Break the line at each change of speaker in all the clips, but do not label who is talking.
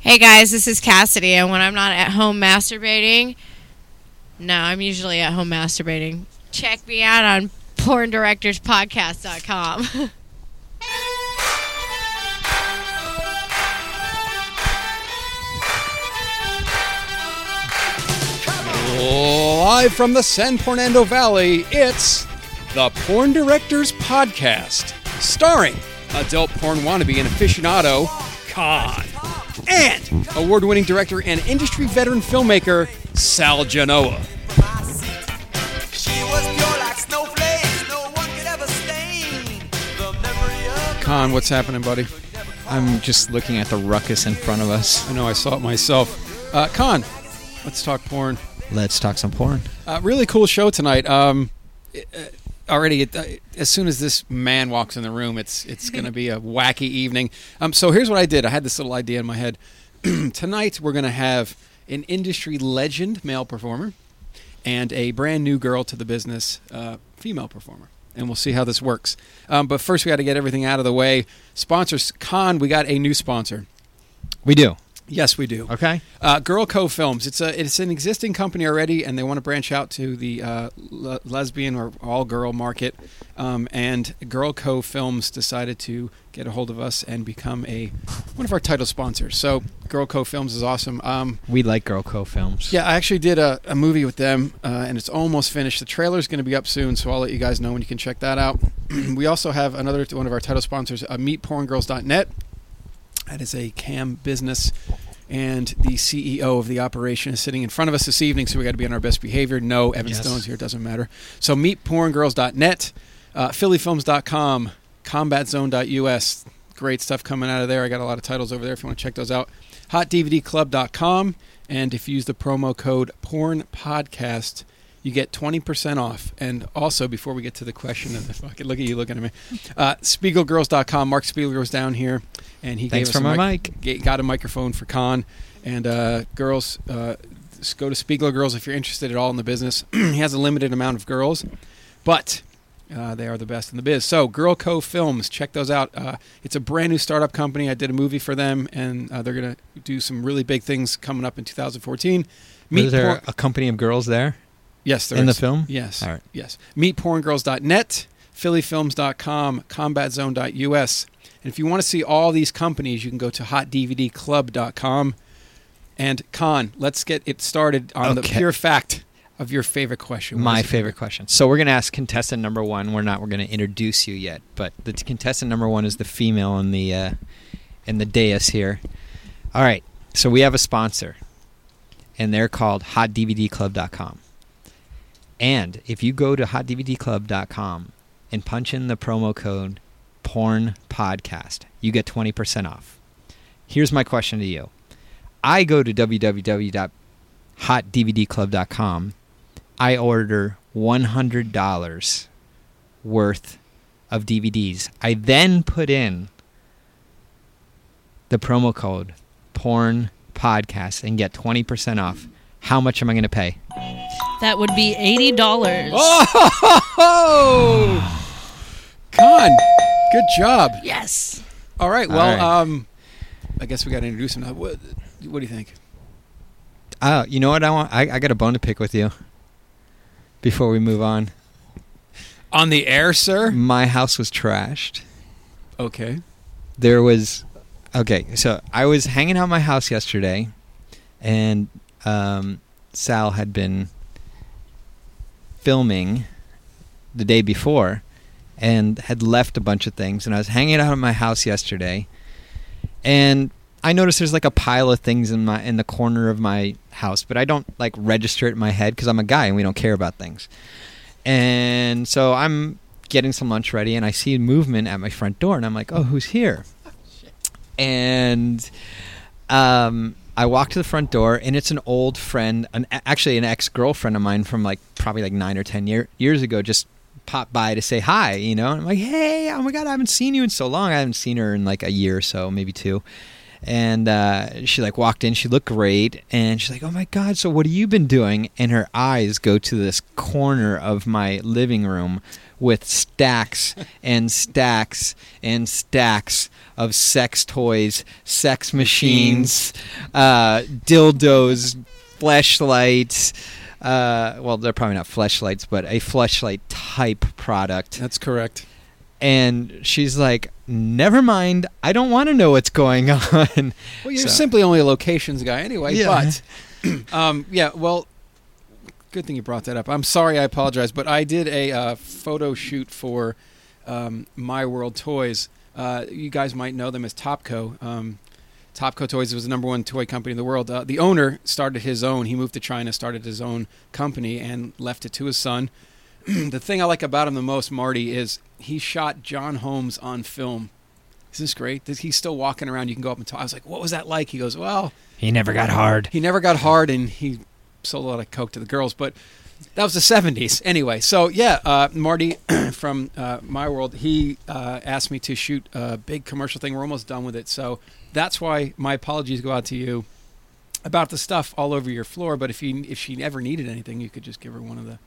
Hey guys, this is Cassidy, and when I'm not at home masturbating, no, I'm usually at home masturbating. Check me out on porndirectorspodcast.com.
Live from the San Fernando Valley, it's the Porn Directors Podcast, starring adult porn wannabe and aficionado, Khan, and award winning director and industry veteran filmmaker, Sal Genoa.
She was pure like snowflakes, no one could ever stain the memory of.
Khan, what's happening, buddy?
I'm just looking at the ruckus in front of us.
I know I saw it myself. Uh, Khan, let's talk porn.
Let's talk some porn.
Uh, really cool show tonight. Um, it- uh, already, it, uh, as soon as this man walks in the room, it's it's going to be a wacky evening. Um, so here's what I did. I had this little idea in my head. tonight we're going to have an industry legend male performer and a brand new girl to the business uh, female performer. And we'll see how this works. Um, but first, we got to get everything out of the way. Sponsors, Con, we got a new sponsor.
We do.
Yes, we do.
Okay.
Uh, Girl Co Films. It's a it's an existing company already, and they want to branch out to the uh, le- lesbian or all girl market. Um, and Girl Co Films decided to get a hold of us and become a one of our title sponsors. So Girl Co Films is awesome. Um,
We like Girl Co films.
yeah, I actually did a, a movie with them, uh, and it's almost finished. The trailer's going to be up soon, so I'll let you guys know when you can check that out. we also have another one of our title sponsors, uh, MeetPornGirls.net. That is a cam business, and the CEO of the operation is sitting in front of us this evening, so we got to be on our best behavior. No, Evan
Yes.
Stone's here, doesn't matter. So MeetPornGirls.net, uh, PhillyFilms.com, CombatZone.us. Great stuff coming out of there. I got a lot of titles over there if you want to check those out. HotDVDClub.com, and if you use the promo code PornPodcast, you get 20% off. And also, before we get to the question of the fucking, look at you looking at me, uh, SpiegelGirls.com. Mark Spiegel's down here, and he
Thanks
gave
for
us
my
a
mic.
ga- Got a microphone for Con, and uh, girls, uh, s- go to Spiegel Girls if you're interested at all in the business. he has a limited amount of girls, but uh, they are the best in the biz. So, Girl Co Films, check those out. Uh, it's a brand new startup company. I did a movie for them, and uh, they're going to do some really big things coming up in 2014.
Is there
porn-
a company of girls there?
yes, there
in the
is.
film?
Yes.
All right.
Yes. Meetporngirls.net, phillyfilms.com, combatzone.us. And if you want to see all these companies, you can go to hotdvdclub.com. And Con, let's get it started on the
Okay.
pure fact of your favorite question. What
My
is it?
favorite question. So we're going to ask contestant number one. We're not. We're going to introduce you yet, but the t- contestant number one is the female in the uh, in the dais here. All right. So we have a sponsor, and they're called HotDVDClub.com. And if you go to HotDVDClub.com and punch in the promo code Porn Podcast, you get twenty percent off. Here's my question to you: I go to www.hotdvdclub.com I order $100 worth of DVDs. I then put in the promo code porn podcast and get 20% off. How much am I going to pay?
That would be eighty dollars.
Oh! Con, good job.
Yes.
All right.
All
Well,
right.
Um, I guess we got to introduce him now. What, what do you think?
Oh, you know what I want? I, I got a bone to pick with you before we move on.
On the air, sir?
My house was trashed.
Okay.
there was okay so i was hanging out at my house yesterday and um, sal had been filming the day before and had left a bunch of things and i was hanging out at my house yesterday and i noticed there's like a pile of things in my in the corner of my house but i don't like register it in my head because i'm a guy and we don't care about things and so i'm getting some lunch ready and i see movement at my front door and i'm like oh who's here and um, I walk to the front door, and it's an old friend, an actually an ex girlfriend of mine from like probably like nine or ten year, years ago, just popped by to say hi, you know. And I'm like, hey, oh my god, I haven't seen you in so long. I haven't seen her in like a year or so, maybe two. and uh, she like walked in. She looked great, and she's like, "Oh my god! So what have you been doing?" And her eyes go to this corner of my living room with stacks and stacks and stacks of sex toys, sex machines, uh, dildos, fleshlights. Uh, well, they're probably not fleshlights, but a fleshlight type product.
That's correct.
And she's like, "Never mind. I don't want to know what's going on."
Well, you're
So-
simply only a locations guy anyway.
Yeah.
But, um, yeah, well, good thing you brought that up. I'm sorry, I apologize, but I did a uh, photo shoot for um, My World Toys. Uh, you guys might know them as Topco. Um, Topco Toys was the number one toy company in the world. Uh, the owner started his own. He moved to China, started his own company, and left it to his son. the thing I like about him the most, Marty, is he shot John Holmes on film. Is this great? That He's still walking around. You can go up and talk. I was like, what was that like? He goes, well,
He never got hard.
he never got hard and he sold a lot of coke to the girls but that was the 70s anyway so yeah uh, marty from uh, my world he uh, asked me to shoot a big commercial thing we're almost done with it so that's why my apologies go out to you about the stuff all over your floor but if you if she ever needed anything you could just give her one of the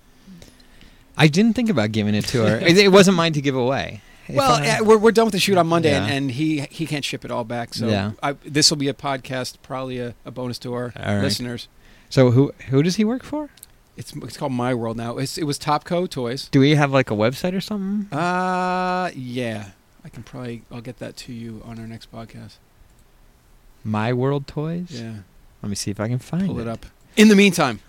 I didn't think about giving it to her. it, it wasn't mine to give away. If
well
I-
uh, we're, we're done with the shoot on monday and,
Yeah.
and he he can't ship it all back so
Yeah.
I, this will be a podcast probably a, a bonus to our
All right.
listeners
so who who does he work for?
it's, it's called my world now it's, it was topco toys
Do we have like a website or something?
Uh, yeah. I can probably I'll get that to you on our next podcast.
My World Toys.
Yeah,
Let me see if I can find
pull it up. In the meantime,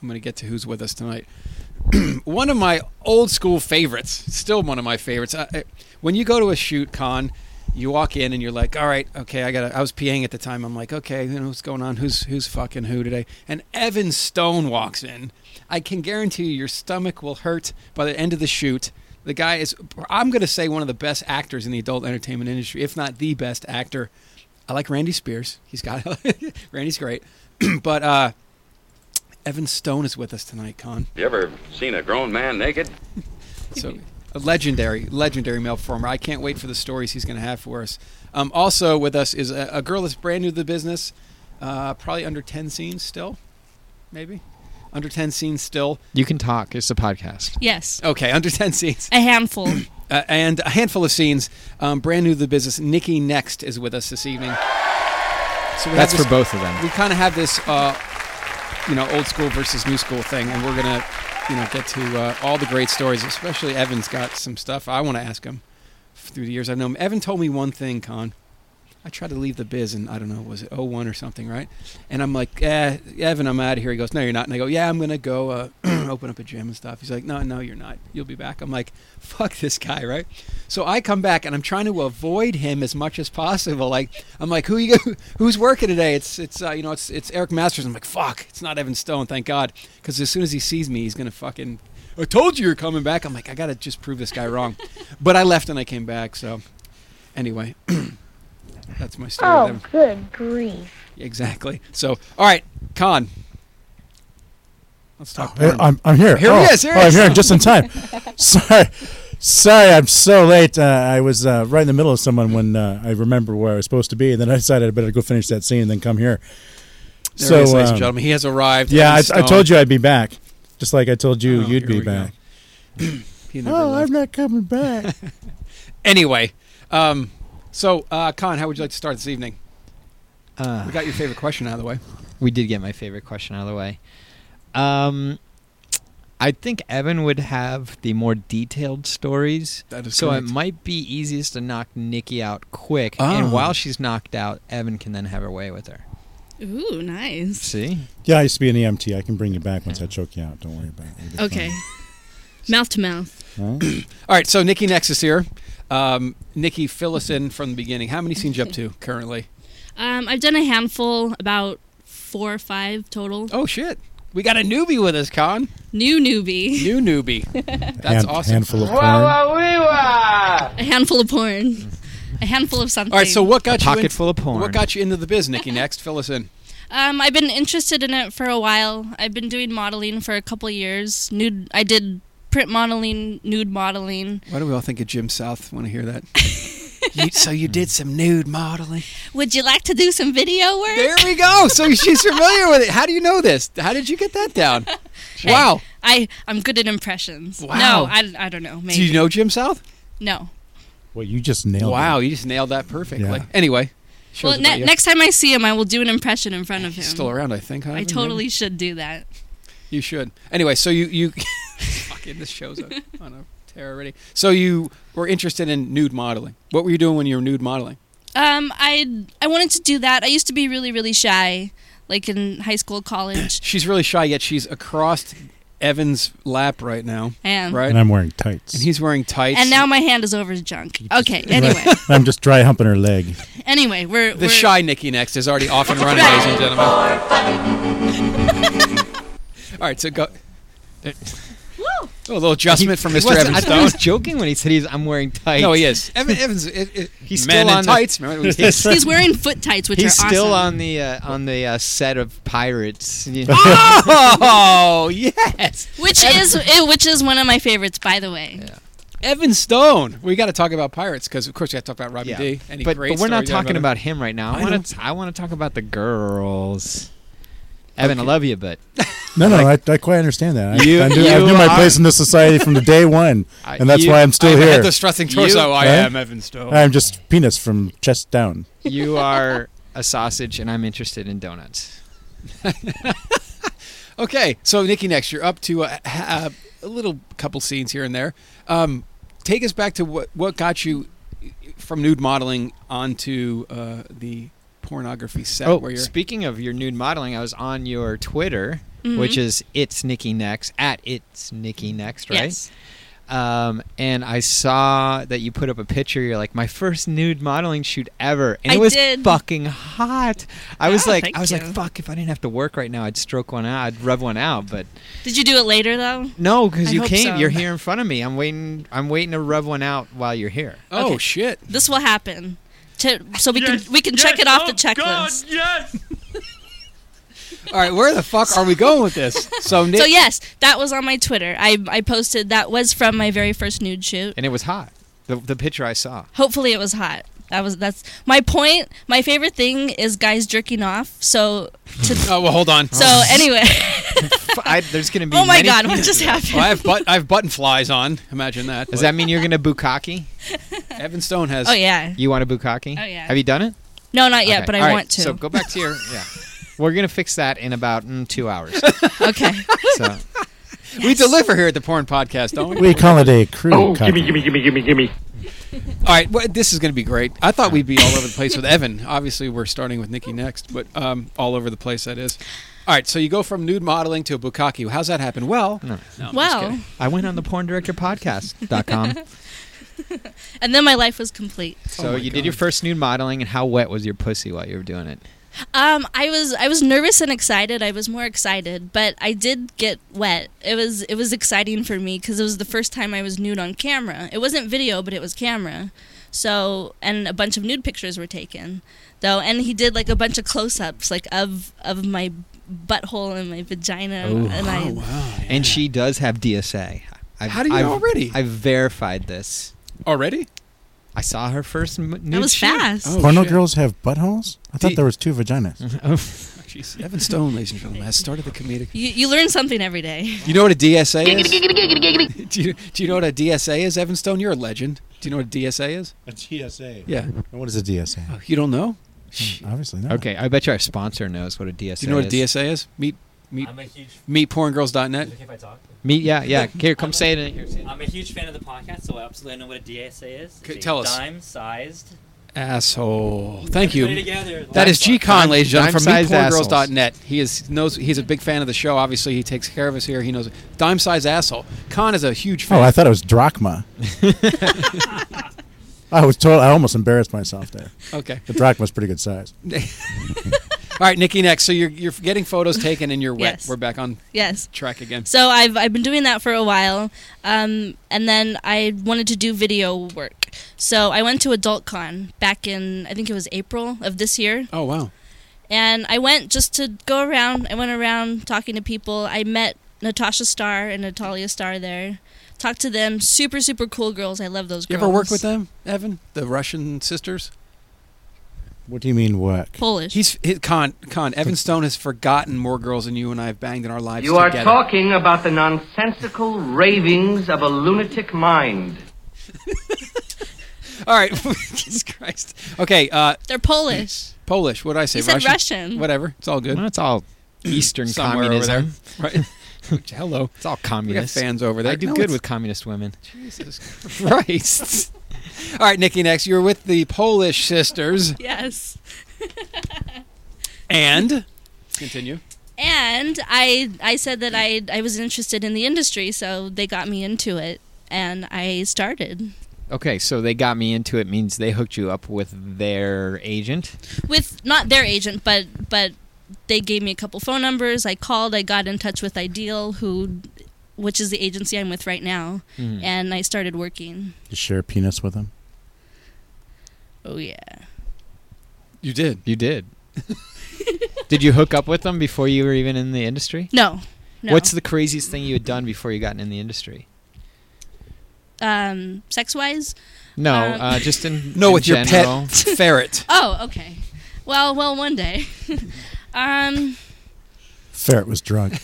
I'm gonna get to who's with us tonight. one of my old school favorites, still one of my favorites. I, I, when you go to a shoot con, you walk in and you're like, "All right, okay, I got." to I was PAing at the time. I'm like, "Okay, you know what's going on? Who's who's fucking who today?" And Evan Stone walks in. I can guarantee you, your stomach will hurt by the end of the shoot. The guy is, I'm going to say, one of the best actors in the adult entertainment industry, if not the best actor. I like Randy Spears. He's got Randy's great, but uh, Evan Stone is with us tonight, Con.
You ever seen a grown man naked?
So a legendary, legendary male performer. I can't wait for the stories he's going to have for us. Um, also with us is a, a girl that's brand new to the business, uh, probably under ten scenes still, maybe under ten scenes still.
You can talk. It's a podcast.
Yes.
Okay, under ten scenes,
A handful.
uh, and a handful of scenes. Um, brand new to the business. Nikki Next is with us this evening. So we have
That's
this-
for both of them.
We kind of have this, uh, you know, old school versus new school thing, and we're gonna, you know, get to uh, all the great stories. Especially Evan's got some stuff I want to ask him through the years I've known him. Evan told me one thing, Con. I tried to leave the biz, and I don't know, was it 01 or something, right? And I'm like, eh, Evan, I'm out of here. He goes, No, you're not. And I go, Yeah, I'm gonna go uh, open up a gym and stuff. He's like, No, no, you're not. You'll be back. I'm like, Fuck this guy, right? So I come back, and I'm trying to avoid him as much as possible. Like, I'm like, Who you? go- Who's working today? It's it's uh, you know, it's it's Eric Masters. I'm like, Fuck, it's not Evan Stone. Thank God, because as soon as he sees me, he's gonna fucking. I told you you're coming back. I'm like, I gotta just prove this guy wrong. but I left and I came back. So anyway, that's my story. with
Oh,
Evan.
good grief.
Exactly. So, all right, Con. Let's talk.
Hey,
porn.
Oh, I'm, I'm here.
Here he
oh,
is, here he
oh, I'm
is.
here just in time. sorry, sorry, I'm so late. Uh, I was uh, right in the middle of someone when uh, I remember where I was supposed to be, and then I decided I better go finish that scene and then come here.
there he is, ladies and
um,
gentlemen, he has arrived.
yeah,
Evan
I, I
Stone.
told you I'd be back, just like I told you
Oh,
you'd
here
be
we go.
back.
He never
Oh,
left.
I'm not coming back.
Anyway, um, so uh, Con, how would you like to start this evening?
Uh,
We got your favorite question out of the way.
we did get my favorite question out of the way. Um, I think Evan would have the more detailed stories.
That is
so
correct.
it might be easiest to knock Nikki out quick,
Oh.
and while she's knocked out, Evan can then have her way with her.
Ooh, nice.
See,
yeah, I used to be an EMT. I can bring you back once I choke you out. Don't worry about it. You'll be
Okay. Mouth to mouth.
fine. Huh?
All right, so Nikki next is here. Um, Nikki, fill us in from the beginning. How many scenes you up to currently?
Um, I've done a handful, about four or five total.
Oh shit, we got a newbie with us, Con.
New newbie.
New newbie. That's
Hand-
awesome.
Handful of porn.
A handful of porn. A handful of something.
All right, so what got you
pocket
in-
full of porn.
What got you into the biz, Nikki? Next, fill us in.
Um, I've been interested in it for a while. I've been doing modeling for a couple of years. Nude. I did print modeling, nude modeling.
Why do we all think of Jim South when I hear that? You, so you did some nude modeling.
Would you like to do some video work?
There we go. So she's familiar with it. How do you know this? How did you get that down? Wow.
I I'm good at impressions.
Wow.
No, I, I don't know. Maybe
Do you know Jim South?
no.
Well, you just nailed
wow,
it.
you just nailed that perfectly.
Yeah.
Anyway, shows
Well,
about
ne-
you.
next time I see him, I will do an impression in front of him.
He's still around, I think. Huh?
I totally should do that.
You should. Anyway, so you you fucking this shows up on a tear already. So you were interested in nude modeling. What were you doing when you were nude modeling?
Um, I I wanted to do that. I used to be really really shy, like in high school, college.
She's really shy, yet she's across Evan's lap right now,
I am.
right?
And I'm wearing tights.
And he's wearing tights.
And now my hand is over his junk. Okay. Anyway,
I'm just dry humping her leg.
anyway, we're
the
we're,
shy Nikki next is already off and running, ladies and gentlemen. All right, so go. Oh, a little adjustment from Mr.
Wasn't-
Evan
I thought he
Stone.
was joking when he said he's I'm wearing tights.
No, he is. Evan, Evans, it, it,
He's
men
still
in
on the-
tights. Remember when he-
He's wearing foot tights, which
He's
are
still
awesome.
on the uh, on the uh, set of Pirates. You-
oh yes,
which is eh, which is one of my favorites, by the way.
Evan Stone. We got to talk about pirates because, of course, we got to talk about Robbie
Yeah.
D. Any
but,
great
but we're not
stories out him?
talking about him right now. I want to I want to talk about the girls. Evan, I love you, but
No, no, I, I quite understand that. I,
You-
I knew, I
you
knew my
are-
place in this society from the day one,
I-
and that's
you-
why I'm still
I'm
here.
at the strutting torso. I
Huh?
am Evan Stone.
I'm just penis from chest down.
you are a sausage, and I'm interested in donuts.
okay, so Nikki, next you're up to a, a, a little couple scenes here and there. Um, take us back to what what got you from nude modeling onto uh, the pornography set
Oh,
where you're.
Oh, speaking of your nude modeling, I was on your Twitter, which is it's Nikki Next at it's Nikki Next, right?
Yes.
Um, and I saw that you put up a picture. You're like my first nude modeling shoot ever, and
I
it was
did.
fucking hot. I was
Oh,
like,
thank
I was like,
you.
fuck, if I didn't have to work right now, I'd stroke one out, I'd rub one out. But
Did you do it later though?
no, because
I
you
hope
came,
so.
you're here in front of me. I'm waiting. I'm waiting to rub one out while you're here.
oh
okay.
shit!
This will happen. To, so we can we can check it off the checklist.
All right, where the fuck are we going with this? So, Nick,
So yes, that was on my Twitter. I I posted that was from my very first nude shoot.
and it was hot. The, the picture I saw.
Hopefully it was hot. That was that's my point. My favorite thing is guys jerking off. So to,
oh well, hold on.
so anyway.
F- I, there's gonna be.
oh my
many-
god, what just happened?
Well, I have but I have button flies on. Imagine that.
Does that mean you're gonna bukkake?
Evan Stone has?
Oh yeah.
You want a bukkake?
Oh, yeah.
Have you done it?
No, not yet,
Okay.
but I
All right,
want to.
So go back to your. Yeah. We're gonna fix that in about mm, two hours.
okay.
So.
We deliver here at the Porn Podcast, don't we?
We call it a crew. Oh,
all right, well, this is going to be great. I thought we'd be all over the place with Evan. Obviously, we're starting with Nikki next, but um, all over the place that is. All right, so you go from nude modeling to bukkake. How's that happen? Well, no, I'm just
Well,
kidding.
I went on the porndirectorpodcast.com.
Oh and then my life was complete.
so
my
you
God.
did your first nude modeling, and how wet was your pussy while you were doing it?
Um, I was I was nervous and excited. I was more excited, but I did get wet. It was it was exciting for me because it was the first time I was nude on camera. It wasn't video, but it was camera. So and a bunch of nude pictures were taken, though. And he did like a bunch of close-ups, like of of my butthole and my vagina, and
Oh,
I
And she does have DSA. I've,
How do you
I've-
know already?
I've verified this.
already?
I saw her first m- nude
that was
shoot.
fast.
Oh,
Porno
shit.
girls have buttholes? I thought
The-
there was two
Mm-hmm.
vaginas.
Jeez. Evan Stone, ladies and gentlemen, has started the comedic.
You you learn something every day.
You know what a DSA is? do, you, do you know what a DSA is, Evan Stone? You're a legend. Do you know what a DSA is?
A DSA.
Yeah. Hmm.
What is a DSA?
You don't know?
Obviously not.
Uh, Okay, I bet you our sponsor knows what a DSA is.
Do you know what a DSA is? Meet meet
I'm a huge.
meetporngirls.net.
Is it okay if I talk?
Me, yeah, yeah. Here, come say it. In here.
I'm a huge fan of the podcast, so I absolutely know what a DSA is.
Okay,
It's a
tell us.
Dime-sized.
Asshole. Thank
Put it
you.
together.
That is G Con,
Dime-
ladies and gentlemen, from
dime-sized
meetporngirls.net. He is knows he's a big fan of the show. Obviously, he takes care of us here. He knows dime size asshole. Con is a huge fan.
Oh, I thought it was drachma. I was told. I almost embarrassed myself there.
okay.
The drachma's pretty good size.
All right, Nikki. Next, so you're you're getting photos taken and you're wet.
Yes.
We're back on
Yes.
track again.
So I've I've been doing that for a while, um, and then I wanted to do video work. So I went to AdultCon back in I think it was April of this year,
Oh wow.
and I went just to go around. I went around talking to people. I met Natasha Starr and Natalia Starr there. Talked to them. Super, super cool girls. I love those
You
girls.
ever work with them, Evan? The Russian sisters?
What do you mean work?
Polish.
He's he, con con. Evan Stone has forgotten more girls than you and I have banged in our lives
You are
together.
talking about the nonsensical ravings of a lunatic mind.
All right, Jesus Christ. Okay, uh,
They're Polish.
Polish. What did I say?
He said
Russian?
Russian.
Whatever. It's all good.
Well, it's all Eastern
Somewhere
communism.
over there. Right. Hello.
It's all
We got
communist.
fans over there.
I do
No,
good
it's-
with communist women.
Jesus Christ. All right, Nikki. Next, you're with the Polish sisters,
Yes.
and continue.
And I I said that I I was interested in the industry, so they got me into it and I started
Okay, so they got me into it means they hooked you up with their agent.
with not their agent, but but they gave me a couple phone numbers. I called, I got in touch with Ideal who which is the agency I'm with right now,
Hmm.
and I started working.
You share a penis with them?
Oh yeah.
You did.
You did. did you hook up with them before you were even in the industry?
No. No.
What's the craziest thing you had done before you gotten in the industry?
um sex wise?
No,
Um,
uh, just in
No,
in
with your
general.
pet ferret.
Oh, okay. Well, well, one day. um
Ferret was drunk.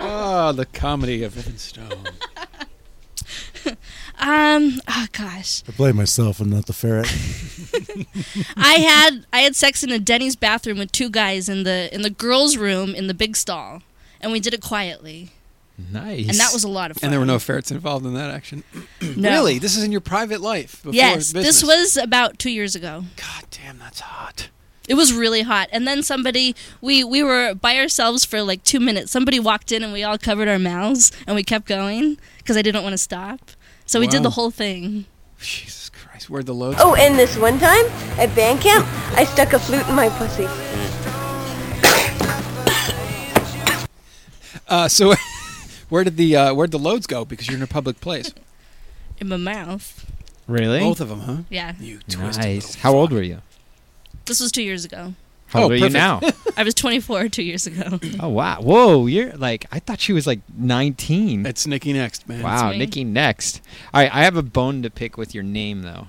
Oh, the comedy of Evan Stone.
um oh gosh.
I blame myself and not the ferret.
I had I had sex in a Denny's bathroom with two guys in the in the girls' room in the big stall, and we did it quietly,
Nice.
and that was a lot of fun.
And there were no ferrets involved in that action.
No.
Really? This is in your private life? Before
Yes,
business.
this was about two years ago.
God damn, that's hot.
It was really hot, and then somebody we we were by ourselves for like two minutes. Somebody walked in, and we all covered our mouths, and we kept going because I didn't want to stop. So we
Wow.
did the whole thing.
Jesus Christ, where'd the load?
Oh, and this one time at band camp, I stuck a flute in my pussy.
Uh, so, where did the uh, where'd the loads go? Because you're in a public place.
In my mouth.
really
Both of them, huh?
Yeah.
You twisted.
nice.
Nice.
How old were you?
This was two years ago.
How
Oh,
old are you
perfect.
now?
I was 24 two years ago.
oh wow! Whoa, you're like I thought she was like nineteen.
It's Nikki next, man.
wow,
me.
Nikki next. All right, I have a bone to pick with your name though.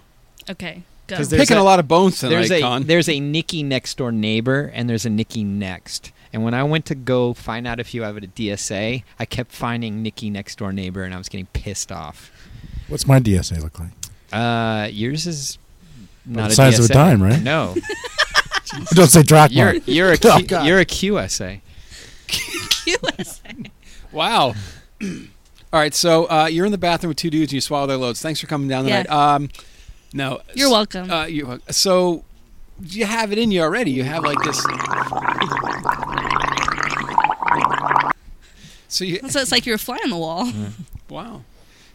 Okay. Go.
'Cause there's
Picking
a-
a, lot of bones tonight,
there's a
Con.
there's a Nikki next door neighbor and there's a Nikki next. And when I went to go find out if you have it at DSA, I kept finding Nikki next door neighbor, and I was getting pissed off.
What's my DSA look like?
Uh, yours is not
the size
a
of
DSA.
a dime, right?
No,
Don't say drachma.
you're you're a
Oh,
Q,
God.
you're a QSA.
wow. All right, so uh, you're in the bathroom with two dudes and you swallow their loads. Thanks for coming down
Yeah.
tonight. Um, no,
You're
s-
welcome.
Uh, you're wel- so you have it in you already. You have like this. So you
so it's like you're a fly on the wall.
wow.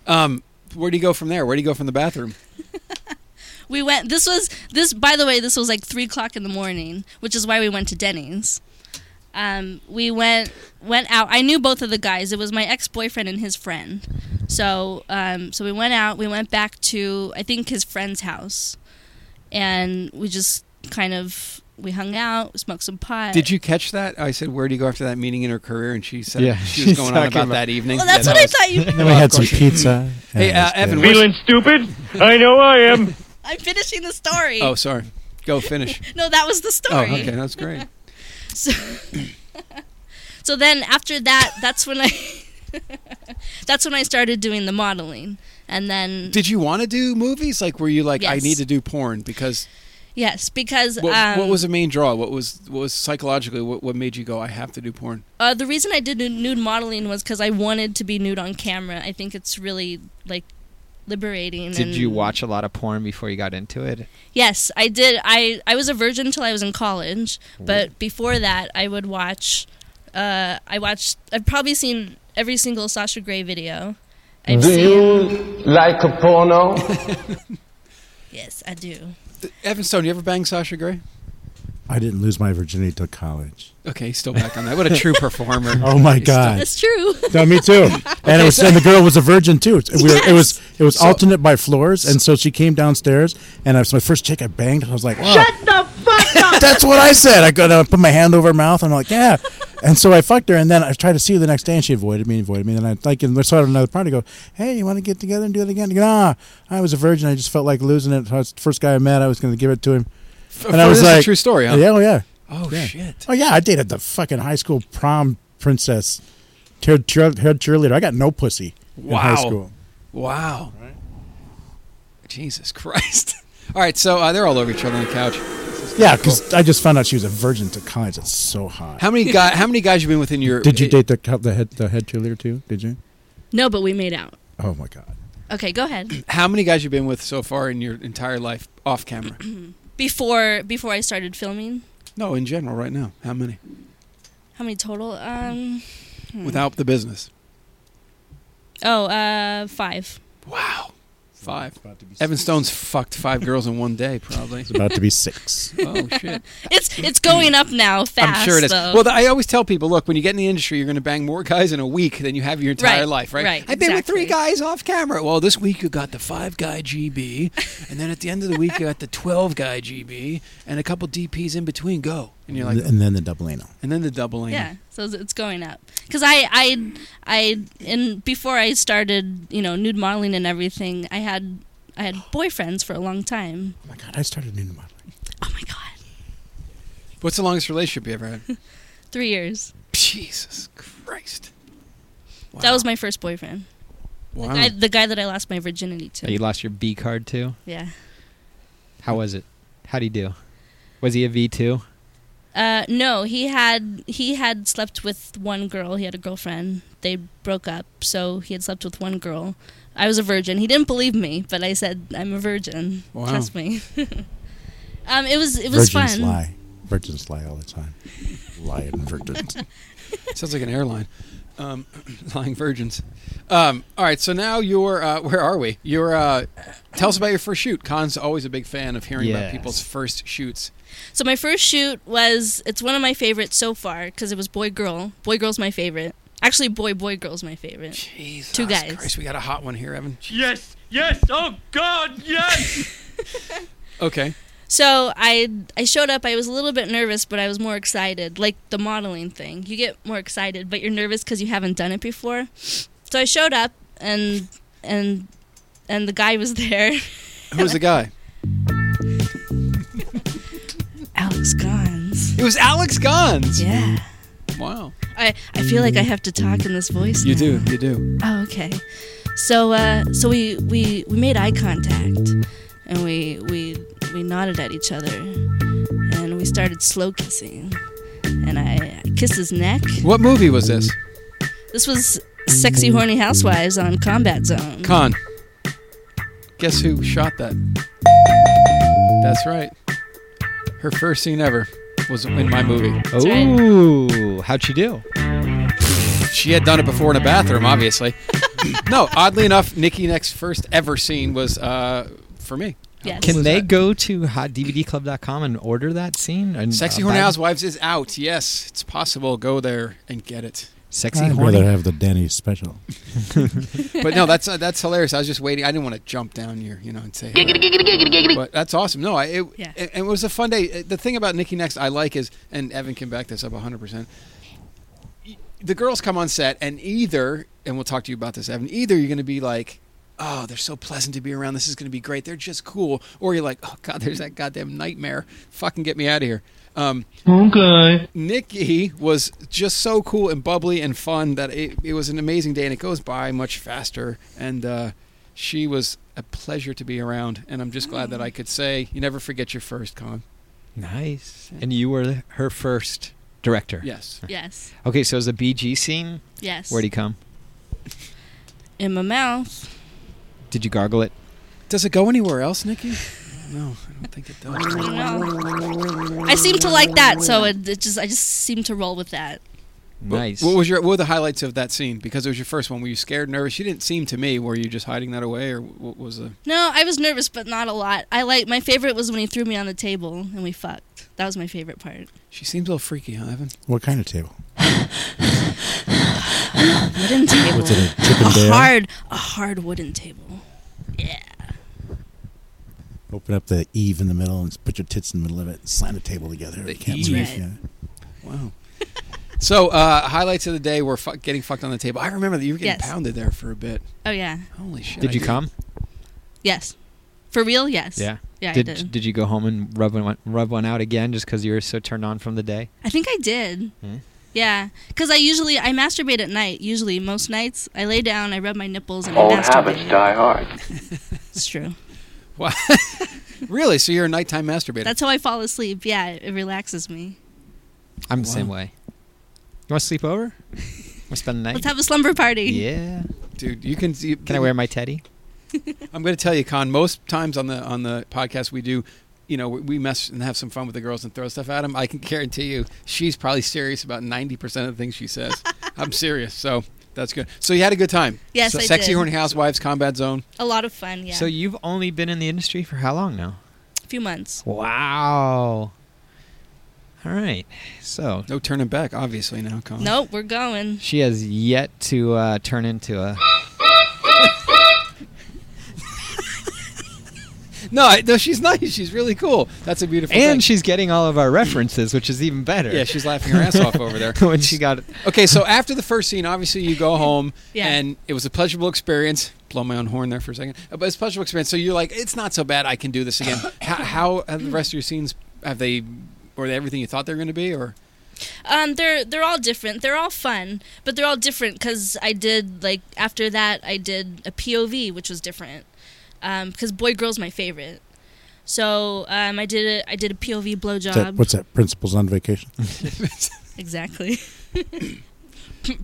Um, where do you go from there? Where do you go from the bathroom?
We went. This was this. By the way, this was like three o'clock in the morning, which is why we went to Denny's. Um, we went went out. I knew both of the guys. It was my ex boyfriend and his friend. So um, so we went out. We went back to I think his friend's house, and we just kind of we hung out, smoked some pot.
Did you catch that? I said, "Where do you go after that meeting in her career?" And she said,
Yeah,
"She was
she's
going on
talking
about
about-
that evening."
Well, that's
Yeah,
what I
that
thought you.
Then we had some pizza.
was- Hey,
and it
uh,
was
Evan.
good.
what's-
stupid? I know I am.
I'm finishing the story.
Oh, sorry. Go finish.
No, that was the
oh,
story.
okay, that's great.
So, so then after that, that's when I that's when I started doing the modeling, and then
Did you want to do movies? Like, were you like, "I
Yes.
need to do porn"? Because
yes, because
what,
um,
what was the main draw? What was what was psychologically what, what made you go? I have to do porn.
uh, the reason I did nude modeling was because I wanted to be nude on camera. I think it's really like liberating.
Did
and-
you watch a lot of porn before you got into it?
Yes, I did. I I was a virgin until I was in college, but before that, I would watch. Uh, I watched. I've probably seen every single Sasha Grey video. I've seen.
Like a porno?
Yes, I do.
Evan Stone, you ever bang Sasha Grey?
I didn't lose my virginity till college.
Okay, he's still back on that. What a true performer.
Oh my
He's still-
god!
That's true.
No, me too. And it was, and the girl was a virgin too. It, we were- it was it was alternate by floors, and so she came downstairs, and I was my first chick I banged, and I was like, wow.
Shut the fuck up!
That's what I said. I got I put my hand over her mouth, and I'm like, yeah. And so I fucked her, and then I tried to see her the next day, and she avoided me, avoided me. And then I like, and I saw her at another party. Go, hey, you want to get together and do it again? I go, nah, I was a virgin. I just felt like losing it. I was the first guy I met. I was going to give it to him.
F- for- this is a true story, huh?
Yeah, oh yeah.
Oh,
Yeah.
shit.
Oh yeah, I dated the fucking high school prom princess, head cheer- head cheerleader. I got no pussy in high
Wow.
school.
Wow. Jesus Christ. All right, so uh, they're all over each other on the couch.
Yeah, because I just found out she was a virgin to college. That's so hot.
How many guy? How many guys you been with in your?
Did you date the co- the head the head cheerleader too? Did you?
No, but we made out.
Oh my god.
Okay, go ahead.
How many guys you been with so far in your entire life off camera?
Before before I started filming,
no, in general, right now. How many
how many total? Um, hmm.
without the business?
Oh, uh, five.
Wow. Five. Evan Stone's fucked five girls in one day, probably. It's
about to be six.
Oh shit.
It's it's going up now fast.
I'm sure it is.
though.
Well, th- I always tell people, look, when you get in the industry, you're going to bang more guys in a week than you have your entire
Right,
life, right?
right,
I've been with three guys off camera. Well, this week you got the five guy GB, and then at the end of the week you got the twelve guy GB, and a couple DPs in between. Go, and you're like, oh,
and then the double anal.
and then the doubling.
yeah, so it's- it's going up. Because I I I and before I started, you know, nude modeling and everything, I had I had boyfriends for a long time.
Oh my god, I started new modeling.
Oh
What's the longest relationship you ever had?
Three years.
Jesus Christ.
That was my first boyfriend.
Wow.
The guy, the guy that I lost my virginity to.
Oh, you lost your B card too.
Yeah.
How was it? How'd he do? Was he a V two?
Uh, no, he had he had slept with one girl. He had a girlfriend. They broke up, so he had slept with one girl. I was a virgin. He didn't believe me, but I said I'm a virgin.
Wow.
Trust me. um, it was it was
virgins
fun.
lie. Virgins lie all the time. Lying virgins.
Sounds like an airline. Um, lying virgins. Um, all right, so now you're. Uh, where are we? You're. Uh, tell us about your first shoot. Con's always a big fan of hearing about
Yes.
people's first shoots.
So my first shoot was it's one of my favorites so far because it was boy girl. Boy girl's my favorite. Actually, boy boy girl's my favorite.
Jesus
Two guys.
Christ, we got a hot one here, Evan.
Yes, yes, oh God, yes.
Okay.
So I I showed up. I was a little bit nervous, but I was more excited. Like the modeling thing, you get more excited, but you're nervous because you haven't done it before. So I showed up, and and and the guy was there.
Who's the guy?
Alex Gons.
It was Alex Gons.
Yeah.
Wow.
I I feel like I have to talk in this voice.
You
now.
do. You do.
Oh, okay. So uh, so we, we we made eye contact, and we we we nodded at each other, and we started slow kissing, and I, I kissed his neck.
What movie was this?
This was Sexy Horny Housewives on Combat Zone.
Con. Guess who shot that? That's right. Her first scene ever was in my movie.
Ooh, how'd she do?
She had done it before in a bathroom, obviously. no, oddly enough, Nikki Neck's first ever scene was uh, for me.
Yes.
Can
was
they
that?
go to hotdvdclub.com and order that scene? And,
Sexy
uh,
Horny
buy-
Housewives is out. Yes, it's possible. Go there and get it.
Sexy
I'd
horny.
rather have the Denny's special.
But no, that's uh, that's hilarious. I was just waiting. I didn't want to jump down your, you know, and say.
Giggity, giggity, giggity, giggity.
But that's awesome. No, I it,
Yeah.
it, it was a fun day. Uh, The thing about Nikki Next I like is, and Evan can back this up 100. percent The girls come on set, and either, and we'll talk to you about this, Evan. Either you're going to be like. Oh, they're so pleasant to be around. This is going to be great. They're just cool. Or you're like, oh god, there's that goddamn nightmare. Fucking get me out of here. Um,
Okay.
Nikki was just so cool and bubbly and fun that it, it was an amazing day and it goes by much faster. And uh, she was a pleasure to be around. And I'm just glad that I could say, you never forget your first con.
Nice. And you were her first director.
Yes.
Yes.
Okay, so it was a BG scene.
Yes.
Where'd he come?
In my mouth.
Did you gargle it?
Does it go anywhere else, Nikki? No, I don't think it does.
I seem to like that, so it, it just I just seem to roll with that.
Nice.
What was your what were the highlights of that scene? Because it was your first one. Were you scared, nervous? You didn't seem to me. Were you just hiding that away, or what was the?
No, I was nervous, but not a lot. I like my favorite was when he threw me on the table and we fucked. That was my favorite part.
She seems a little freaky, huh, Evan?
What kind of table?
Wooden table.
What's it, a
a
Chippendale?
hard, a hard wooden table.
Open up the eave in the middle and put your tits in the middle of it. And slam the table together.
The
Can't
eave.
move,
Right.
yeah.
Wow. So uh, highlights of the day were fu- getting fucked on the table. I remember that you were getting
Yes.
pounded there for a bit.
Oh yeah.
Holy shit!
Did
I
you come?
Yes. For real? Yes.
Yeah.
Yeah,
Did
I did.
you go home and rub one rub one out again just because you were so turned on from the day?
I think I did.
Hmm.
Yeah, because I usually I masturbate at night. Usually, most nights I lay down, I rub my nipples, and I
Old
masturbate.
habits die hard.
It's true.
What? really? So you're a nighttime masturbator?
That's how I fall asleep. Yeah, it relaxes me.
I'm the same way. You want to sleep over? Want to spend the night?
Let's have a slumber party.
Yeah.
Dude, you can. You,
Can I wear my teddy?
I'm going to tell you, Con. Most times on the on the podcast we do, you know, we- we mess and have some fun with the girls and throw stuff at them. I can guarantee you, she's probably serious about 90 percent of the things she says. I'm serious, so that's good. So you had a good time.
Yes,
so
I
Sexy
did.
horny housewives, combat zone.
A lot of fun. Yeah.
So you've only been in the industry for how long now?
a few months.
Wow. All right. So
no turning back, obviously now, Con.
Nope, we're going.
She has yet to uh, turn into a.
No, I, no, she's nice. She's really cool. That's a beautiful. thing.
And she's getting all of our references, which is even better.
Yeah, she's laughing her ass off over there.
when she got it.
Okay, so after the first scene, obviously you go home,
Yeah.
and it was a pleasurable experience. Blow my own horn there for a second, Uh, but it's a pleasurable experience. So you're like, it's not so bad. I can do this again. how, how have the rest of your scenes have they? Were they everything you thought they were going to be, or
Um, they're they're all different. They're all fun, but they're all different because I did like after that I did a POV, which was different. Um, because boy girl's my favorite. So um, I did a I did a POV blowjob.
What's that, what's that? Principals on vacation.
Exactly.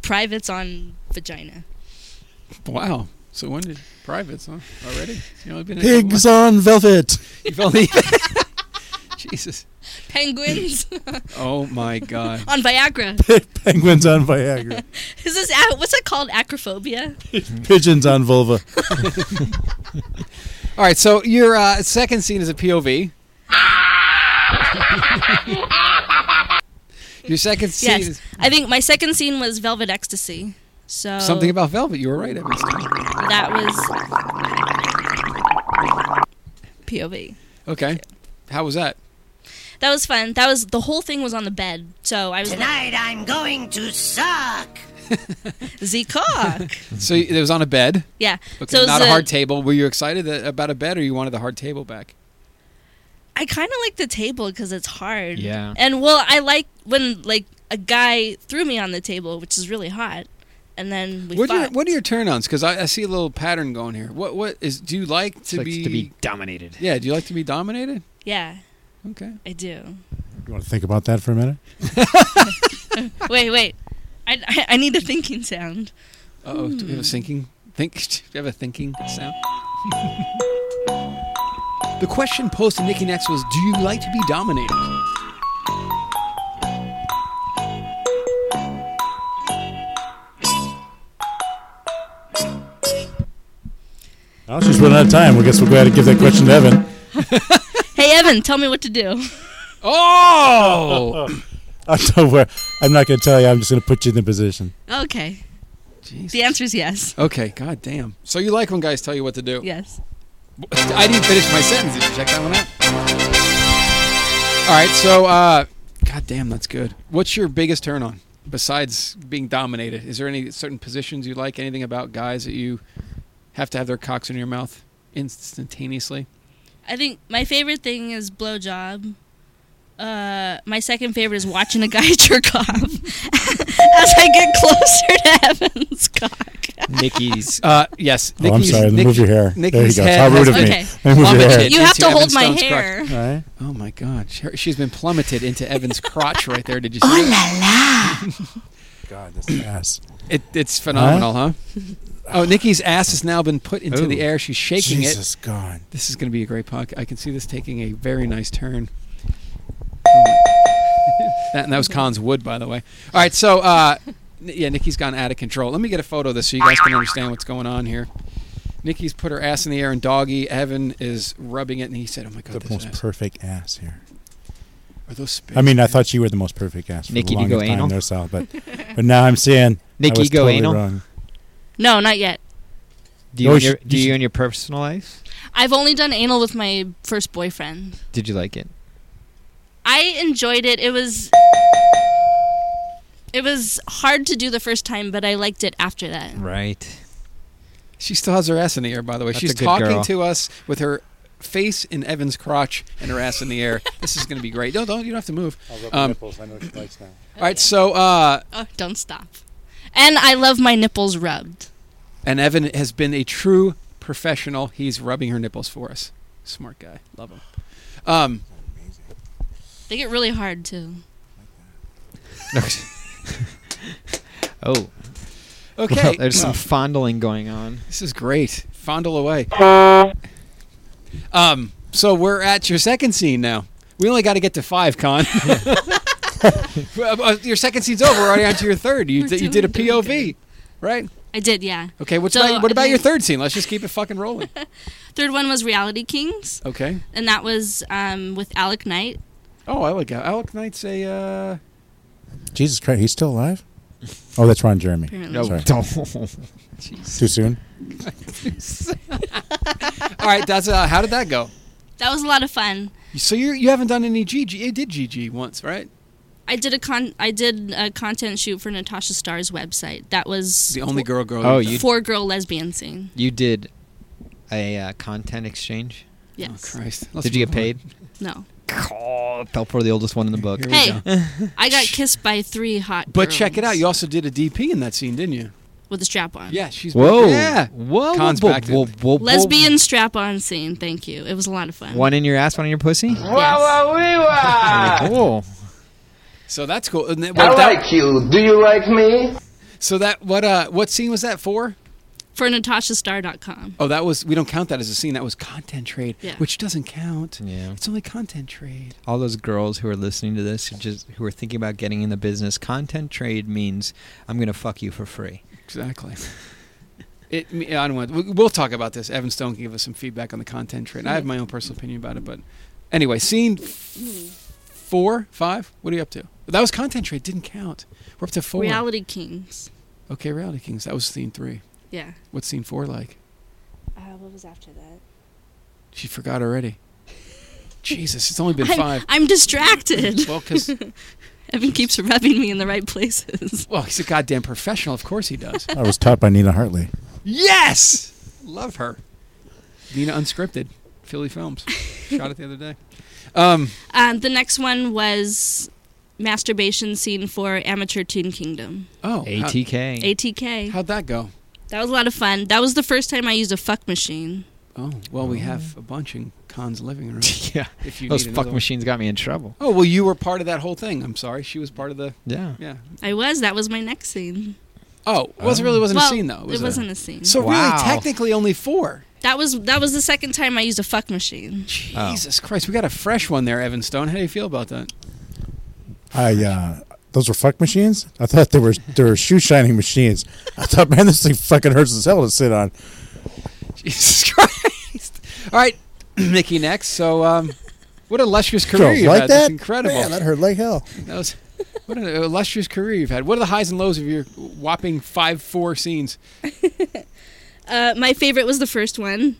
Privates on vagina.
wow? So when did privates? Huh? Already? It's only been a couple
Pigs
months.
on velvet.
You've only. Jesus.
Penguins.
Oh my God.
on Viagra.
Penguins on Viagra.
Is this a- what's that called? Acrophobia.
Pigeons on vulva.
All right, so your uh, second scene is a POV. your second scene
Yes.
is
I think my second scene was Velvet Ecstasy. So
something about velvet. You were right. Every scene.
that was POV.
Okay. How was that?
That was fun. That was the whole thing was on the bed. So I was tonight. I'm going to suck. Z cock.
So it was on a bed.
Yeah.
Okay,
So it was
not a
a-
hard table. Were you excited that, about a bed, or you wanted the hard table back?
I kind of like the table because it's hard.
Yeah.
And well, I like when like a guy threw me on the table, which is really hot, and then we
What are, your,
fought.
what are your turn-ons? Because I, I see a little pattern going here. What what is? Do you like to
likes
be
to be dominated?
Yeah. Do you like to be dominated?
yeah.
Okay.
I do.
You want to think about that for a minute?
wait, wait. I, I, I need a thinking sound.
Uh oh. Do we have
Mm.
a sinking? Think? Do you have a thinking sound? The question posed to Nikki Next was, "Do you like to be dominated?"
I'll just run out of time. I guess we'll go ahead and give that question to Evan.
Hey, Evan, tell me what to do.
Oh.
I don't worry. I'm not going to tell you. I'm just going to put you in the position.
okay. The answer is yes.
Okay. God damn. So you like when guys tell you what to do?
Yes.
I didn't finish my sentence. Did you check that one out? All right, so uh, God damn, that's good. What's your biggest turn on besides being dominated? Is there any certain positions you like? Anything about guys that you have to have their cocks in your mouth instantaneously?
I think my favorite thing is blowjob. Uh, my second favorite is watching a guy jerk off as I get closer to Evan's cock.
Nikki's. Uh, yes.
Oh, I'm sorry.
Nick-
Move your hair. There you
Nikki's
go.
head
How
has
rude of me.
been
Move your hair.
plummeted
You
have
into
to hold
Evan
my
Stone's
hair.
crotch.
Right.
Oh my God, She- she's been plummeted into Evan's crotch right there. Did you see? Oh la la!
God, this ass.
It, it's phenomenal, huh? Oh, Nikki's ass has now been put into
Ooh.
the air. She's shaking it.
Jesus, God.
This is going to be a great podcast. I can see this taking a very nice turn. that, and that was Con's wood, by the way. All right, so uh, n- yeah, Nikki's gone out of control. Let me get a photo of this so you guys can understand what's going on here. Nikki's put her ass in the air and doggy. Evan is rubbing it, and he said, "Oh my god,
The
this
most
ass.
perfect ass here.
are those spigs?"
I mean, I thought you were the most perfect ass for
Nikki, do
the
you go
longest time
anal?
there, Sal. But, but now I'm seeing
Nikki,
I was
go
totally
anal?
wrong.
No, not yet.
Do you,
No,
in
you
your,
should-
do
you
you
should-
in your personal life?
I've only done anal with my first boyfriend.
Did you like it?
I enjoyed it. It was It was hard to do the first time, but I liked it after that.
Right.
She still has her ass in the air, by the way.
That's
She's
a good
talking
girl.
to us with her face in Evan's crotch and her ass in the air. this is going to be great. Don't, don't, you don't have to move.
I'll rub her nipples. I know she likes now.
All right, so uh,
Oh, don't stop. And I love my nipples rubbed.
and Evan has been a true professional. He's rubbing her nipples for us. Smart guy, love him. Um,
They get really hard too.
Oh.
Okay.
Well, there's
Oh.
some fondling going on.
This is great. Fondle away. Um, so we're at your second scene now. We only got to get to five, Con. Well, uh, your second scene's over. We're already on to your third. You,
We're
did- you did a
doing
POV,
good.
right?
I did, yeah.
Okay. What's
So,
about, what
I
about your
think-
third scene? Let's just keep it fucking rolling.
Third one was Reality Kings,
Okay.
and that was um, with Alec Knight.
Oh, Alec. Alec Knight's a. Uh,
Jesus Christ, he's still alive? Oh, that's Ron Jeremy.
Apparently.
No,
Sorry.
don't.
Too soon?
all right. That's uh, how did that go?
That was a lot of fun.
So you you haven't done any GG. You did GG once, right?
I did a con. I did a content shoot for Natasha Starr's website. That was
The only girl girl.
Oh,
you've
you-
four girl lesbian scene.
You did a uh, content exchange.
done. Oh
Yes.
Christ. Let's
Did you get
move on.
paid?
no.
Oh, fell for the oldest one in the book.
Here we
Hey,
go.
I got kissed by three hot.
But check it
girls
out. You also did a DP in that scene, didn't you?
with a strap on.
Yeah, she's
Whoa!
Yeah,
Whoa!
Con's
whoa,
back, dude.
whoa, whoa, whoa.
Lesbian strap on scene. Thank you. It was a lot of fun.
One in your ass, one in your pussy.
Yes.
Ah.
Oh,
So that's cool. And then,
I
but that-
like you. Do you like me?
so that what uh what scene was that for?
For natashastar.com.
Oh, that was we don't count that as a scene. That was content trade,
Yeah.
which doesn't count.
Yeah.
It's only content trade.
all those girls who are listening to this, who just who are thinking about getting in the business, content trade means I'm gonna fuck you for free.
Exactly. It, I don't want. we- We'll talk about this. Evan Stone can give us some feedback on the content trade. I have my own personal opinion about it, but anyway, scene f- four, five. What are you up to? That was content trade. Didn't count. We're up to four.
Reality Kings.
Okay, reality kings. That was scene three.
Yeah.
What's scene four like?
Uh, what was after that?
She forgot already. Jesus, it's only been
I'm,
five.
I'm distracted.
Well, because
Evan keeps rubbing me in the right places.
well, he's a goddamn professional. Of course he does.
I was taught by Nina Hartley.
yes, love her. Nina unscripted, Philly Films. Shot it the other day. Um,
Um, the next one was masturbation scene for Amateur Teen Kingdom.
oh, how,
ATK.
ATK.
how'd that go?
That was a lot of fun. That was the first time I used a fuck machine.
Oh, well, we have a bunch in Khan's living room.
yeah.
If you
Those
need
fuck
another one.
machines got me in trouble.
Oh well, you were part of that whole thing. I'm sorry, she was part of the
Yeah.
yeah.
I was. That was my next scene.
Oh, well, it really wasn't a scene though.
it wasn't a scene.
So
Wow.
really, technically, only four.
that was that was the second time I used a fuck machine.
Jesus Christ, we got a fresh one there, Evan Stone. How do you feel about that?
I uh, those were fuck machines. I thought they were they were shoe shining machines. I thought, man, this thing fucking hurts as hell to sit on.
Jesus Christ! All right, Mickey next. So, um, what an illustrious career
Girls
you've
like
had.
that?
That's incredible.
Man, that hurt like hell.
That was what an illustrious career you've had. What are the highs and lows of your whopping five four scenes?
Uh, my favorite was the first one.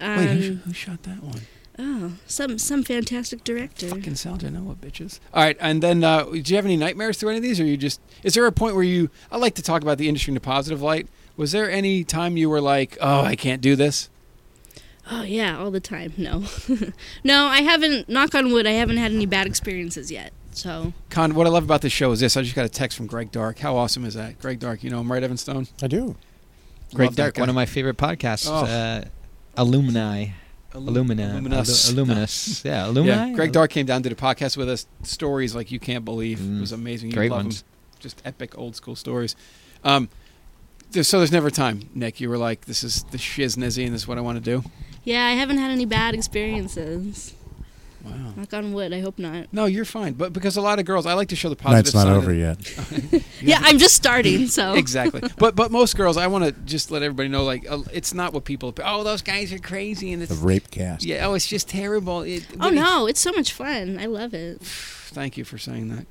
Um,
Wait, who, who shot that one?
oh, some some fantastic director.
Fucking Sal Genoa, bitches. All right, and then uh, do you have any nightmares through any of these, or you just? Is there a point where you? I like to talk about the industry in a positive light. Was there any time you were like, "Oh, I can't do this"?
Oh yeah, all the time. No, no, I haven't. Knock on wood, I haven't had any bad experiences yet. So
Con, what I love about this show is this. I just got a text from Greg Dark. How awesome is that? Greg Dark, you know him, right, Evan Stone?
I do.
Greg
Love that
Dark,
guy.
one of my favorite podcasts.
Oh.
Uh, alumni.
Illum-
Illumina.
Illuminous.
Illu- Illuminous. Yeah,
Yeah,
Illumina.
Greg Dark came down did a podcast with us. Stories like you can't believe
Mm.
it was amazing. You
Great
love 'em.
ones.
Just epic old school stories. Um, there's, so there's never a time, Nick. You were like, "This is the shiznizzy, and this is what I want to do."
yeah, I haven't had any bad experiences.
Wow.
Knock on wood, I hope not.
No, you're fine, but because a lot of girls, I like to show the positive.
Night's not
side of-
over yet.
Yeah, I'm just starting. So
Exactly, but but most girls, I want to just let everybody know, like, uh, it's not what people. Oh, those guys are crazy, and
The
it's
rape cast.
yeah. Oh, it's just terrible. It,
Oh
what do you-
no, it's so much fun. I love it.
Thank you for saying that.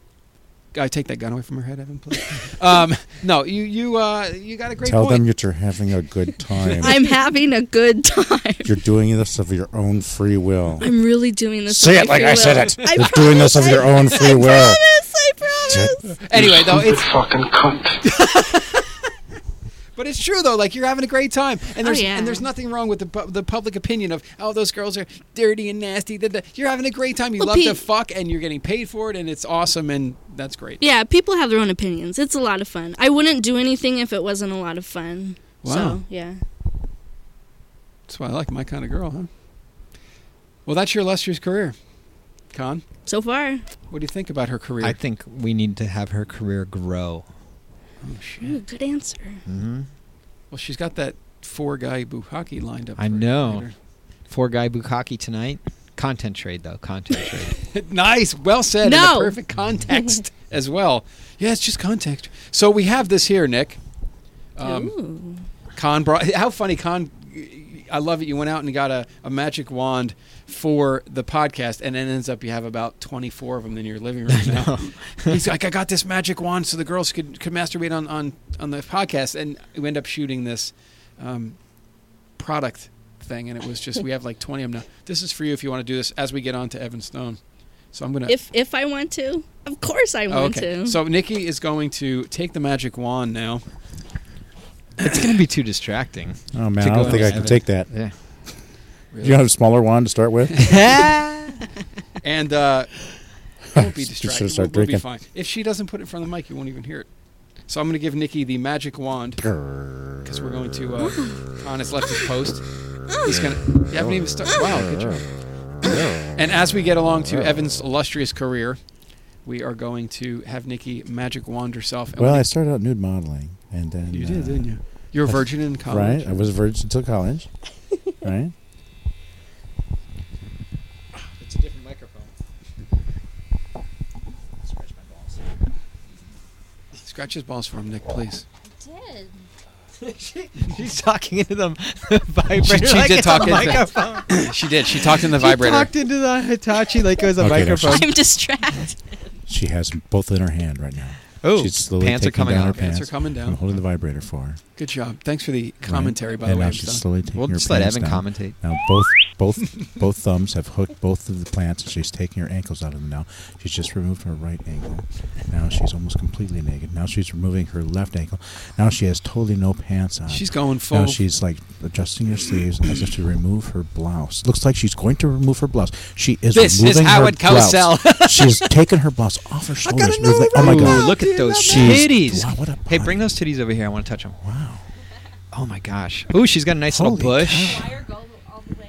Guy, take that gun away from her head, Evan, please. um, no, you you uh, you got a great
Tell
point.
them that you're having a good time.
I'm having a good time.
you're doing this of your own free will.
I'm really doing this.
Say
with
it
my
like
free
I said
will.
it.
I
You're doing this of your own free will.
promise. I promise.
it.
Anyway, though, it's
fucking cunt.
But it's true though. Like you're having a great time,
Oh,
and there's
yeah.
and there's nothing wrong with the pu- the public opinion of oh those girls are dirty and nasty. Da, da. You're having a great time. You
Well,
love to
Pete-
fuck, and you're getting paid for it, and it's awesome, and that's great.
Yeah, people have their own opinions. It's a lot of fun. I wouldn't do anything if it wasn't a lot of fun.
Wow.
So, yeah.
That's why I like my kind of girl, huh? Well, that's your illustrious career, Con.
So far.
What do you think about her career?
I think we need to have her career grow.
Oh,
Ooh, good answer.
hmm
Well, she's got that four guy bukkake lined up.
I
for
know. Four guy Bukaki tonight. Content trade though. Content trade.
later. nice, well said. In
No.
the perfect context as well. Yeah, it's just context. So we have this here, Nick. Um,
Ooh.
Con brought. How funny, Con. I love it. You went out and got a, a magic wand for the podcast, and it ends up you have about 24 of them in your living room now. He's like, I got this magic wand so the girls could, could masturbate on, on, on the podcast. And we end up shooting this um, product thing, and it was just, we have like 20 of them now. This is for you if you want to do this as we get on to Evan Stone. So I'm going to.
If if I want to, of course I
Uh, Oh,
want
okay.
to.
So Nikki is going to take the magic wand now.
it's gonna be too distracting.
Oh
To
man, I
go
don't think I can
with
take that.
Yeah.
You have a smaller wand to start with.
and uh, I won't be
Just
distracted.
gonna start
we'll, we'll be
drinking.
fine. If she doesn't put it in front of the mic, you won't even hear it. So I'm going to give Nikki the magic wand because we're going to. Uh, Con has left his post. He's going to. You haven't even started. Wow, good job. and as we get along to Evan's illustrious career, we are going to have Nikki magic wand herself. And
Well,
we-
I started out nude modeling, and then
you
uh,
did, didn't you? You're a virgin in college.
Right, I was a virgin until college. right.
It's a different microphone. Scratch my balls.
Scratch his balls for him, Nick, please.
did.
She's talking into them. vibrator.
She- she
like
did
it's
talk
a
into-
microphone.
she did. She talked in the
She
vibrator.
talked into the Hitachi like it was a
Okay, now
microphone.
I'm distracted.
She has them both in her hand right now.
Oh,
She's slowly
pants are
taking
coming
down her
out.
pants.
Pants are coming down.
I'm holding the vibrator for her.
Good job. Thanks for the commentary, by
and
the way.
now
I'm
she's
done.
slowly taking
We'll
her
just let
pants
Evan
down.
commentate.
Now both both both thumbs have hooked both of the plants, and she's taking her ankles out of them now. She's just removed her right ankle. Now she's almost completely naked. Now she's removing her left ankle. Now she has totally no pants on.
She's going
Now
full.
she's like adjusting her sleeves as if to remove her blouse. Looks like she's going to remove her blouse. She is
This is
removing her
Howard
blouse.
Cosell.
she's taken her blouse off her shoulders. removing- oh my
Ooh,
god!
Look at those
She's-
titties.
wow, what a
hey,
body.
bring those titties over here. I want to touch them.
Wow.
Oh my gosh. Ooh, she's got a nice
Holy
little bush. Mm.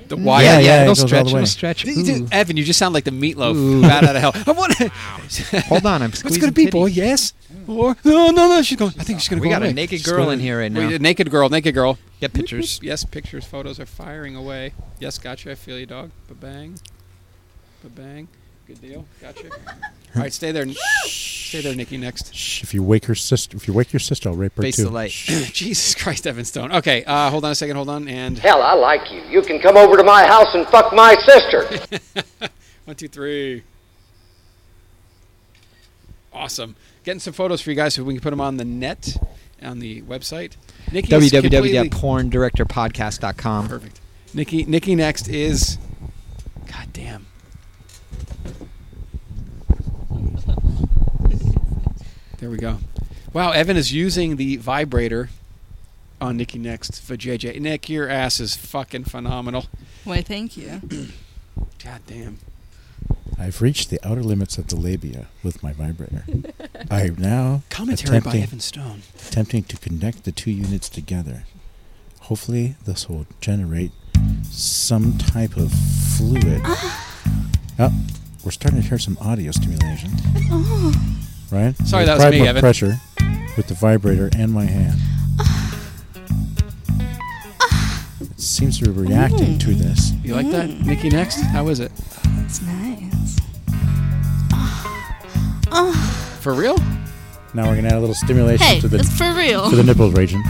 the wire.
Yeah,
Yeah,
yeah, it
it'll
goes all
stretch.
the way.
It'll stretch.
D- d-
Ooh.
Evan, you just sound like the meatloaf out out of hell. I want
Hold on, I'm
What's
squeezing.
gonna be,
titties.
boy? Yes or no? No, no. She's going. I think she's gonna.
We
go
got a
away.
naked
She's
girl
gonna-
in here right
Wait,
now.
a naked girl. Naked girl.
Get pictures.
Yes, pictures, photos are firing away. Yes, gotcha. I feel you, dog. Ba bang, ba bang. Good deal. Gotcha. All right, stay there. Stay there, Nikki. Next.
Shh, if you wake her sister, if you wake your sister, I'll rape her
Face
too.
the light.
Jesus Christ, Evan Stone. Okay, uh, hold on a second. Hold on. And
Hell, I like you. You can come over to my house and fuck my sister.
One, two, three. Awesome. Getting some photos for you guys so we can put them on the net, on the website. Nikki is completely-
www.porndirectorpodcast.com.
Perfect. Nikki, Nikki next is. God damn. There we go. Wow, Evan is using the vibrator on Nikki next for JJ. Nick, your ass is fucking phenomenal.
Why, thank you.
God damn.
I've reached the outer limits of the labia with my vibrator. I am now
Commentary by
attempting,
Evan Stone.
attempting to connect the two units together. Hopefully, this will generate some type of fluid. oh, we're starting to hear some audio stimulation. Right?
Oh. Sorry,
I
that was
applied
me,
more
Evan.
pressure with the vibrator and my hand. It seems to be reacting to this.
You like that? Nikki next? How is it?
It's nice.
For real?
Now we're gonna add a little stimulation
Hey,
to the
it's for real.
to the nipple region.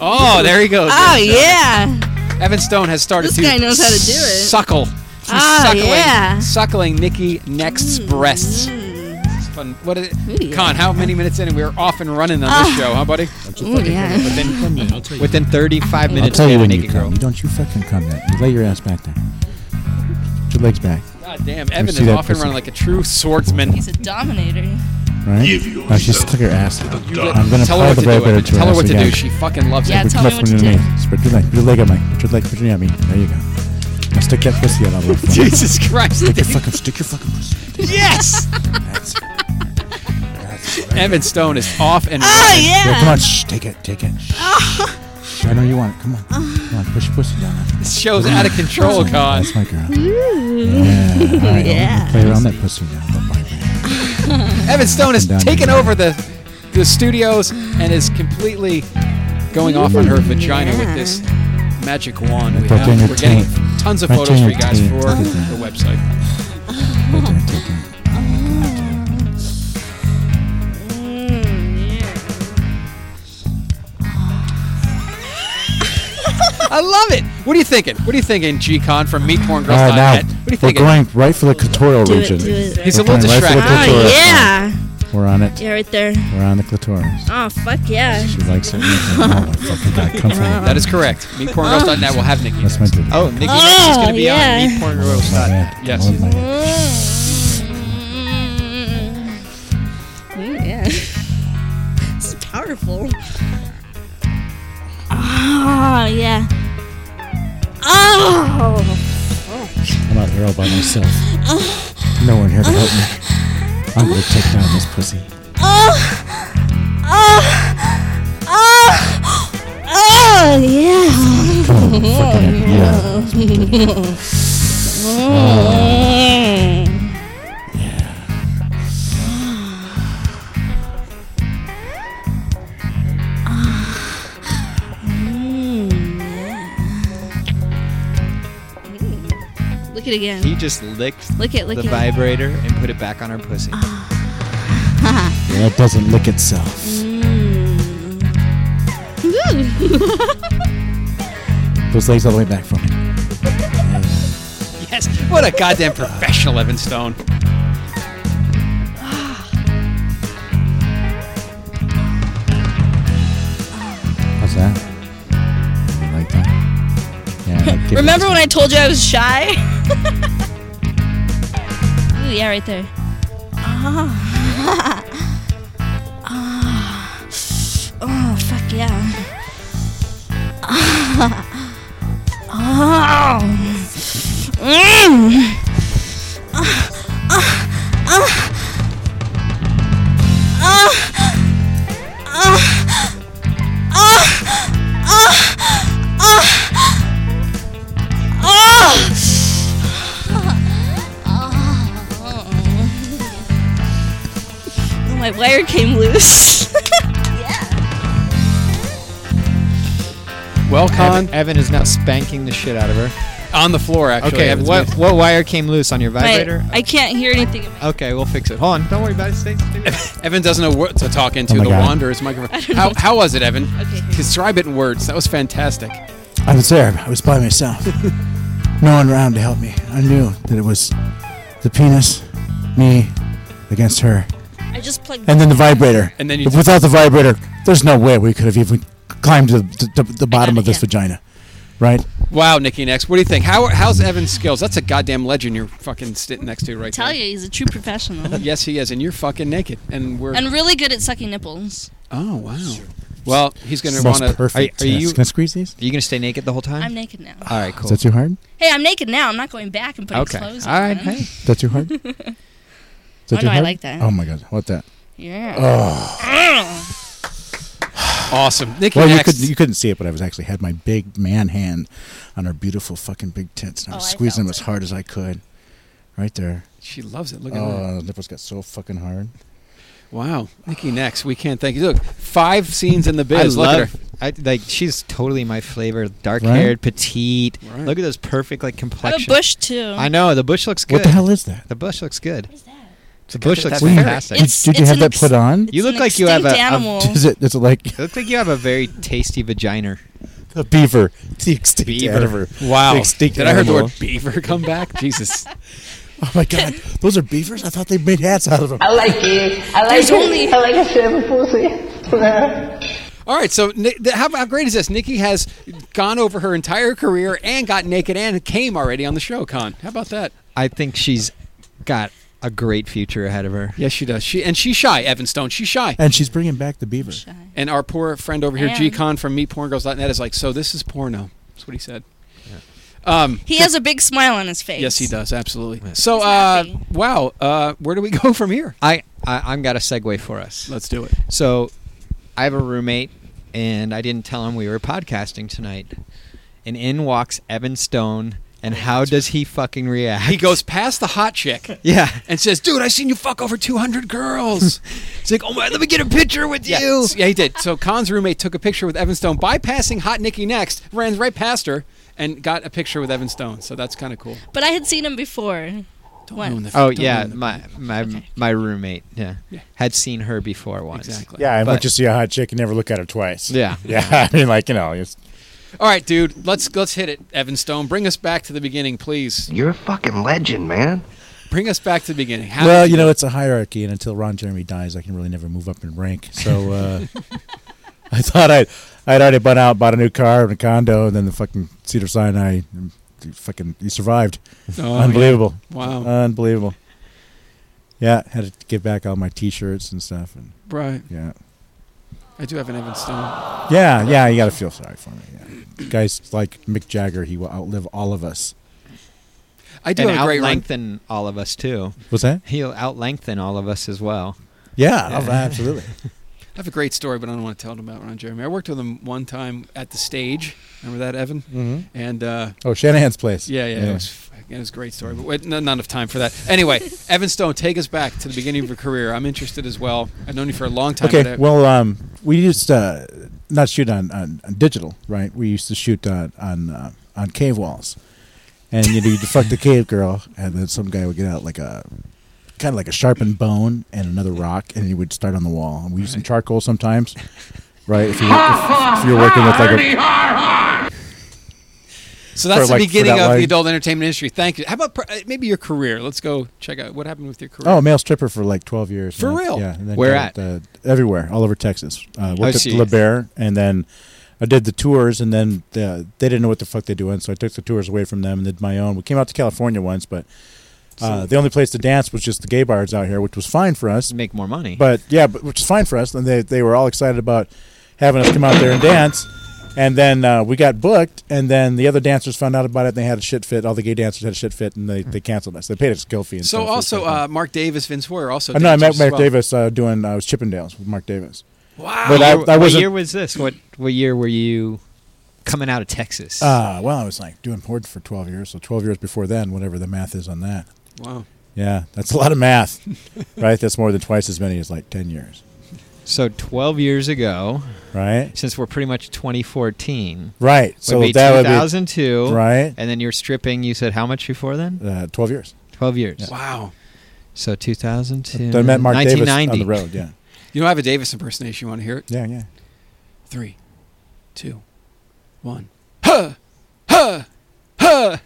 Oh, there he goes.
Oh, yeah.
Evan Stone has started
This
to
guy knows how to do it.
suckle. She's
Ah,
suckling,
yeah. Mm-hmm.
suckling Nikki Next's breasts. It's fun. What is it?
Ooh, yeah.
Con, how many minutes in and we're off and running on
Ah.
this show, huh, buddy?
Ooh, yeah.
Within 35
I'll
minutes,
tell
we
you
have a
when you
naked girl.
come. Don't you fucking come that. You lay your ass back there. Put your legs back.
God damn, Evan
see
is
that
off and
pussy.
running like a true swordsman.
He's a dominator.
Right? Now she stuck her ass out.
You let-
I'm gonna
tell her what
pull the
to do,
vibrator
Edmund.
to her
Tell her
ass
what to do.
again.
She fucking loves
Spread
it.
your legs between your knees. Spread your leg. Put your leg on me. Put your leg between your knee. There you go. Now stick that pussy out all the way. front.
Jesus Christ.
Stick your fucking, stick your fucking pussy.
Yes. Evan Stone is off and
Ah,
running.
Yeah, come on. Shh, take it. Take it. Shh.
Ah.
I know you want it. Come on. Come on. Push your pussy down. there.
This show's out of control,
That's my-
Con.
That's my girl.
Mm.
Yeah. All right.
Yeah.
Play around that pussy now. Don't bite me.
Evan Stone is
Down
taking
here.
over the the studios and is completely going off on her vagina with this magic wand. We
Right down
have.
your
We're getting
taint.
tons of
Right
photos
down
for
your
you guys
taint.
for
Look at that.
the website.
Mm,
I love it. What are you thinking? What are you thinking, G Con from
All right, now
meatporngirls.net? What are you
we're
thinking?
going right for the clitoral
Do it,
region.
do it.
He's
We're
a little
going right for the
distracted. Oh,
clitoris.
yeah.
We're on it.
Yeah, right there.
We're on the clitoris.
Oh fuck yeah.
She likes it. oh, I fucking got comfortable.
That is correct. Meatporngirls.net will have Nikki.
That's my duty.
Oh, Nikki
Oh,
is going to be
yeah.
on meatporngirls.net.
Oh,
Yes.
Mm, yeah. this is powerful. Oh yeah. Oh. fuck.
I'm out here all by myself. No one here to help me. I'm gonna take down this pussy.
Oh. Oh. Oh. Oh yeah.
yeah.
Mm. Mm. Mm. Look it again.
He just licked
Lick it, lick
the
it.
vibrator and put it back on her pussy.
Yeah, it doesn't lick itself. Those legs all the way back from me.
Yes. What a goddamn professional, Evan Stone.
How's that? You like that? Yeah. give me
Remember
this-
when I told you I was shy? Ooh, yeah, right there. Ah. Ah. Oh, fuck yeah. Ah. Oh. Mm. Ah, ah, ah. Ah. Ah. Ah. Ah. Ah. Oh, my wire came loose.
Well, Con,
Evan, Evan is now spanking the shit out of her.
on the floor, actually.
Okay,
Evan's
what
been-
what wire came loose on your vibrator?
I can't hear anything. in my-
Okay, we'll fix it. Hold on, don't worry about it. Stay, stay
Evan doesn't know what to talk into.
Oh my
the
God.
wanderer's microphone. How, how was it, Evan? Okay. Describe it in words. That was fantastic.
I was there. I was by myself. no one around to help me. I knew that it was the penis, me, against her,
I just plugged.
and then the vibrator.
And then you-
If without the vibrator, there's no way we could have even climbed to the, to the bottom of this vagina, right?
Wow, Nikki next. What do you think? How, how's Evan's skills? That's a goddamn legend you're fucking sitting next to right
Tell
there.
you, he's a true professional
Yes, he is. And you're fucking naked. And we're.
and really good at sucking nipples.
oh, wow. Well, he's going to
It's the most
want to.
perfect.
are you-
test. Can I squeeze these?
Are you gonna stay naked the whole time?
I'm naked now.
All right, cool.
Is that too hard?
Hey, I'm naked now. I'm not going back and putting
okay.
clothes on.
All right. Hey.
Is that too hard? Is that
Oh,
too
no, I
hard?
like that.
Oh my god, what that?
Yeah.
Awesome. Nikki
Well, you
next.
could you couldn't see it, but I was actually had my big man hand on her beautiful fucking big tits, and I was
Oh, I
squeezing them
felt
as hard as I could, right there.
she loves it. Look at that.
Oh, the nipples got so fucking hard.
Wow. Nikki next. We can't thank you. Look, five scenes in the
I
biz. Look
love.
at her.
I, like she's totally my flavor. Dark haired, petite.
Right.
Look at those perfect like
I have a
complexion.
bush too.
I know the bush looks good.
What the hell is that?
The bush looks good.
What is that?
The bush
That's
looks
What do you-
fantastic.
It's-
did, did you
it's
have
an
that
ex-
put on?
It's
You look
an
like you have a-
extinct
a-
animal.
Is it? Is it like
It looks like you have a very tasty vagina.
a beaver? The extinct
Beaver.
animal.
Wow.
The extinct
Did I heard the
animal.
word beaver come back? Jesus.
Oh my god, those are beavers! I thought they made hats out of them.
I like it. I like
There's only-
I like a seven pussy.
All right, so Ni- th- how, how great is this? Nikki has gone over her entire career and got naked and came already on the show, Con. How about that?
I think she's got a great future ahead of her.
Yes, she does. She and she's shy, Evan Stone. She's shy.
And she's bringing back the beaver.
And our poor friend over here,
And-
G Con from MeetPornGirls.net, is like, so this is porno. That's what he said. Um,
He has a big smile on his face.
yes, he does. Absolutely. So, uh, wow. Uh, where do we go from here?
I, I I've got a segue for us.
Let's do it.
So, I have a roommate, and I didn't tell him we were podcasting tonight. And in walks Evan Stone, and how does he fucking react?
He goes past the hot chick.
Yeah.
And says, dude, I seen you fuck over 200 girls. He's like, oh my, let me get a picture with
Yeah.
you. Yeah, he did. So Khan's roommate took a picture with Evan Stone, bypassing Hot Nikki next, ran right past her, and got a picture with Evan Stone. So that's kind of cool.
But I had seen him before. What?
ruin the-
Oh
don't
yeah,
ruin the-
my my my roommate, yeah, had seen her before once.
Exactly.
Yeah, I
but,
went to see a hot chick and never look at her twice.
Yeah.
yeah. I mean, like you know, it's,
All right, dude, let's let's hit it, Evan Stone. Bring us back to the beginning, please.
You're a fucking legend, man.
Bring us back to the beginning. How
well,
did
you know, it's a hierarchy, and until Ron Jeremy dies, I can really never move up in rank. So uh, I thought I'd I'd already bought out, bought a new car and a condo, and then the fucking Cedar Sinai, and fucking you survived.
Oh,
Unbelievable.
yeah. Wow.
Unbelievable. Yeah, had to give back all my T-shirts and stuff, and
Right.
Yeah.
I do have an Evan Stone.
Yeah, yeah, you got to feel sorry for me. Yeah. Guys like Mick Jagger, he will outlive all of us.
I do
and
have a great run.
outlengthen all of us too.
What's that?
He'll outlengthen all of us as well.
Yeah, oh, absolutely.
I have a great story, but I don't want to tell it about Ron Jeremy. I worked with him one time at the stage. Remember that, Evan?
Mhm.
And uh,
Oh, Shanahan's place.
Yeah, yeah,
Yeah.
It, was, f- it was a great story, but wait, n- not enough time for that. Anyway, Evan Stone, take us back to the beginning of your career. I'm interested as well. I've known you for a long time.
Okay,
but uh, I-
well, um, we used to not shoot on, on, on digital, right? We used to shoot on on, uh, on cave walls, and you know, you'd fuck the cave girl, and then some guy would get out like a kind of like a sharpened bone and another rock, and he would start on the wall. And we used some charcoal sometimes, right? If you if, if you're working with like a
so that's
for,
the
like, for
beginning
that
of the
line-
adult entertainment industry. Thank you. How about pr- uh, maybe your career? Let's go check out what happened with your career.
Oh, male stripper for like twelve years.
For
And then-
real?
Yeah. and then
Where
got, Uh, everywhere, all over Texas. Uh,
I
worked at
see.
La Bear, and then I did the tours, and then the, they didn't know what the fuck they're doing, so I took the tours away from them and did my own. We came out to California once, but uh,
So-
the only place to dance was just the gay bars out here, which was fine for us.
Make more money.
But yeah, but which is fine for us. And they they were all excited about having us come out there and dance. And then uh, we got booked, and then the other dancers found out about it. and They had a shit fit. All the gay dancers had a shit fit, and they, they canceled us. They paid us a skill fee. And
so
stuff. It was
also
fucking-
uh, Mark Davis, Vince Ware, also.
Oh, I know I met
dancers as
Mark
well.
Davis uh, doing I was Chippendales with Mark Davis.
Wow.
But I, I
what
wasn't.
year was this? What what year were you coming out of Texas?
uh, well, I was like doing porn for twelve years, so twelve years before then, whatever the math is on that.
Wow.
Yeah, that's a lot of math, right? That's more than twice as many as like ten years,
so twelve years ago,
right?
since we're pretty much 2014.
Right. So
would be
that would be
2002.
right.
And then you're stripping. You said how much before then?
Uh, twelve years.
12 years.
Wow.
So 2002.
I met Mark Davis on
1990.
the road. Yeah,
You know, I have a Davis impersonation. You want to hear it?
yeah, yeah.
Three, two, one. Huh, huh, huh.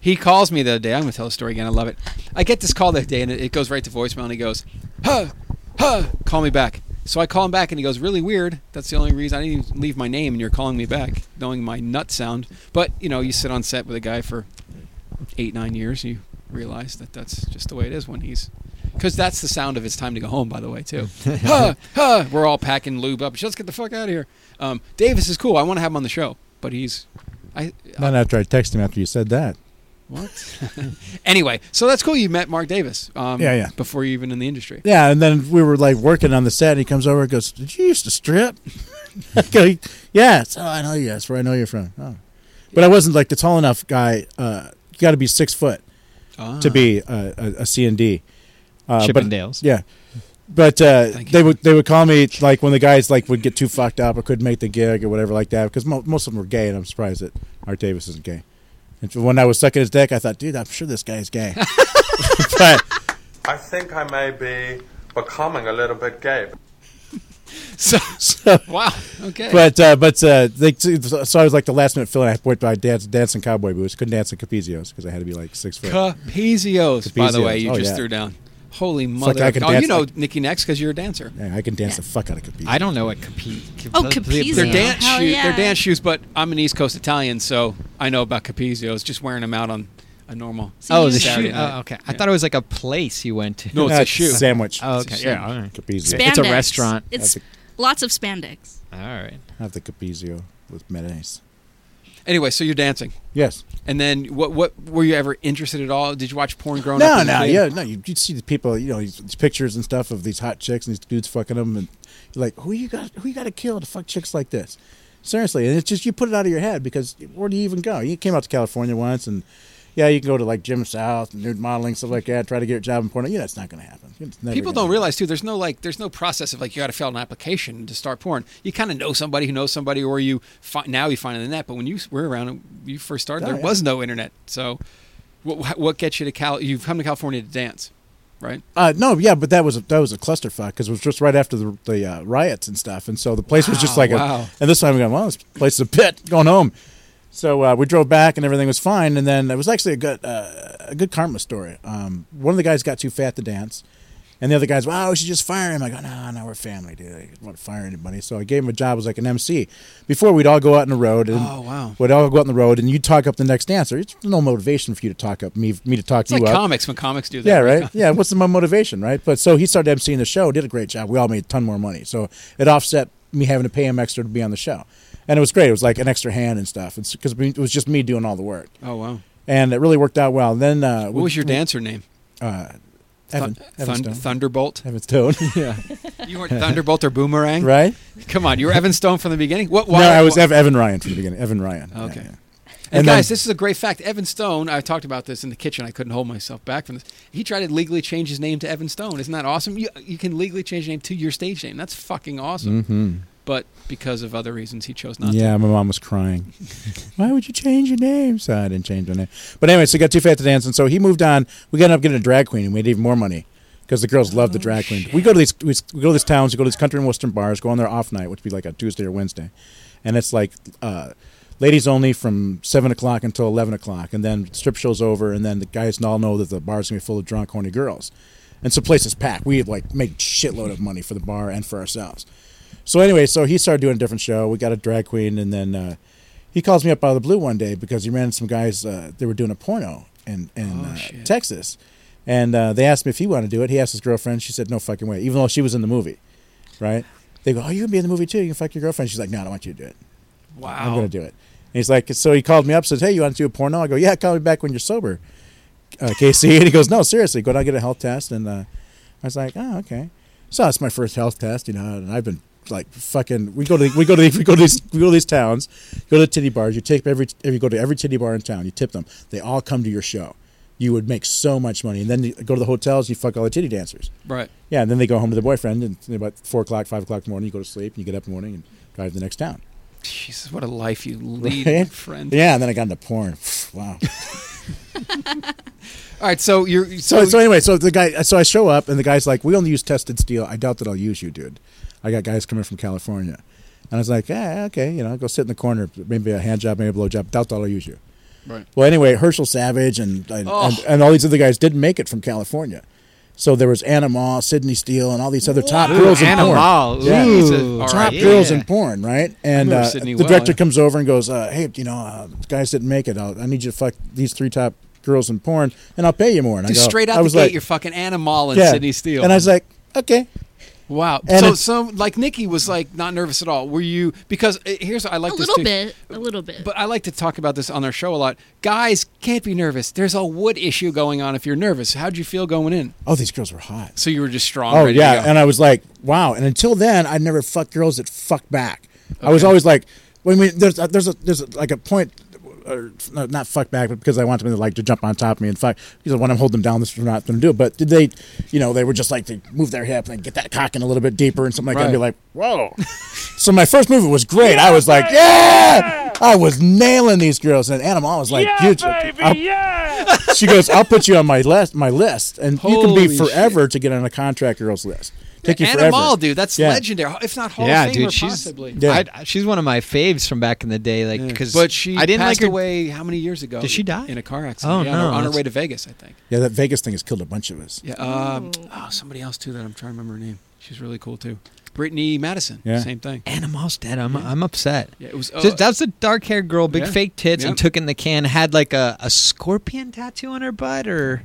he calls me the other day. I'm going to tell the story again. I love it. I get this call that day, and it, it goes right to voicemail, and he goes, huh, huh, call me back. So I call him back, and he goes, really weird. That's the only reason I didn't even leave my name, and you're calling me back, knowing my nut sound. But, you know, you sit on set with a guy for eight, nine years, and you realize that that's just the way it is when he's. Because that's the sound of his time to go home, by the way, too. huh, huh. We're all packing lube up. Let's get the fuck out of here. Um, Davis is cool. I want to have him on the show, but he's. I,
Not after I texted him after you said that.
what? anyway, so that's cool. You met Mark Davis. Um,
Yeah, yeah.
Before you even in the industry.
Yeah, and then we were like working on the set, and he comes over and goes, "Did you used to strip?" I go, "Yeah." So I know you. That's where I know you're from. Oh. But I wasn't like the tall enough guy. Uh, you got to be six foot to be a, a, a C and D. Uh, but-
Chippendales.
Yeah. But uh,
Thank
they would they would call me like when the guys like would get too fucked up or couldn't make the gig or whatever like that because mo- most of them were gay and I'm surprised that Art Davis isn't gay. And when I was sucking his dick, I thought, dude, I'm sure this guy's gay. but
I think I may be becoming a little bit gay.
So,
so
wow. Okay.
But uh, but uh, they, so I was like the last minute fill, and I went by dance, dancing cowboy boots. Couldn't dance in capazios because I had to be like six foot.
Capazios, by the
Capazios.
way, you
Oh,
just
yeah.
threw down. Holy
like
mother!
I can
oh,
dance
you know
like-
Nikki next because you're a dancer.
yeah, I can dance the fuck out of capazios.
I don't know what Capi.
Oh, Capizio.
They're dance
Hell
shoes.
yeah.
They're dance shoes, but I'm an East Coast Italian, so I know about Capazios. Just wearing them out on a normal.
oh, the
Saturday
shoot.
night.
Oh, okay. I thought it was like a place you went to.
No, it's a That's shoot.
Uh, sandwich.
Oh, okay. Yeah. all right.
Capizio.
It's a restaurant.
It's lots of spandex.
All right.
Have the capizio with mayonnaise.
Anyway, so you're dancing.
Yes.
And then what? What were you ever interested at all? Did you watch porn growing
no,
up?
no,
as a kid?
yeah, no. You, you see the people, you know, these, these pictures and stuff of these hot chicks and these dudes fucking them, and you're like, who you got? Who you got to kill to fuck chicks like this? Seriously, and it's just you put it out of your head because where do you even go? You came out to California once, and yeah, you can go to like Jim South and nude modeling stuff like that. Try to get a job in porn. Yeah, that's not going to happen. It's never
People
gonna
don't realize too. There's no like. There's no process of like you got to fill out an application to start porn. You kind of know somebody who knows somebody, or you find now you find it in that. But when you were around, and you first started,
Oh,
there
yeah.
was no internet. So, what, what gets you to Cal? You've come to California to dance, right?
Uh, no, yeah, but that was a, that was a clusterfuck because it was just right after the, the uh, riots and stuff, and so the place was just
Wow,
like,
wow.
a, and this time we go, well, this place is a pit, going home. So uh, we drove back and everything was fine, and then it was actually a good uh, a good karma story. Um, one of the guys got too fat to dance, and the other guy's, wow, we should just fire him. I go, no, no, we're family, dude. I don't want to fire anybody. So I gave him a job as like an MC. Before we'd all go out on the road, and
Oh, wow.
we'd all go out on the road, and you would talk up the next dancer. It's no motivation for you to talk up me, me to talk
It's
you
like
up.
comics when comics do that.
Yeah, right. Yeah, what's my motivation, right? But so he started emceeing the show, did a great job. We all made a ton more money, so it offset me having to pay him extra to be on the show, and it was great. It was like an extra hand and stuff. It's because it was just me doing all the work,
Oh wow.
and it really worked out well. And then uh,
What was your dancer name?
Uh, Evan,
Thun-
Evan
Thun-
Stone.
Thunderbolt.
Evan Stone. yeah.
You weren't Thunderbolt or Boomerang,
Right?
Come on, you were Evan Stone from the beginning. What?
no,
Why,
I was
why-
Ev- Evan Ryan from the beginning. Evan Ryan. Yeah,
Okay.
yeah.
And,
And
guys,
then-
this is a great fact. Evan Stone, I talked about this in the kitchen. I couldn't hold myself back from this. He tried to legally change his name to Evan Stone. Isn't that awesome? You, you can legally change your name to your stage name. That's fucking awesome.
Mhm.
But because of other reasons, he chose not
Yeah, my mom was crying. Why would you change your name? So I didn't change my name. But anyway, so he got too fat to dance, and so he moved on. We ended up getting a drag queen and made even more money because the girls love the drag queen. We go to these we, we go to these towns, we go to these country and western bars, go on their off night, which would be like a Tuesday or Wednesday, and it's like uh, ladies only from seven o'clock until eleven o'clock, and then strip shows over, and then the guys all know that the bar's gonna be full of drunk, horny girls, and so places packed. We like make shitload of money for the bar and for ourselves. So anyway, so he started doing a different show. We got a drag queen, and then uh, he calls me up out of the blue one day because he ran into some guys. Uh, they were doing a porno in in uh, Texas, and uh, they asked me if he wanted to do it. He asked his girlfriend. She said no fucking way, even though she was in the movie, right? They go, oh, you can be in the movie too. You can fuck your girlfriend. She's like, no, I don't want you to do it.
to.
I'm
Wow.
going to do it. And he's like, so he called me up, says, hey, you want to do a porno? I go, yeah, call me back when you're sober, uh, KC. And he goes, no, seriously, go down and get a health test. And uh, I was like, oh, okay. So that's my first health test, you know, and I've been like fucking. We go to the, we go to the, we go to these we go to these towns, go to the titty bars. You tip every you go to every titty bar in town. You tip them. They all come to your show. You would make so much money, and then you go to the hotels. You fuck all the titty dancers.
Right.
Yeah, and then they go home to their boyfriend, and it's about four o'clock, five o'clock in the morning, you go to sleep, and you get up in the morning and drive to the next town.
Jesus, what a life you lead,
Right?
my friend.
Yeah, and then I got into porn. wow.
All right, so you're
So, so anyway, so the guy, so I show up, and the guy's like, "We only use tested steel. I doubt that I'll use you, dude. I got guys coming from California." And I was like, "Yeah, okay, you know, go sit in the corner, maybe a hand job, maybe a blow job. Doubt that I'll use you."
Right.
Well, anyway, Herschel Savage and and,
Oh.
and and all these other guys didn't make it from California. So there was Anna Mall, Sydney Steele, and all these other top
Wow.
girls in
Anna
porn.
Mall.
Yeah.
Ooh. Ooh.
Top
Alright.
girls
Yeah.
in porn, right?
I
And
remember
uh,
Sydney
the
well,
director
yeah.
comes over and goes, uh, "Hey, you know, uh, the guys didn't make it. I'll, I need you to fuck these three top girls in porn, and I'll pay you more." And I
Dude,
go,
straight out
I was
the
like,
gate, you're fucking animal and
Yeah.
Sydney Steele.
And I was like, okay.
Wow.
And
so,
it's-
so like Nikki was like not nervous at all. Were you? Because uh, here's I like
A
this
little
too.
bit, a little bit.
But I like to talk about this on our show a lot. Guys can't be nervous. There's a wood issue going on if you're nervous. How'd you feel going in?
"Oh, these girls were hot."
So you were just strong.
Oh
ready
yeah,
To go.
and I was like, "Wow!" And until then, I'd never fucked girls that fuck back. I was always like, "When we there's a, there's a, there's a, like a point." Or no, not fuck back, but because I want them to like to jump on top of me and fuck. Because when I'm holding them down, this is not going to do it. But did they, you know, they were just like they move their hip and get that cock in a little bit deeper and something like that. And be
Right.
like, whoa. so my first movement was great. I was like, yeah, I was nailing these girls. And Anna Mall was like, yeah, baby,
yeah.
she goes, I'll put you on my list, my list, and you can
Holy
be forever to get on a contract girls list. Take you
Anna
forever.
Mall, dude, that's
Yeah.
legendary. If not Hall
yeah,
of Famer,
dude, she's
possibly.
yeah. I, she's one of my faves from back in the day. Like, because
but she
I didn't
passed
like her.
away how many years ago?
Did she die
in a car accident?
Oh,
yeah,
no,
on, her
that's- Mm.
way to Vegas, I think.
Yeah, that Vegas thing has killed a bunch of us.
Yeah. Um, oh, somebody else too that I'm trying to remember her name. She's really cool too. Brittany Madison.
Yeah.
Same thing.
And I'm almost dead. I'm, I'm upset.
Yeah, it was- uh,
So that was a dark haired girl, big
Yeah.
fake tits, and
Yeah.
took it in the can. Had like a, a scorpion tattoo on her butt, or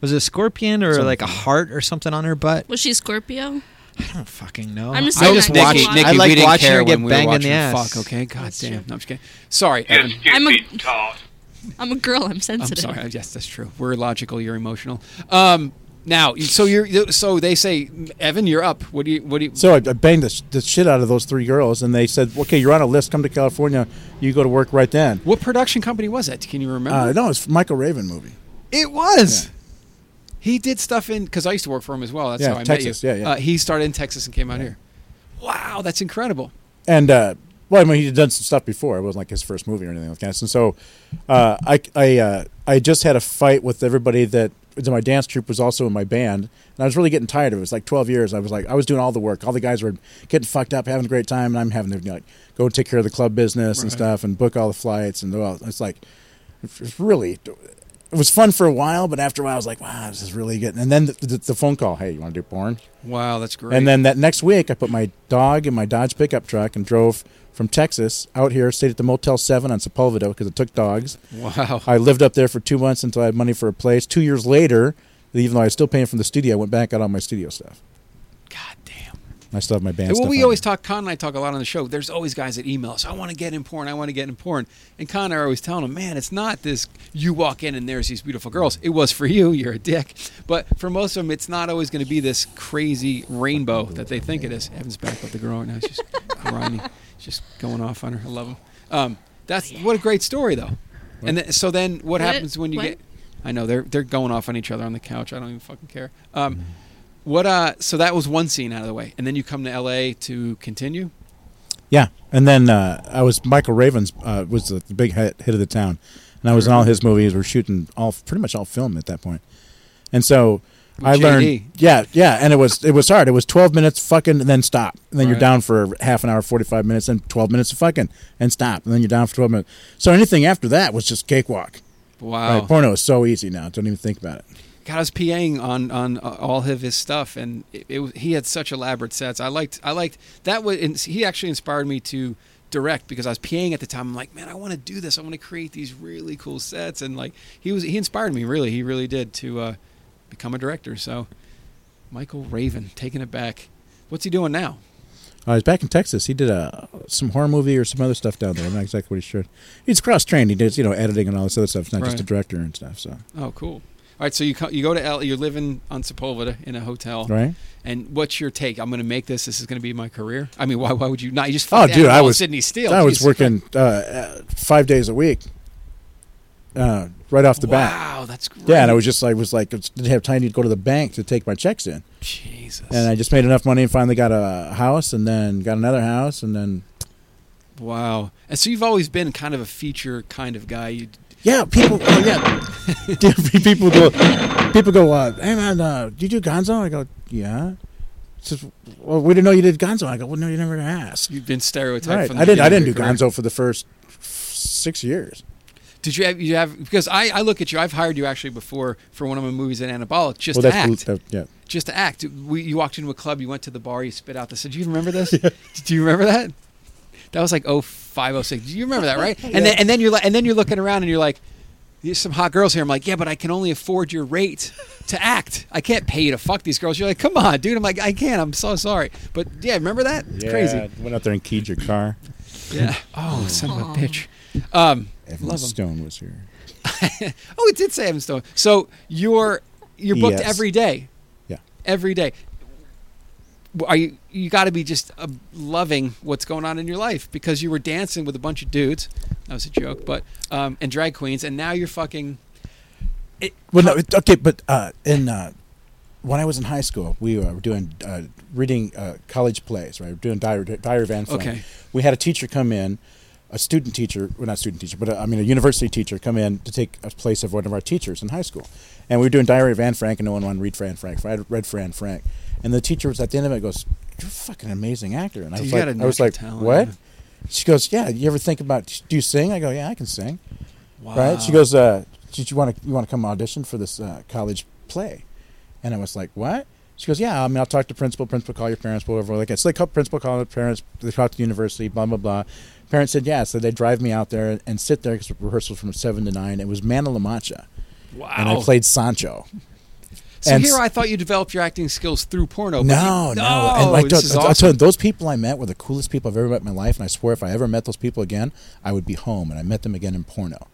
was it a scorpion, or like a heart, or something on her butt?
Was she Scorpio?
I don't fucking know.
I'm just
I just
saying I
watched
watched-
Nikki.
I like
we didn't
watching
care
her get
when we
banged
were
in
watching
the ass.
Fuck. Okay. God damn. No, I'm just kidding. Sorry, Evan.
I'm a I'm a girl. I'm sensitive.
I'm sorry. Yes, that's true. We're logical. You're emotional. Um, now, so you're so they say, Evan, you're up. What do you? What do you?
So I, I banged the, sh- the shit out of those three girls, and they said, "Okay, you're on a list. Come to California. You go to work right then."
What production company was that? Can you remember?
Uh, no, it's Michael Raven movie.
It was. He did stuff in because I used to work for him as well. That's
Yeah,
how I
Texas.
met you.
Yeah, yeah.
Uh, he started in Texas and came out here. Wow, that's incredible.
and uh, well, I mean, he'd done some stuff before. It wasn't like his first movie or anything like that. And so, uh, I I uh, I just had a fight with everybody that was in my dance troupe was also in my band, and I was really getting tired of it. It was like twelve years. I was like, I was doing all the work. All the guys were getting fucked up, having a great time, and I'm having to you know, like go take care of the club business and
Right.
stuff, and book all the flights and all. It's like it's really. It was fun for a while, but after a while, I was like, "Wow, this is really good." And then the, the, the phone call, "Hey, you want to do porn?"
Wow, that's great.
And then that next week, I put my dog in my Dodge pickup truck and drove from Texas out here, stayed at the Motel 7 on Sepulveda because it took dogs.
Wow.
I lived up there for two months until I had money for a place. Two years later, even though I was still paying from the studio, I went back out on my studio stuff. God damn. I still have my band
well,
stuff.
we
on.
always talk. Con and I talk a lot on the show. There's always guys that email us. I want to get in porn. I want to get in porn. And Con and I are always telling them, man, it's not this. You walk in and there's these beautiful girls. It was for you. You're a dick. But for most of them, it's not always going to be this crazy rainbow that they think it is. Evan's back with the girl right now. She's grinding. She's going off on her. I love him. Um, that's what a great story though. And then, so then, what,
What-
happens when you
what?
get? I know they're they're going off on each other on the couch. I don't even fucking care. Um, what? Uh, so that was one scene out of the way, and then you come to L.A. to continue.
Yeah, and then uh, I was Michael Ravens uh, was the, the big hit, hit of the town, and I was in all his movies. We're shooting all pretty much all film at that point, and so
With
I learned.
JD.
Yeah, yeah, and it was it was hard. It was twelve minutes fucking, and then stop, and then you're
Right.
down for half an hour, forty five minutes, and twelve minutes of fucking, and stop, and then you're down for twelve minutes. So anything after that was just cakewalk.
Wow.
Right, porno is so easy now. Don't even think about it.
God, I was PAing on on uh, all of his stuff, and it, it was- he had such elaborate sets. I liked I liked that was and he actually inspired me to direct because I was PAing at the time. I'm like, man, I want to do this. I want to create these really cool sets, and like he was he inspired me really. He really did to uh, become a director. So Michael Raven taking it back. What's he doing now?
I was Uh, back in Texas. He did a some horror movie or some other stuff down there. I'm not exactly what he's sure. He's cross trained. He does you know editing and all this other stuff. He's not just a
Right.
director and stuff. So
Oh, cool. All right, so you co- you go to L. You're living on Sepulveda in a hotel,
Right.
And what's your take? I'm going to make this. This is going to be my career. I mean, why? Why would you not? You just
oh
fucked
dude, I
Annabelle
was
Sydney Steele.
I was
Jesus
working uh, uh, five days a week, uh, right off the bat.
Wow, that's great.
Yeah, and I was just like was like didn't have time to go to the bank to take my checks in.
Jesus.
And I just made enough money and finally got a house, and then got another house, and then
Wow. And so you've always been kind of a feature kind of guy. You,
Yeah, people. Oh, yeah, Dude, people go. People go. Uh, hey man, uh, do you do Gonzo? I go, yeah. Says, well, we didn't know you did Gonzo. I go, well, no, you never asked.
you've been stereotyped.
Right.
From the
I didn't. I
beginning
didn't do
of your career.
Gonzo for the first six years.
Did you have? You have because I, I look at you. I've hired you actually before for one of my movies in Anabolic just
well,
to
that's
act.
that- yeah.
Just to act. We, you walked into a club. You went to the bar. You spit out the. Do you remember this? Do you remember that? That was like oh five oh six. Do you remember that right? And then
Yeah.
and then you're like and then you're looking around and you're like. There's some hot girls here. I'm like, yeah, but I can only afford your rate to act. I can't pay you to fuck these girls. You're like, come on, dude. I'm like, I can't. I'm so sorry. But yeah, remember that? It's
Yeah,
crazy.
Went out there and keyed your car.
Yeah. Oh, son of a bitch. Um,
Evan
love 'em.
Stone was here.
Oh, it did say Evan Stone. So you're you're booked
Yes.
every day.
Yeah.
Every day. W- Are you you got to be just uh, loving what's going on in your life because you were dancing with a bunch of dudes. That was a joke, but um, and drag queens, and now you're fucking. It,
Well, no, it, okay, but uh, in uh, when I was in high school, we were doing uh, reading uh, college plays, right? We were doing Diary, Diary of Anne Frank.
Okay.
We had a teacher come in, a student teacher, well, not student teacher, but uh, I mean a university teacher come in to take a place of one of our teachers in high school, and we were doing Diary of Anne Frank, and no one wanted to read Fran Frank. So I had read Fran Frank, and the teacher was at the end of it goes, "You're a fucking amazing actor," and I
Dude,
was
you
like,
got a
I was
natural
like,
talent,
what?
yeah.
She goes, "Yeah, you ever think about do you sing?" I go, "Yeah, I can sing."
Wow.
Right? She goes, uh, "Did you want to you want to come audition for this uh, college play?" And I was like, "What?" She goes, yeah. I mean, I'll talk to principal. Principal, call your parents. Blah blah blah. Like that. So they called principal, called the parents. They talked to the university. Blah blah blah. Parents said yeah. So they drive me out there and sit there because rehearsal from seven to nine. It was Man of La Mancha.
Wow.
And I played Sancho.
So
And
here
s-
I thought you developed your acting skills through porno. but
No,
you-
no, And like
this
those,
is
I- I
awesome.
told you, those people I met were the coolest people I've ever met in my life, and I swear if I ever met those people again, I would be home. And I met them again in porno.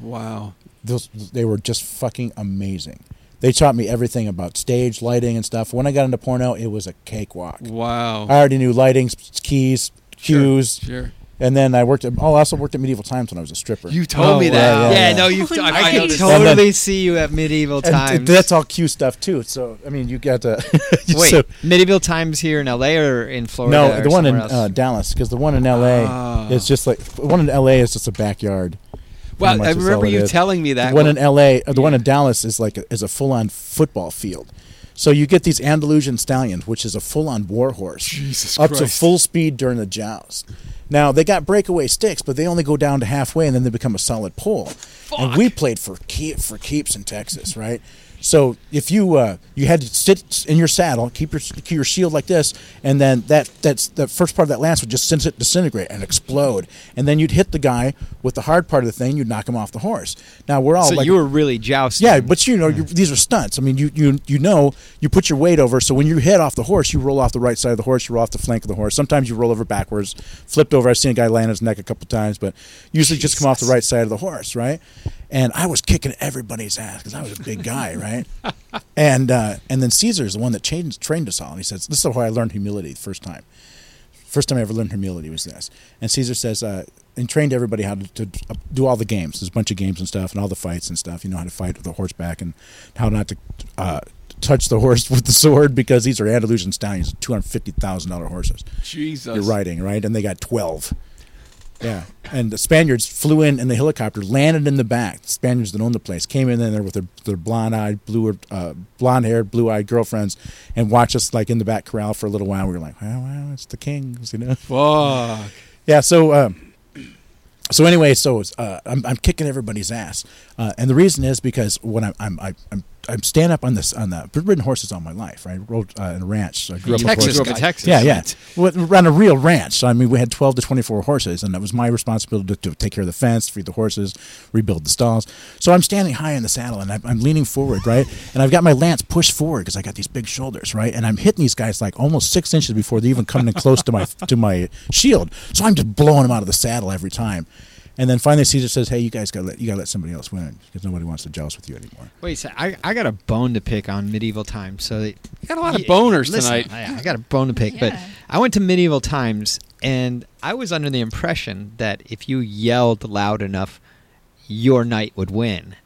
Wow.
Those they were just fucking amazing. They taught me everything about stage lighting and stuff. When I got into porno, it was a cakewalk.
Wow.
I already knew lighting, s- keys, cues.
sure.
And then I worked. At, oh, I also worked at Medieval Times when I was a stripper.
You told me that. Yeah,
uh,
no, you. I,
I
I
can
noticed.
totally
And then-
see you at medieval
And
times.
th- that's all Q stuff too. So I mean, you got to
Wait,
so-
medieval times here in LA or in Florida?
No,
or
the one in
somewhere else?
uh, Dallas because the one in L.A.
Ah.
is just like the one in L.A. is just a backyard.
Well,
Pretty much
I
is all
remember
it
you
is.
telling me that
the one
when-
in L.A. uh, the one in Dallas is like a, is a full on football field. So you get these Andalusian stallions, which is a full on war horse,
Jesus
up to
Christ.
full speed during the joust. Now they got breakaway sticks, but they only go down to halfway, and then they become a solid pole. And we played for keep, for keeps in Texas, right? So if you uh, you had to sit in your saddle, keep your keep your shield like this, and then that that's the first part of that lance would just sense it disintegrate and explode, and then you'd hit the guy with the hard part of the thing, you'd knock him off the horse. Now we're all
so
Oh, like
you were Mm. really jousting.
yeah, but you know, you, these are stunts. I mean, you, you you know, you put your weight over, so when you head off the horse, you roll off the right side of the horse, you roll off the flank of the horse. Sometimes you roll over backwards, flipped over. I've seen a guy land on his neck a couple times, but usually just come off the right side of the horse, right? And I was kicking everybody's ass because I was a big guy, right? And uh, and then Caesar is the one that changed, trained us all, and he says, "This is how I learned humility the first time." First time I ever learned humility was this. And Caesar says, uh, and trained everybody how to, to do all the games. There's a bunch of games and stuff, and all the fights and stuff. You know how to fight with a horseback and how not to uh, touch the horse with the sword because these are Andalusian stallions, two hundred fifty thousand dollar horses.
Jesus.
You're riding right, and they got twelve. Yeah, and the Spaniards flew in in the helicopter, landed in the back. The Spaniards that owned the place came in there with their, their blonde-eyed, blue, uh, blonde-haired, blue-eyed girlfriends, and watched us like in the back corral for a little while. We were like, "Wow, wow, it's the kings," you know.
Fuck.
Yeah. So, um, so anyway, so uh, I'm, I'm kicking everybody's ass, uh, and the reason is because when I'm I'm I- I'm I'm stand up on this on the I've ridden horses all my life. Right? I rode uh, in a ranch. So I grew up with
Texas
horses.
guy. Grew up in Texas.
Yeah, yeah. Well, on a real ranch. So, I mean, we had 12 to 24 horses, and it was my responsibility to, to take care of the fence, feed the horses, rebuild the stalls. So I'm standing high in the saddle, and I'm, I'm leaning forward, right? And I've got my lance pushed forward because I got these big shoulders, right? And I'm hitting these guys like almost six inches before they even come in close to my to my shield. So I'm just blowing them out of the saddle every time. And then finally, Caesar says, "Hey, you guys got to let you got to let somebody else win because nobody wants to joust with you anymore."
Wait, so I, I got a bone to pick on medieval times. So they
got a lot of boners tonight.
I, I got a bone to pick, but I went to medieval times, and I was under the impression that if you yelled loud enough, your knight would win,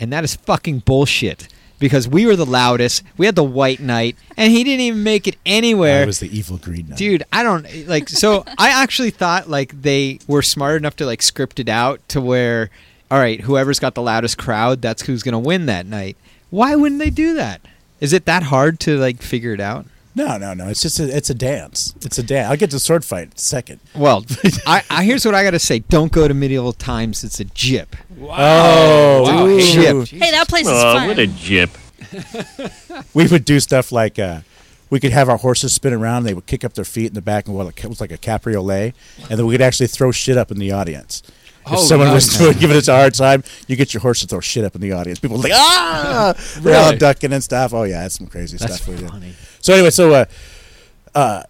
and that is fucking bullshit. Because we were the loudest, we had the white knight, and he didn't even make it anywhere.
I was the evil greed knight.
Dude, I don't like. So I actually thought like they were smart enough to like script it out to where, all right, whoever's got the loudest crowd, that's who's gonna win that night. Why wouldn't they do that? Is it that hard to like figure it out?
No, no, no. It's just a, it's a dance. It's a dance. I'll get to sword fight in a second.
Well, I, I here's what I gotta say: Don't go to medieval times. It's a jip. Wow,
Oh, Wow, dude.
jip.
Hey, that place is fun.
what a
jip.
we would do stuff like uh, we could have our horses spin around. And they would kick up their feet in the back, and what it was like a capriolet, and then we could actually throw shit up in the audience. If
Oh,
someone
nice.
was giving us a hard time, you get your horse to throw shit up in the audience. People were like ah, they're all
Really?
ducking and stuff. Oh yeah, that's some crazy
That's
stuff we
funny.
did. So anyway, so uh, uh,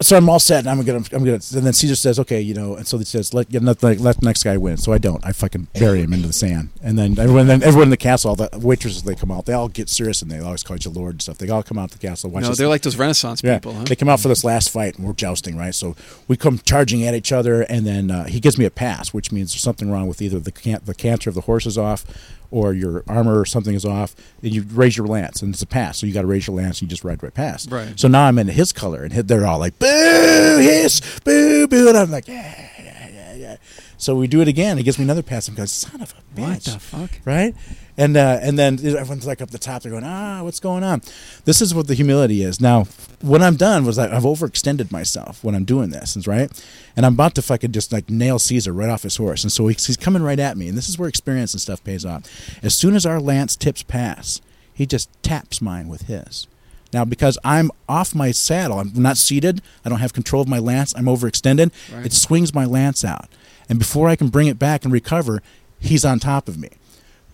so I'm all set, and I'm gonna, I'm gonna, and then Caesar says, okay, you know, and so he says, let, get another, let the next guy win. So I don't, I fucking bury him into the sand, and then everyone, then everyone in the castle, all the waitresses, they come out, they all get serious, and they always call you lord and stuff. They all come out to the castle. Watch
No,
this-
they're like those Renaissance
yeah,
people, huh? Mm-hmm.
They come out for this last fight, and we're jousting, right? So we come charging at each other, and then uh, he gives me a pass, which means there's something wrong with either the can- the canter of the horse is off, or your armor or something is off. And you raise your lance, and it's a pass, so you got to raise your lance, and you just ride right past.
Right.
So now I'm in his color, and they're all like, "Boo, hiss, boo, boo," and I'm like, "Yeah, yeah, yeah, yeah." So we do it again. He gives me another pass. I'm going, "Son of a bitch!"
What the fuck?
right? And uh, and then everyone's like up the top. They're going, ah, what's going on? This is what the humility is. Now, what I'm done was I, I've overextended myself when I'm doing this, is right? And I'm about to fucking just like nail Caesar right off his horse. And so he's, he's coming right at me. And this is where experience and stuff pays off. As soon as our lance tips pass, he just taps mine with his. Now, because I'm off my saddle, I'm not seated, I don't have control of my lance, I'm overextended,
Right.
it swings my lance out. And before I can bring it back and recover, he's on top of me.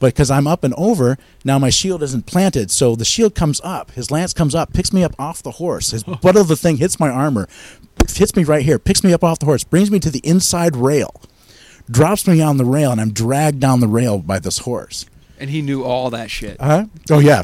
But because I'm up and over, now my shield isn't planted. So the shield comes up, his lance comes up, picks me up off the horse. His butt of the thing hits my armor, hits me right here, picks me up off the horse, brings me to the inside rail, drops me on the rail, and I'm dragged down the rail by this horse.
And he knew all that shit.
Uh-huh. Oh yeah.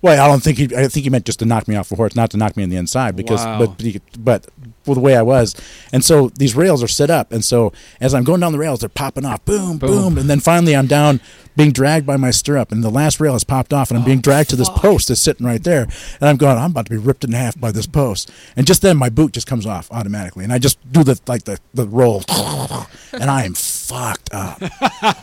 Well, I don't think he. I think he meant just to knock me off the horse, not to knock me on the inside, because
Wow.
but but, but well, the way I was, and so these rails are set up, and so as I'm going down the rails, they're popping off, boom, boom, and then finally I'm down, being dragged by my stirrup, and the last rail has popped off, and I'm being dragged to this post that's sitting right there, and I'm going, I'm about to be ripped in half by this post, and just then my boot just comes off automatically, and I just do the like the the roll, and I am fucked up.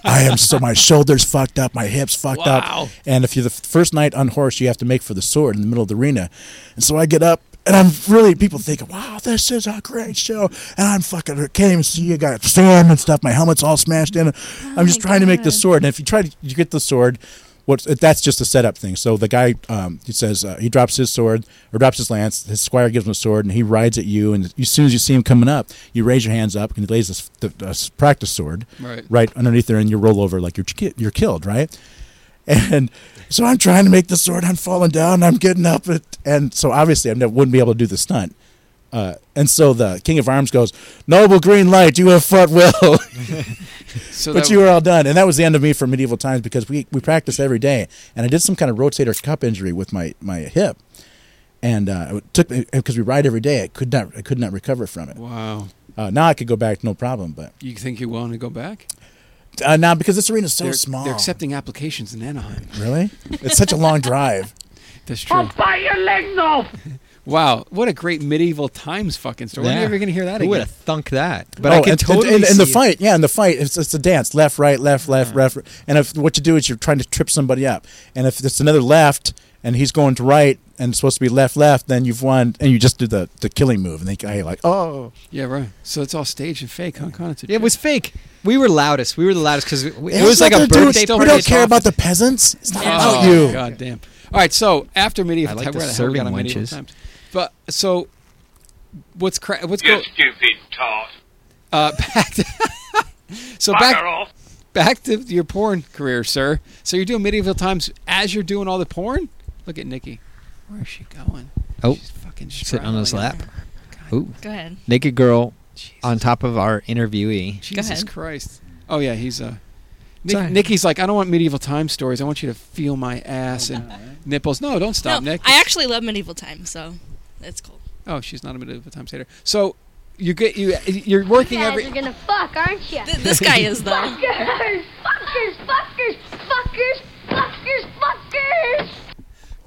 I am so my shoulders fucked up, my hips fucked
Wow.
up, and if you're the first night on horse, you have to make for the sword in the middle of the arena, and so I get up. And I'm really people think, wow, this is a great show. And I'm fucking can't even see. I got sand and stuff. My helmet's all smashed in. I'm just trying to make the sword. And if you try to you get the sword, what that's just a setup thing. So the guy um, he says uh, he drops his sword or drops his lance. His squire gives him a sword, and he rides at you. And as soon as you see him coming up, you raise your hands up, and he lays this the, the practice sword
Right.
underneath there, and you roll over like you're ki- you're killed, right? And so I'm trying to make the sword. I'm falling down. I'm getting up. It, and so obviously I never, wouldn't be able to do the stunt. Uh, and so the King of Arms goes, "Noble Green Light, you have fought well."
So
but
that-
you were all done, and that was the end of me for medieval times because we we practiced every day, and I did some kind of rotator cup injury with my my hip, and uh, it took because we ride every day, I could not I could not recover from it.
Wow.
Uh, now I could go back no problem, but
You think you want to go back?
uh, now because this arena's so
they're,
small,
They're accepting applications in Anaheim.
really, it's such a long drive.
That's true.
I'll bite your legs off.
Wow, what a great medieval times fucking story. When are you
Yeah.
ever going to hear that
Who
again?
would've thunk that? But I
Oh,
can
and- and-
totally
and, and the
see- Mm.
fight, yeah, and the fight. It's, it's a dance, left, right, left, left, left. And if what you do is you're trying to trip somebody up, and if it's another left, and he's going to right, and it's supposed to be left, left, then you've won, and you just do the, the killing move, and they guy like, oh,
Yeah, right. So it's all staged and fake, huh? Con? It's a
It was fake. We were loudest. We were the loudest because it
It
was like a birthday party.
We don't care about the peasants. It's not about
Oh,
you.
God damn. All right, so after medieval
I like
times,
the
where the hell we got
serving
on medieval
wenches.
times? But so, what's cra- what's
You
go-
stupid tart.
uh, back to so
Bugger
back
off.
back to your porn career, sir. So you're doing medieval times as you're doing all the porn. Look at Nikki. Where is she going?
Oh,
She's fucking
sitting on his
straddling
lap.
it.
Ooh.
Go ahead.
Naked girl on top of our interviewee.
Jesus
ahead.
Christ. Oh yeah, he's a.
Sorry.
Nick, Nikki's like, I don't want medieval time stories. I want you to feel my ass and nipples. No, don't stop,
no,
Nick.
I actually love medieval times, so it's cool.
Oh, she's not a medieval times hater. So you get you you're working every.
are gonna fuck, aren't you?
this guy is, though.
Fuckers! Fuckers! Fuckers! Fuckers! Fuckers! Fuckers!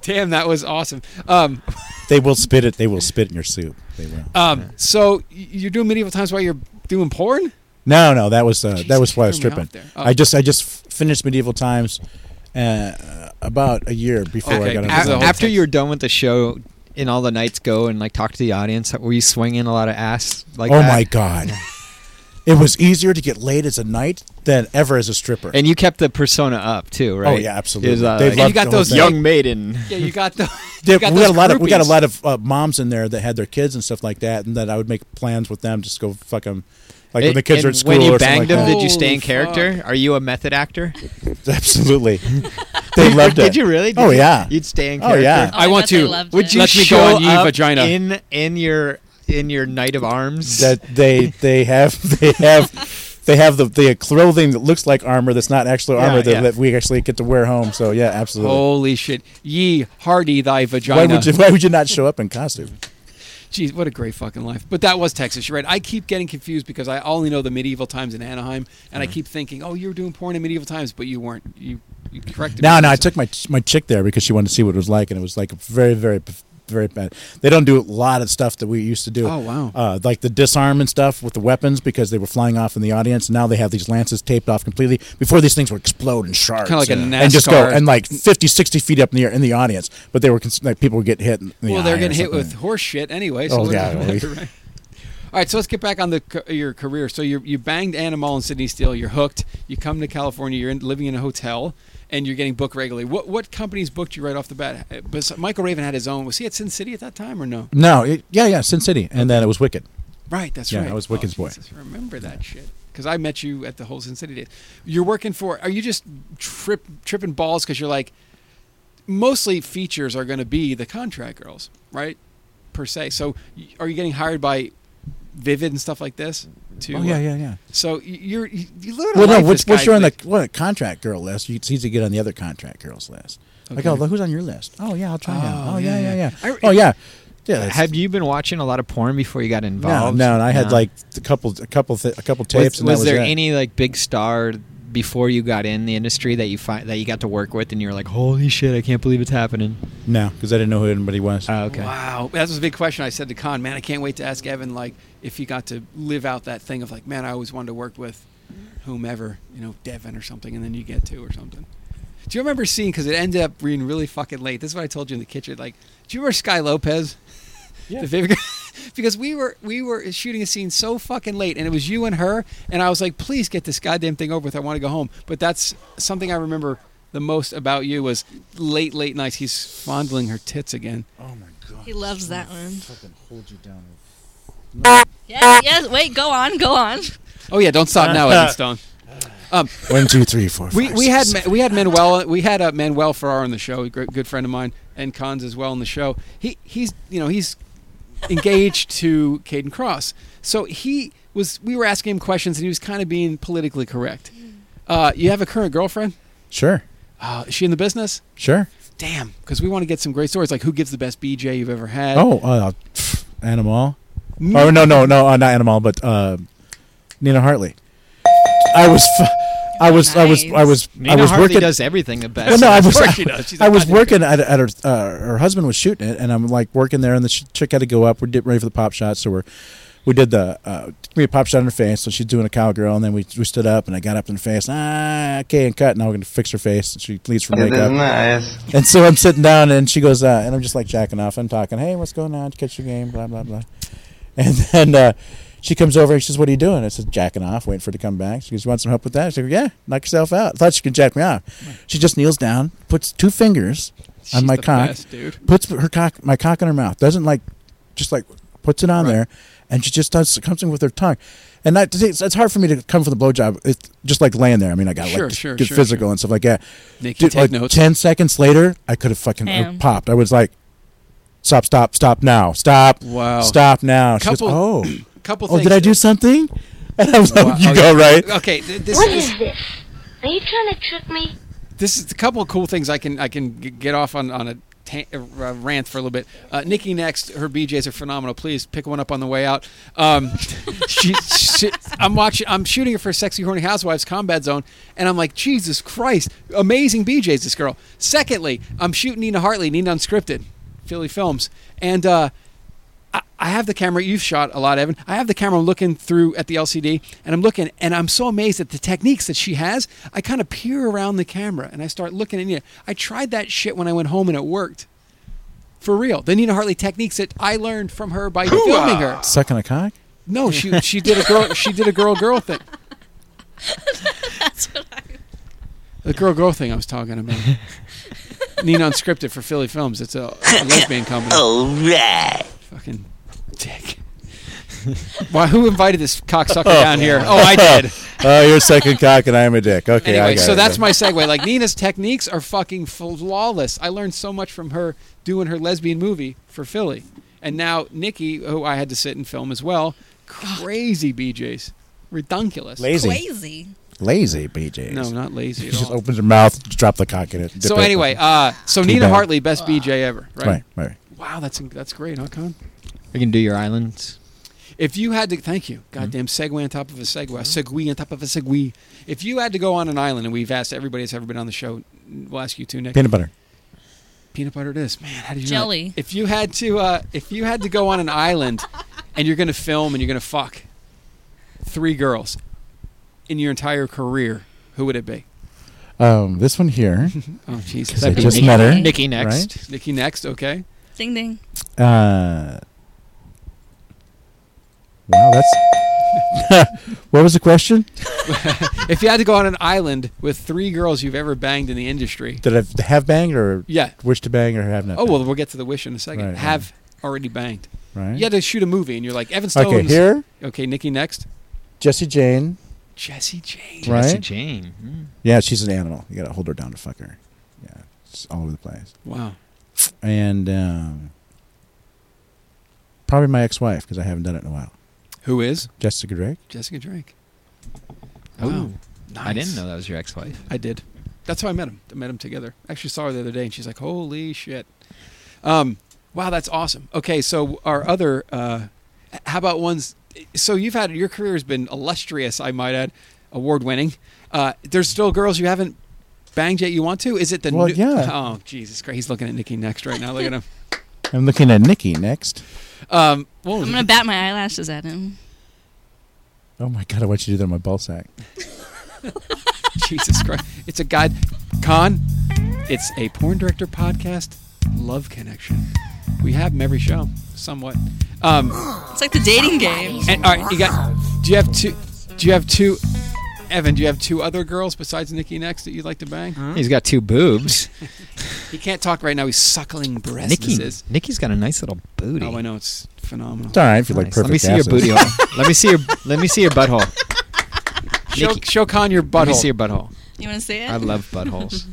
Damn, that was awesome. Um,
They will spit it. They will spit in your soup. They will.
um, so y- you're doing medieval times while you're doing porn.
No, no, that was uh, that was why I was
threw me
tripping.
off there. Oh.
I just I just f- finished medieval times, uh, about a year before I
A-
got into the whole
after you're done with the show and all the nights go and like talk to the audience, were you swinging a lot of ass like
oh
that?
my god it was easier to get laid as a knight than ever as a stripper
And you kept the persona up too, right?
Oh, yeah, absolutely.
It was, uh,
They
like-
loved You got the whole those thing.
young maiden.
Yeah, you got the.
There-
you got
we got a
those
lot of we got a
groupies.
lot of uh, moms in there that had their kids and stuff like that and that i would make plans with them just go fuck them like when
It-
the kids are at
and
school
When you
or something
banged them,
like that.
did you stay in character? Are you a method actor?
absolutely they loved it
Did you really? Did
oh
you-
yeah
You'd stay in
Oh,
character.
yeah.
I, want to.
Would you
let me
show
go on ye
up
vagina?
in in your in your knight of arms?
that they they have they have they have the, the clothing that looks like armor that's not actually
Yeah,
armor that,
yeah. Oh,
that we actually get to wear home so yeah absolutely
Holy shit! Ye hardy thy vagina.
why would you why would you not show up in costume
Jeez, what a great fucking life. But that was Texas, you're right? I keep getting confused because I only know the medieval times in Anaheim, and
Mm-hmm.
I keep thinking, oh, you were doing porn in medieval times, but you weren't. You you corrected
No,
me.
no, I took my my chick there because she wanted to see what it was like, and it was like very, very, very bad. They don't do a lot of stuff that we used to do.
Oh, wow.
Uh, like the disarm and stuff with the weapons because they were flying off in the audience. Now they have these lances taped off completely. Before these things would explode and shards,
Kinda like a
and just go
NASCAR.
and like 50, 60 feet up in the air in the audience. But they were cons- like people would get hit. In the
well, they're
eye or
getting hit
something.
with horse shit anyway. So
Oh,
what does
yeah,
it
really.
matter, right? All right, so let's get back on the ca- your career. So you you banged Animal and Sydney Steele. You're hooked. You come to California. You're in, living in a hotel, and you're getting booked regularly. What what companies booked you right off the bat? Uh, bes- Michael Raven had his own. Was he at Sin City at that time or no?
No, it, yeah, yeah, Sin City, and then it was Wicked.
Right, that's
yeah,
right.
I was Wicked's
oh,
boy.
Jesus, I remember that shit because I met you at the whole Sin City days. You're working for. Are you just trip tripping balls because you're like, mostly features are going to be the contract girls, right? Per se. So y- are you getting hired by Vivid and stuff like this? To,
Oh, yeah, yeah, yeah.
So y- you're you, you learn.
Well,
a
no,
life
what's,
this
what's
guy
your on the
thing.
what, contract girl list? You, it's easy to get on the other contract girls list. Like,
Okay.
oh, look who's on your list. Oh, yeah, I'll try him.
Oh,
Oh, yeah,
yeah,
yeah, yeah.
yeah.
oh, yeah. Yeah, that's-
Have you been watching a lot of porn before you got
No,
involved?
no, and I had like a couple, a couple, th- a couple tapes.
Was,
and that
was there
it.
any like big star before you got in the industry that you find that you got to work with and you were like, holy shit, I can't believe it's happening?
No, because I didn't know who anybody Uh, was.
Oh, okay.
Wow, that was a big question. I said to Con, man, I can't wait to ask Evan like if he got to live out that thing of like, man, I always wanted to work with whomever, you know, Devin or something, and then you get to or something. Do you remember seeing? Because it ended up being really fucking late. This is what I told you in the kitchen. Like, do you remember Sky Lopez?
Yeah.
The favorite guy? because we were we were shooting a scene so fucking late, and it was you and her, and I was like, please get this goddamn thing over with. I want to go home. But that's something I remember the most about you was late, late nights. He's fondling her tits again.
Oh my god.
He loves that one.
Fucking hold you down.
Yeah, yeah. Wait, go on, go on.
Oh yeah, don't stop now, Evan Stone. Um,
One, two, three, four,
we
five,
we
six,
had
seven,
Ma- we had Manuel we had uh, Manuel Ferrar on the show, a gr- good friend of mine, and Cons as well on the show. He he's you know he's engaged to Caden Cross, so he was we were asking him questions and he was kind of being politically correct. Uh, you have a current girlfriend?
Sure,
Uh, is she in the business?
sure.
Damn, because we want to get some great stories like who gives the best BJ you've ever had.
Oh, uh, pff, Animal.
Mm.
Oh no, no, no, uh, not Animal, but uh, Nina Hartley. I was, f- I was, I was, I was,
Nina
I was
Hartley
working.
does everything the best.
Well, no, I
Of
was,
course
I,
she does. She's a
I was
goddamn
working at, at her. Uh, her husband was shooting it, and I'm like working there, and the sh- chick had to go up. We're getting ready for the pop shot, so we're. We did the uh, we had pop shot in her face, so she's doing a cowgirl, and then we, we stood up, and I got up in her face, ah, okay, and cut. Now we're gonna fix her face, and she leaves for
Isn't
makeup.
nice?
And so I'm sitting down, and she goes, uh, and I'm just like jacking off. I'm talking, hey, what's going on? Did you Catch your game, blah blah blah. And then uh, she comes over and she says, "What are you doing?" I said, "Jacking off, waiting for it to come back." She goes, "You want some help with that?" She goes, "Yeah, knock yourself out." I thought she could jack me off. She just kneels down, puts two fingers
She's
on my
the
cock,
best, dude.
puts her cock, my cock in her mouth, doesn't like, just like puts it on there, and she just does comes in with her tongue. And that it's it's hard for me to come from the blowjob. It's just like laying there. I mean, I got
Sure,
like to
sure,
get
sure,
physical and stuff like that.
Nikki,
Dude,
take
like
notes.
ten seconds later, I could have fucking uh,
Damn.
popped. I was like, "Stop! Stop! Stop now! Stop!
Wow.
Stop now!" She goes,
Couple-
"Oh,
couple
Oh,
things
did I do something?" And I was like,
Wow.
"You go right."
Okay, th- this
What
is
is this? Are you trying to trick me?
this is a couple of cool things I can I can g- get off on on a, ta- a rant for a little bit. Uh, Nikki next, her BJ's are phenomenal. Please pick one up on the way out. Um, she, she- I'm watching. I'm shooting her for Sexy Horny Housewives Combat Zone, and I'm like, Jesus Christ, amazing BJ's this girl. Secondly, I'm shooting Nina Hartley, Nina Unscripted, Philly Films, and. uh I- I have the camera. You've shot a lot, Evan. I have the camera. I'm looking through at the LCD, and I'm looking, and I'm so amazed at the techniques that she has. I kind of peer around the camera, and I start looking at it. I tried that shit when I went home, and it worked. For real, the Nina Hartley techniques that I learned from her by filming her.
Sucking a cock?
No, she she did a girl she did a girl girl thing.
That's what I.
The girl girl thing I was talking about. Nina Unscripted for Philly Films. It's a, a lesbian company.
All right.
Fucking dick. Why? Who invited this cocksucker down here? Oh, I did.
oh, you're sucking cock, and I'm a dick. Okay, I
anyway,
got
so
it.
that's my segue. Like Nina's techniques are fucking flawless. I learned so much from her doing her lesbian movie for Philly, and now Nikki, who I had to sit and film as well, crazy BJ's, redunculous,
Lazy.
Lazy.
lazy, BJ.
No, not lazy. At
She just
all.
opens her mouth, drop the cock in it. dip
So
it.
anyway, uh, so
Too
Nina
bad.
Hartley, best BJ ever, right?
Right, right.
Wow, that's that's great, huh, Con?
You can do your islands.
If you had to, thank you,
Mm-hmm.
goddamn segue on top of a segue, a segue on top of a segue. If you had to go on an island, and we've asked everybody that's ever been on the show, we'll ask you too, Nick.
Peanut butter.
Peanut butter it is, man. How did you know that?
Jelly.
If you had to, uh, if you had to go on an island, and you're gonna film and you're gonna fuck three girls in your entire career, who would it be?
Um, this one here.
Oh, jeez,
'Cause I just met her.
Nikki
right?
next.
Nikki next. Okay.
Ding ding.
Uh, wow, that's what was the question?
if you had to go on an island with three girls you've ever banged in the industry,
That I've have banged or
Yeah.
wish to bang or have not?
oh well, we'll get to the wish in a second.
Right,
have already banged.
Right.
You had to shoot a movie, and you're like Evan
Okay,
Stone's
here?
Okay, Nikki next.
Jesse Jane.
Jesse Jane.
Right?
Jesse Jane. Mm.
Yeah, she's an animal. You got to hold her down to fuck her. Yeah, it's all over the place.
Wow.
And um, probably my ex-wife because I haven't done it in a while.
Who is
Jessica Drake.
Jessica Drake?
Oh,
Wow.
I didn't
Nice.
know that was your ex-wife.
I did. That's how I met him. I met him together. I actually saw her the other day, and she's like, "Holy shit!" Um, wow, that's awesome. Okay, so our other, uh, how about ones? So you've had your career has been illustrious, I might add, award-winning. Uh, there's still girls you haven't banged yet. You want to? Is it the?
Well,
new-
yeah.
Oh Jesus Christ! He's looking at Nikki next right now. Look at him.
I'm looking at Nikki next.
Um, what was
I'm gonna
it?
bat my eyelashes at him.
Oh my god, I want you to do that on my ball sack.
Jesus Christ! It's a guide. Con. It's a porn director podcast. Love connection. We have them every show, somewhat. Um,
It's like the dating game.
And all right, you got. Do you have two? Do you have two? Evan, do you have two other girls besides Nikki next that you'd like to bang?
He's got two boobs.
He can't talk right now. He's suckling breasts.
Nikki,
This is.
Nikki's got a nice little booty.
Oh, I know it's phenomenal.
It's all right if you like
Nice. Let me
perfect
see your
asses.
booty. hole. let me see your. Let me see your butthole.
Show,
Nikki,
show Con your butthole.
Let me see your butthole.
You want to see it?
I love buttholes.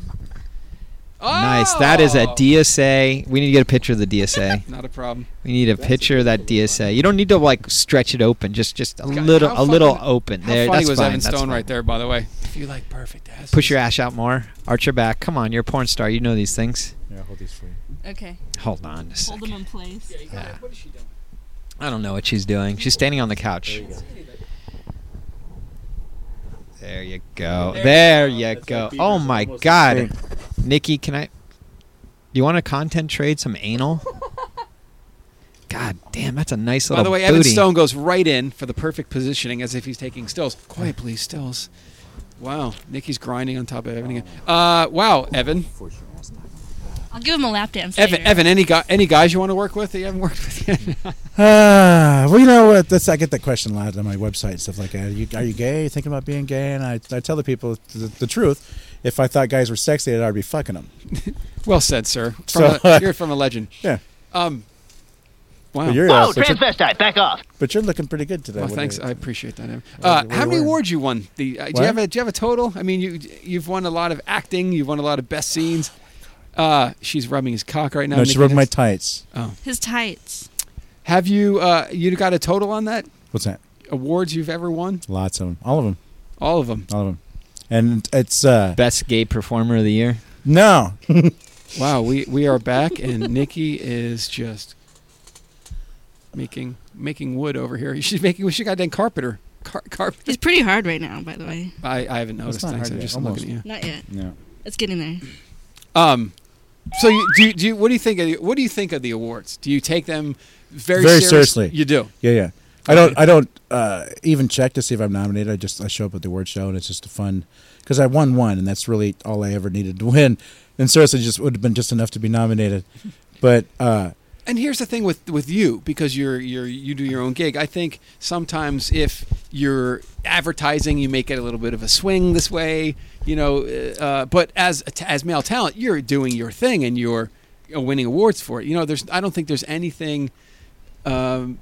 Oh!
Nice. That is a DSA. We need to get a picture of the DSA.
Not a problem.
We need a picture of that DSA. You don't need to like stretch it open. Just just a
God,
little
how
a
funny
little
was-
open.
How
There.
funny
That's
was
fine.
Evan
that's
Stone
fine.
right there, by the way. If you like perfect asses.
Push your ash out more. Arch your back. Come on, you're a porn star. You know these things.
Yeah, hold these for you.
Okay.
Hold on. a sec.
Hold them in place.
Yeah. I don't know what she's doing. She's standing on the couch. There you go. There you go. Oh my God, Nikki, can I? You want to content trade some anal? God damn, that's a nice little.
By the way, Evan
booty.
Stone goes right in for the perfect positioning as if he's taking stills. Quiet, please, stills. Wow, Nikki's grinding on top of Evan again. Uh, wow, Evan.
I'll give him a lap dance.
Evan,
later.
Evan, any guy, any guys you want to work with that you haven't worked with yet?
Ah, well, you know what? That's I get that question a lot on my website and stuff like that. Are you, are you gay? Are you thinking about being gay? And I, I tell the people the, the truth. If I thought guys were sexy, I'd already be fucking them.
well said, sir. From
So,
a- you're from a legend.
Yeah.
Um. Wow.
But you're
Whoa,
uh, such a-
transvestite, back off.
but you're looking pretty good today.
Well,
What
thanks.
do
I appreciate that. Evan.
what
Uh,
are you
how many
wearing?
awards you won? The uh, do
What?
you have a do you have a total? I mean, you you've won a lot of acting. You've won a lot of best scenes. Uh, she's rubbing his cock right
you-
now.
no, she
Nikki
rubbed my
Nix.
tights.
Oh.
His tights.
Have you uh, you got a total on that?
What's that?
Awards you've ever won?
Lots of them. All of them.
All of them.
All of them. And it's uh
best gay performer of the year.
no.
Wow, we, we are back and Nikki is just making making wood over here. She's making she got done carpenter. Car, carpenter.
He's pretty hard right now, by the way.
I, I haven't noticed.
not
Thanks.
hard
I'm
yet,
just
almost.
looking at you.
Not yet.
No.
It's getting there.
Um, so you, do you, do you, what do you think of the, what do you think of the awards? Do you take them very,
Very
serious-
seriously.
You do.
Yeah, yeah. I don't. I don't uh, even check to see if I'm nominated. I just I show up at the award show and it's just a fun because I won one and that's really all I ever needed to win. And seriously, just would have been just enough to be nominated. But uh,
And here's the thing with with you because you're you're you do your own gig. I think sometimes if you're advertising, you make it a little bit of a swing this way, you know. Uh, but as a t- as male talent, you're doing your thing and you're you know, winning awards for it. You know, there's I don't think there's anything um,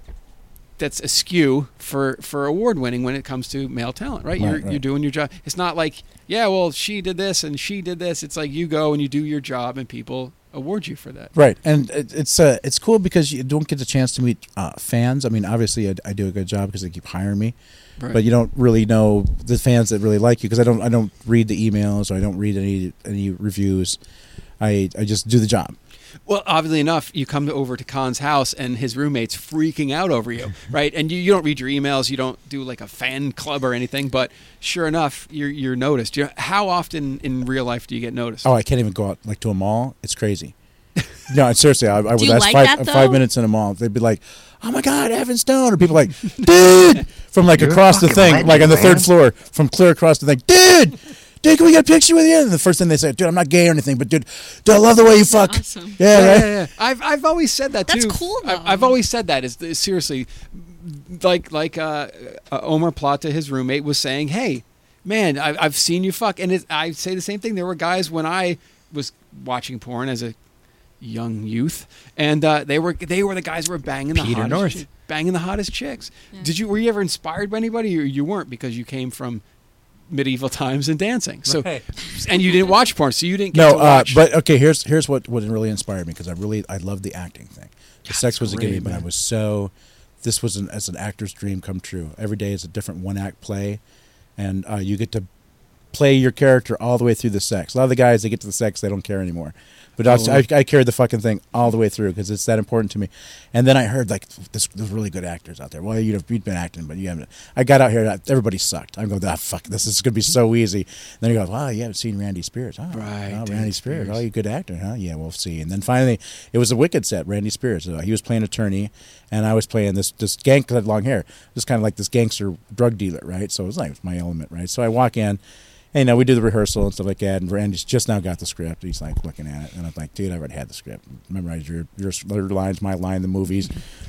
that's askew for for award winning when it comes to male talent, right?
Right,
you're
right.
you're doing your job. It's not like yeah, well, she did this and she did this. It's like you go and you do your job and people award you for that.
Right, and it, it's uh, it's cool because you don't get the chance to meet uh, fans. I mean, obviously, I, I do a good job because they keep hiring me,
Right.
but you don't really know the fans that really like you because I don't I don't read the emails or I don't read any any reviews. I I just do the job.
Well, oddly enough, you come over to Khan's house and his roommate's freaking out over you, right? And you, you don't read your emails, you don't do like a fan club or anything, but sure enough, you're, you're noticed. You know, how often in real life do you get noticed?
Oh, I can't even go out like to a mall. It's crazy. No, seriously, I, I would
you
last
like
five,
that,
five
though?
minutes in a mall. They'd be like, "Oh my God, Evan Stone!" Or people like, "Dude!" from like
You're a
across the
fucking
thing,
legend,
like on the third
man.
floor, from clear across the thing, "Dude, dude, can we get a picture with you?" And the first thing they say, "Dude, I'm not gay or anything, but dude, dude, I love the way you fuck." Yeah,
yeah,
right?
yeah, yeah. I've I've always said that too. That's cool. I've, I've always said that is, is seriously, like like uh, uh, Omar Plata, his roommate, was saying, "Hey, man, I, I've seen you fuck," and it, I say the same thing. There were guys when I was watching porn as a young youth, and uh, they were they were the guys who were banging the
Peter
hottest
North.
chi- banging the hottest chicks. Did you were you ever inspired by anybody? Or you weren't because you came from medieval times and dancing. So,
Right.
and you didn't watch porn, so you didn't get
no,
to watch.
Uh, but okay, here's here's what what really inspired me because I really I loved the acting thing. The sex was a
great,
game, and I
man.
was so this was an as an actor's dream come true. Every day is a different one act play, and uh, you get to play your character all the way through the sex. A lot of the guys they get to the sex they don't care anymore, but I, was-
Oh.
I, I carried the fucking thing all the way through because it's that important to me. And then I heard like this, there's really good actors out there. Well, you'd have you'd been acting, but you haven't. I got out here, and I- everybody sucked. I'm going, ah, fuck, this is gonna be so easy. And then you go, wow, you haven't seen Randy Spears, huh?
Right,
Oh, Randy
Randy
Spears.
Spears.
Oh, you good actor, huh? Yeah, we'll see. And then finally, it was a Wicked set. Randy Spears. Uh, he was playing attorney, and I was playing this this gang 'cause I had long hair. Just kind of like this gangster drug dealer, right? So it was like it was my element, right? So I walk in, and you know, we do the rehearsal and stuff like that. And Randy's just now got the script. He's like looking at it, and I'm like, dude, I already had the script. Memorize your your your lines, my line, the movies,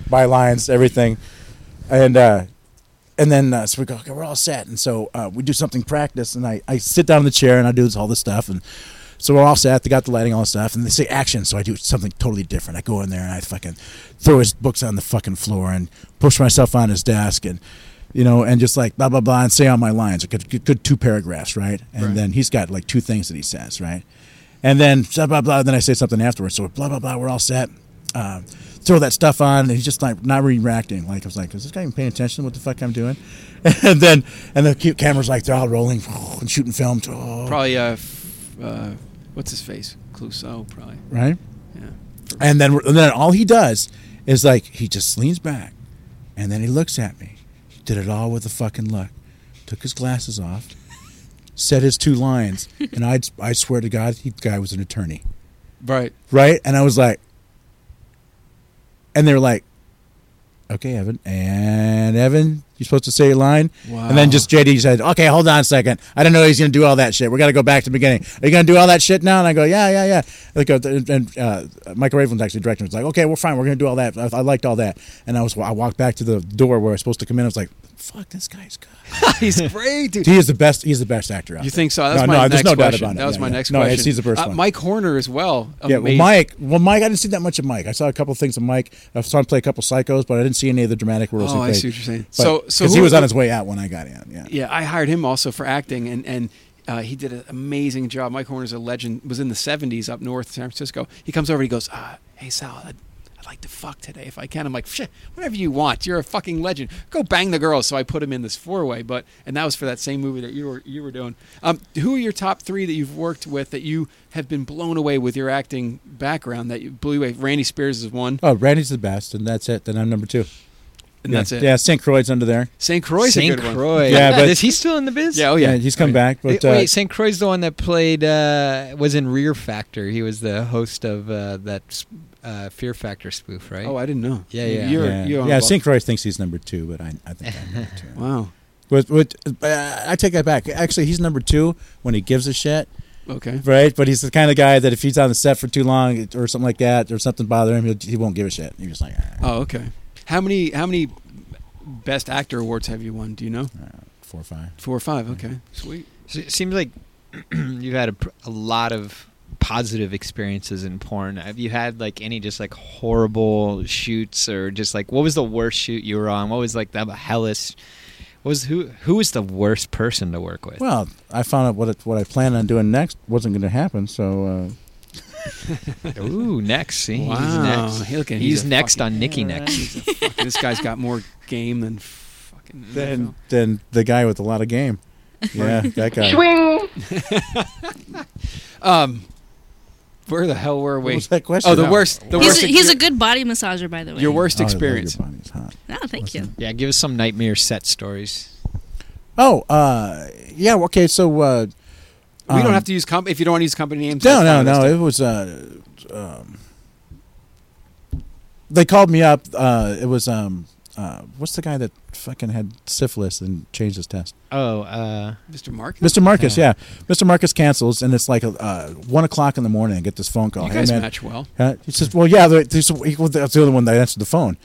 my lines, everything, and. uh and then uh, so we go, okay, we're all set. And so uh, we do something practice, and I, I sit down in the chair and I do this, all this stuff. And so we're all set. They got the lighting, all this stuff. And they say action. So I do something totally different. I go in there and I fucking throw his books on the fucking floor and push myself on his desk and, you know, and just like blah, blah, blah, and say all my lines. A good, good, good two paragraphs, right? And then he's got like two things that he says, right? And then blah, blah, blah. Then I say something afterwards. So blah, blah, blah. We're all set. Uh, throw that stuff on. And he's just like not reacting. Like I was like, is this guy even paying attention to what the fuck I'm doing? And then and the cute cameras like they're all rolling and shooting films. Oh,
Probably uh, f- uh, what's his face? Clouseau, probably.
right?
Yeah.
And then and then all he does is like he just leans back, and then he looks at me. Did it all with a fucking look. Took his glasses off, said his two lines, and I I swear to God, he the guy was an attorney,
Right.
right? And I was like, and they're like, okay, Evan, and Evan, you're supposed to say your line, and then
Wow.
just JD said, okay, hold on a second, I didn't know he's gonna do all that shit. We got to go back to the beginning. Are you gonna do all that shit now? And I go, yeah, yeah, yeah. They go, and and, uh, Michael Raven's actually directing. It's like, okay, we're fine. We're gonna do all that. I, I liked all that, and I was I walked back to the door where I was supposed to come in. I was like, fuck, this guy's good.
he's great, dude.
He is the best. He's the best actor out
You
there.
think so? That's
no,
my
no,
next
there's no
question.
doubt about it.
That was
Yeah,
my
yeah.
next
no,
question.
it's- he's the first
Uh,
one.
Mike Horner as well.
Yeah, well,
Amazing.
Mike. Well, Mike, I didn't see that much of Mike. I saw a couple things of Mike. I saw him play a couple psychos, but I didn't see any of the dramatic roles.
Oh,
he
I
played.
see what you're saying.
But-
So- so
'cause
who-
he was on his way out when I got in. Yeah.
Yeah, I hired him also for acting, and and uh, he did an amazing job. Mike Horner's a legend. Was in the '70s up north, San Francisco. He comes over. He goes, uh, "Hey Sal, I'd, I'd like to fuck today if I can." I'm like, "Shit, whatever you want. You're a fucking legend. Go bang the girls." So I put him in this four way. But and that was for that same movie that you were you were doing. Um, who are your top three that you've worked with that you have been blown away with your acting background? That you blew away. Randy Spears is one,
Oh, Randy's the best, and that's it. Then I'm number two.
and
yeah.
that's it.
Yeah, St. Croix's under there.
St. Croix's a
St.
good
Croix.
one.
Yeah, but-
is he still in the biz?
Yeah, oh yeah.
he's come
Oh, yeah.
back,
Wait,
but uh,
wait, St. Croix's the one that played uh, was in Rear Factor. He was the host of uh, that s- uh, Fear Factor spoof, right?
Oh, I didn't know.
Yeah, yeah.
You're,
yeah,
you're on
yeah
the ball.
St. Croix thinks he's number two, but I, I think I'm number two.
Wow.
With, with, uh, I take that back. Actually, he's number two when he gives a shit.
Okay.
Right, but he's the kind of guy that if he's on the set for too long or something like that, or something bothering him, he'll, he won't give a shit. He's just like, "Ah,
Oh, okay. How many how many best actor awards have you won? Do you know?
four or five.
Four or five. Okay, sweet.
So it seems like you've had a, pr- a lot of positive experiences in porn. Have you had like any just like horrible shoots or just like what was the worst shoot you were on? What was like the hellish? What was who who was the worst person to work with?
Well, I found out what it, what I planned on doing next wasn't going to happen. So uh,
Ooh, next. See,
Wow.
he's next.
Hey, look at-
he's
he's a
next
fucking-
on Nikki next.
this guy's got more game than fucking.
uh, then then the guy with a lot of game, yeah, that guy.
Um, where the hell were we?
was that question?
Oh, the
No.
worst. The
he's,
worst.
a,
ex-
he's a
your-
good body massager, by the way.
Your worst
Oh, I love
experience.
your body's hot.
No, thank you.
Yeah, give us some nightmare set stories.
Oh, uh, yeah. Okay, so uh,
we don't
um,
have to use comp if you don't want to use company names.
No,
that's
no,
fine, that's
no.
fine.
It was. Uh, um, they called me up. Uh, it was um, uh, what's the guy that fucking had syphilis and changed his test?
Oh, uh,
Mr. Mark.
Mr. Marcus, yeah. Mr. Marcus cancels, and it's like uh, one o'clock in the morning. I get this phone call.
You guys
man.
match well.
Huh? He says, "Well, yeah." There's, well, that's the other one that answered the phone.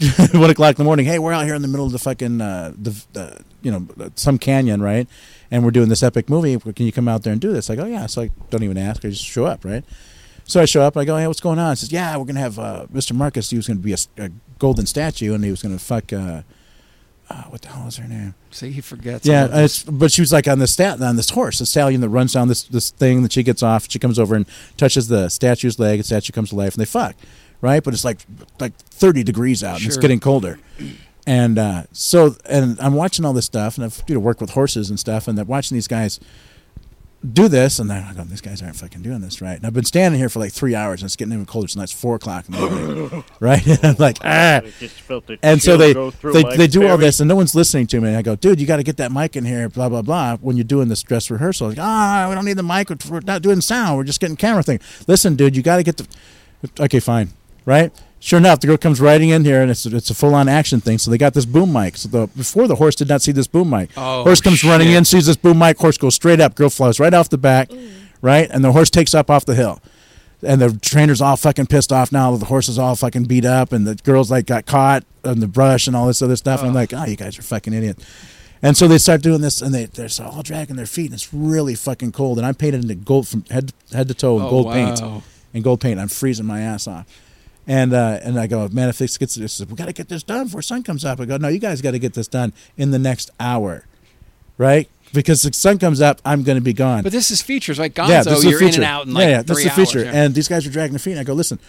one o'clock in the morning. Hey, we're out here in the middle of the fucking uh, the uh, you know some canyon, right? And we're doing this epic movie. Can you come out there and do this? Like, oh yeah. So I don't even ask. I just show up, right? So I show up. I go, hey, what's going on? It says, yeah, we're gonna have uh, Mr. Marcus. He was gonna be a, a golden statue, and he was gonna fuck. Uh, uh, what the hell is her name?
See, he forgets.
Yeah,
all of this.
it's, but she was like on this stat on this horse, a stallion that runs down this this thing that she gets off. She comes over and touches the statue's leg. The statue comes to life, and they fuck, right? But it's like like thirty degrees out, and it's
Sure.
getting colder. And uh, so, and I'm watching all this stuff, and I've you know worked with horses and stuff, and I'm watching these guys do this, and then I go, these guys aren't fucking doing this right. And I've been standing here for like three hours, and it's getting even colder. So now it's four o'clock in the morning, right? And I'm like, ah.
I just felt the
and so
chill
they
go through
they,
my
they do all
very-
this, and no one's listening to me. And I go, dude, you got to get that mic in here, blah blah blah. When you're doing this dress rehearsal, like, ah, we don't need the mic. We're not doing sound. We're just getting camera thing. Listen, dude, you got to get the. Okay, fine, right? Sure enough, the girl comes riding in here, and it's it's a full on action thing. So they got this boom mic. So the before the horse did not see this boom mic.
Oh,
horse comes running
shit.
in, sees this boom mic. Horse goes straight up. Girl flies right off the back, right? And the horse takes up off the hill and the trainer's all fucking pissed off now. The horse is all fucking beat up, and the girls like got caught on the brush and all this other stuff. And I'm like, oh, you guys are fucking idiot. And so they start doing this, and they they're so all dragging their feet, and it's really fucking cold. And I'm painted into gold from head head to toe in
Oh,
gold paint,
wow.
and gold paint. I'm freezing my ass off. And uh, and I go, man, if this gets this, we gotta get this done before sun comes up. I go, no, you guys got to get this done in the next hour, right? Because the sun comes up, I'm gonna be gone.
But this is features like Gonzo.
Yeah, this is a
you're in
feature.
and out in like
yeah, yeah,
three
this is a
hours.
feature.
yeah.
And these guys are dragging their feet. And I go, listen,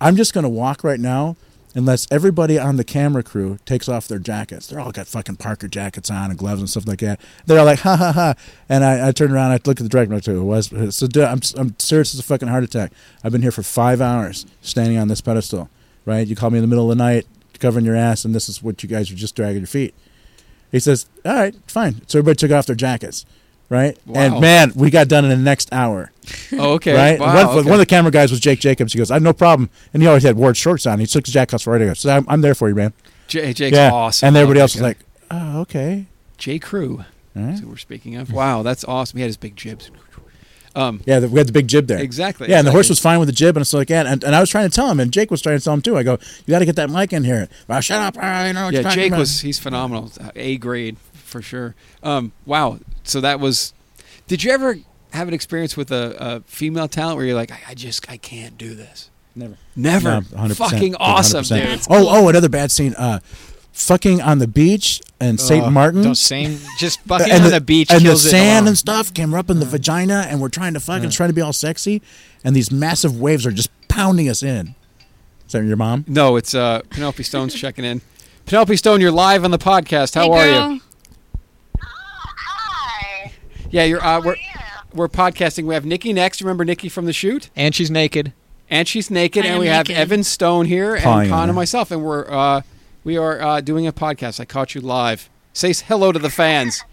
I'm just going to walk right now unless everybody on the camera crew takes off their jackets. They're all got fucking Parker jackets on and gloves and stuff like that. They're all like, ha ha ha. And I, I turn around, I look at the director, I'm like, who it was. So dude, I'm, I'm serious as a fucking heart attack. I've been here for five hours standing on this pedestal, right? You call me in the middle of the night, covering your ass, and this is what you guys are just dragging your feet. He says, all right, fine. So everybody took off their jackets, right?
Wow.
And man, we got done in the next hour.
Oh, okay.
Right?
Wow,
one,
okay.
one of the camera guys was Jake Jacobs. He goes, I have no problem. And he always had ward shorts on. He took his jacket off right away. So I'm, I'm there for you, man.
J- Jake's awesome.
And
I love
everybody
that
else was
guy.
like, oh, okay.
J. Crew.
Alright.
So we're speaking of. Wow, that's awesome. He had his big jibs. Um,
yeah, the, we had the big jib there.
Exactly.
Yeah, and the
exactly.
horse was fine with the jib, and it's like, yeah, and, and I was trying to tell him, and Jake was trying to tell him too. I go, you got to get that mic in here. Well, shut up! I don't know what you're
yeah,
talking
Jake
about."
was he's phenomenal, A grade for sure. Um, wow, so that was. Did you ever have an experience with a, a female talent where you're like, I, I just I can't do this?
Never,
never,
No, 100%,
fucking
100%.
awesome, dude.
Oh, oh, another bad scene. Uh, fucking on the beach and Saint
Uh,
Oh,
Martin.
Don't sing. Just fucking
and
on the beach
and the
kills it.
sand
Oh.
and stuff came up in the vagina, and we're trying to fuck and it's trying to be all sexy, and these massive waves are just pounding us in. Is that your mom?
No, it's uh, Penelope Stone's checking in. Penelope Stone, you're live on the podcast. How are you? Yeah, you're. Uh, we're we're podcasting. We have Nikki next. Remember Nikki from the shoot?
And she's naked.
And she's naked.
I
and
am
we have
naked.
Evan Stone here
Pawing
and
on
Con
her.
and myself, and we're uh, we are uh, doing a podcast. I caught you live. Say s- hello to the fans.
uh,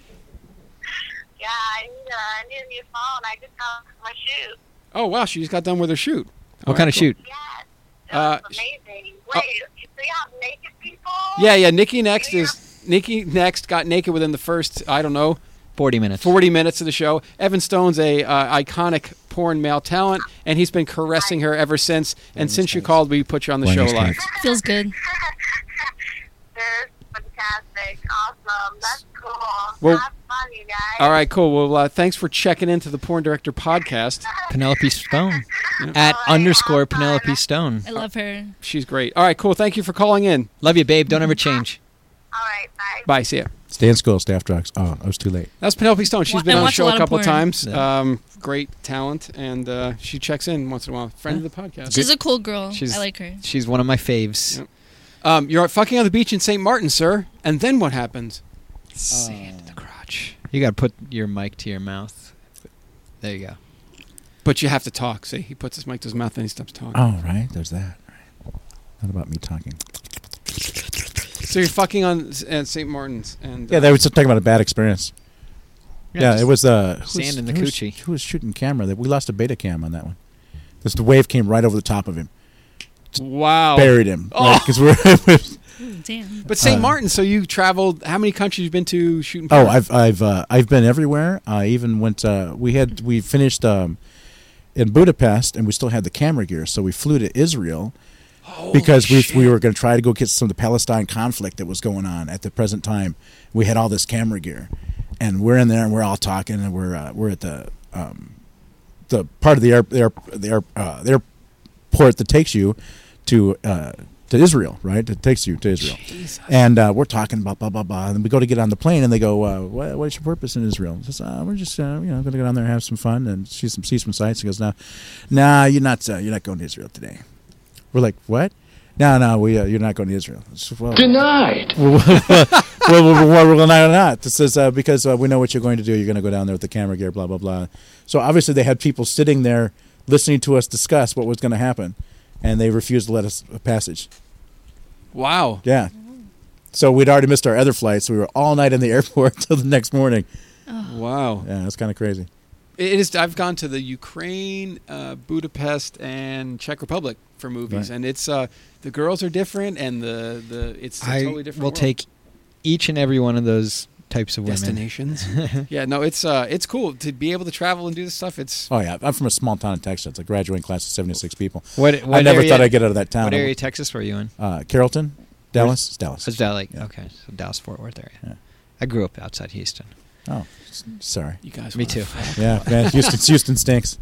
Yeah, I need, uh, I need a new phone. I just got my shoot. Oh wow, she just got done with her shoot.
What kind of shoot?
Uh, yeah, yeah. Nikki next is Nikki next got naked within the first I don't know
forty minutes.
Forty minutes of the show. Evan Stone's a uh, iconic porn male talent, and he's been caressing her ever since. And since you called, we put you on the show
Blindness
live.
Feels good.
Well, all right, cool. Well, uh, thanks for checking into the Porn Director podcast.
Penelope Stone at underscore Penelope Stone.
I love her.
She's great. All right, cool. Thank you for calling in.
Love you, babe. Don't ever change.
Bye. See ya.
Stay in school, staff drugs. Oh, I was too late.
That's Penelope Stone. She's
Wa-
been
I
on the
watch a
show
lot
a
of
couple
porn.
times.
Yeah.
Um, great talent, and uh, she checks in once in a while. Friend of the podcast.
She's a cool girl.
She's-
I like her.
She's one of my faves.
Um, you're fucking on the beach in St. Martin, sir. And then what happens? Sand in the crotch.
Uh, You got to put your mic to your mouth. There you go.
But you have to talk. See, he puts his mic to his mouth and he stops talking.
Oh, right. There's that. Right. Not about me talking.
So you're fucking on S- at St. Martin's, and
Yeah,
uh,
they were just talking about a bad experience.
Yeah,
Yeah,
just
it was uh, who
sand
was-
in the
who was-
coochie.
Who was shooting camera? That we lost a beta cam on that one. This the wave came right over the top of him,
Wow,
buried him.
Oh.
Because we're
Damn.
But St.
Uh,
Martin, so you traveled. How many countries you've been to shooting?
Oh,
porn?
I've I've uh, I've been everywhere. I even went. Uh, we had we finished um, in Budapest, and we still had the camera gear, so we flew to Israel, because we we were going to try to go get some of the Palestine conflict that was going on at the present time. We had all this camera gear, and we're in there and we're all talking and we're uh, we're at the um, the part of the air, the air, the air, uh, the airport that takes you to uh, to Israel, right? That takes you to Israel, and uh, we're talking about blah blah blah, and then we go to get on the plane, and they go, uh, what, "What's your purpose in Israel?" And says, uh, "We're just uh, you know going to go down there and have some fun and see some see some sights." He goes, "No, nah, you're not uh, you're not going to Israel today." We're like, "What?" No, no, we uh, you're not going to Israel. I said, well,
Denied.
well, well, well, well, well, not, not. This is uh, because uh, we know what you're going to do. You're going to go down there with the camera gear, blah blah blah. So obviously they had people sitting there listening to us discuss what was going to happen, and they refused to let us a passage.
Wow.
Yeah. So we'd already missed our other flights. we were all night in the airport till the next morning.
Wow.
Yeah, that's kind of crazy.
It is. I've gone to the Ukraine, uh, Budapest, and Czech Republic for movies,
Right.
and it's uh, the girls are different, and the the it's a
I
totally different.
will
world.
take each and every one of those types of women.
destinations. yeah, no, it's uh, it's cool to be able to travel and do this stuff. It's
Oh yeah, I'm from a small town in Texas. It's a graduating class of 76 people.
What,
I
what
never
area-
thought I'd get out of that town.
What area of Texas were you in?
Uh, Carrollton, Dallas, It's Dallas.
It's Dallas. Okay, so Dallas Fort Worth area. I grew up outside Houston.
Oh, s- sorry.
You guys
Me
wanna
too.
fuck.
Yeah, man, Houston, Houston stinks.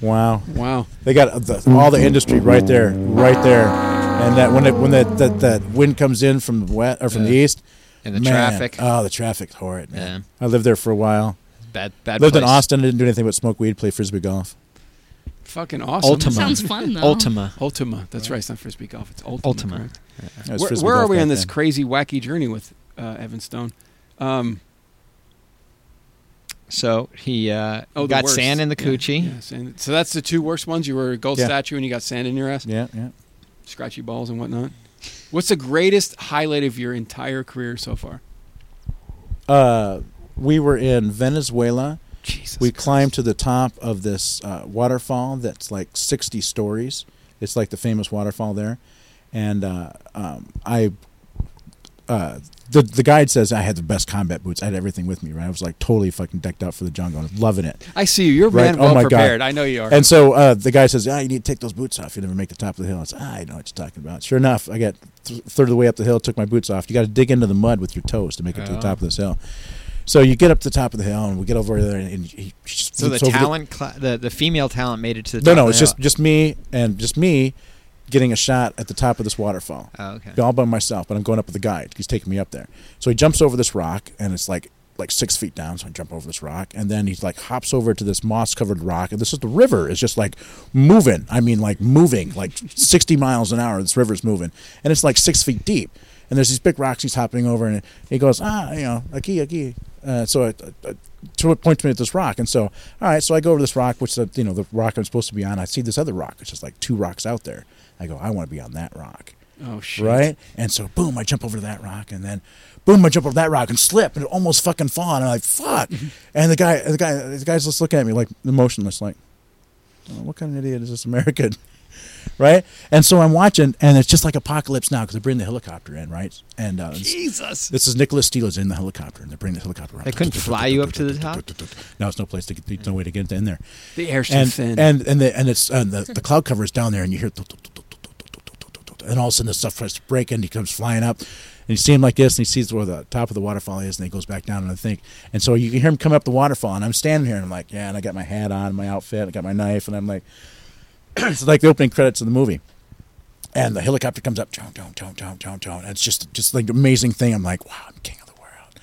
Wow.
Wow.
They got the, all the industry right there, right there, and that when it when that that, that wind comes in from the west or from the
Yeah.
east,
And the
man,
traffic.
Oh, the traffic's horrid, man. I lived there for a while.
Bad- bad
Lived in
place.
Austin. Didn't do anything but smoke weed, play frisbee golf.
fucking awesome.
Ultima. Sounds fun, though. Ultima.
Ultima. That's right. It's not frisbee golf. It's Ultima.
Ultima.
correct?
Yeah.
It was
Where,
frisbee
where are
golf
we
back
on this
then.
crazy, wacky journey with uh, Evan Stone? Um,
So he uh,
oh, the
got
worst.
sand in the
Yeah,
coochie.
yeah, sand. So that's the two worst ones. You were a gold
Yeah.
statue and you got sand in your ass.
Yeah, yeah.
Scratchy balls and whatnot. What's the greatest highlight of your entire career so far?
Uh, we were in Venezuela. we climbed to the top of this uh, waterfall that's like 60 stories. It's like the famous waterfall there, and uh, um, I. Uh, the the guide says I had the best combat boots. I had everything with me, right? I was like totally fucking decked out for the jungle. I was loving it.
I see you. You're man well prepared. I know you are.
Oh And so uh, the guy says, "Ah, you need to take those boots off. You never make the top of the hill." I said, "Ah, I know what you're talking about." Sure enough, I got th- third of the way up the hill, took my boots off. You got to dig into the mud with your toes to make it to the
Oh.
top of this hill. So you get up to the top of the hill, and we get over there, and, and he just
So the
flips over
talent, cla the the female talent, made it to the
no,
top
no,
of
it's
the
just just me and just me getting a shot at the top of this waterfall.
Oh, okay.
All by myself, but I'm going up with the guide. He's taking me up there. So he jumps over this rock, and it's like like six feet down. So I jump over this rock, and then he like hops over to this moss covered rock, and this is the river is just like moving. I mean, like moving like 60 miles an hour. This river's moving, and it's like six feet deep. And there's these big rocks he's hopping over, and he goes, ah, you know, aquí, aquí. Uh, so I, I, I, to it points me at this rock, and so all right, so I go over this rock, which the you know the rock I'm supposed to be on. I see this other rock, which is like two rocks out there. I go, I want to be on that rock.
Oh shit!
Right? And so boom, I jump over to that rock and then boom, I jump over that rock and slip and it almost fucking fall and I'm like, fuck. and the guy the guy the guy's just looking at me like emotionless, like, "Oh, what kind of idiot is this American? right? And so I'm watching and it's just like apocalypse now because they bring the helicopter in, right? And uh, this-
Jesus.
This is Nicholas Steel's in the helicopter and they bring the helicopter
hill.
around.
They couldn't fly you up to the top.
No, it's no place to get. There's no way to get in there.
The air's too
and,
thin.
And and the and it's and the, the cloud cover is down there, and you hear tuk, tuk, tuk, tuk, tuk, tuk, tuk, tuk, tuk, tuk, and all of a sudden the stuff starts to break, and he comes flying up, and you see him like this, and he sees where the top of the waterfall is, and he goes back down and I think, and so you can hear him come up the waterfall, and I'm standing here, and I'm like, yeah, and I got my hat on, my outfit, I got my knife, and I'm like, it's like the opening credits of the movie. And the helicopter comes up, don't, don't, don't, don't, don't, don't. It's just, just like an amazing thing. I'm like, wow, I'm king of the world,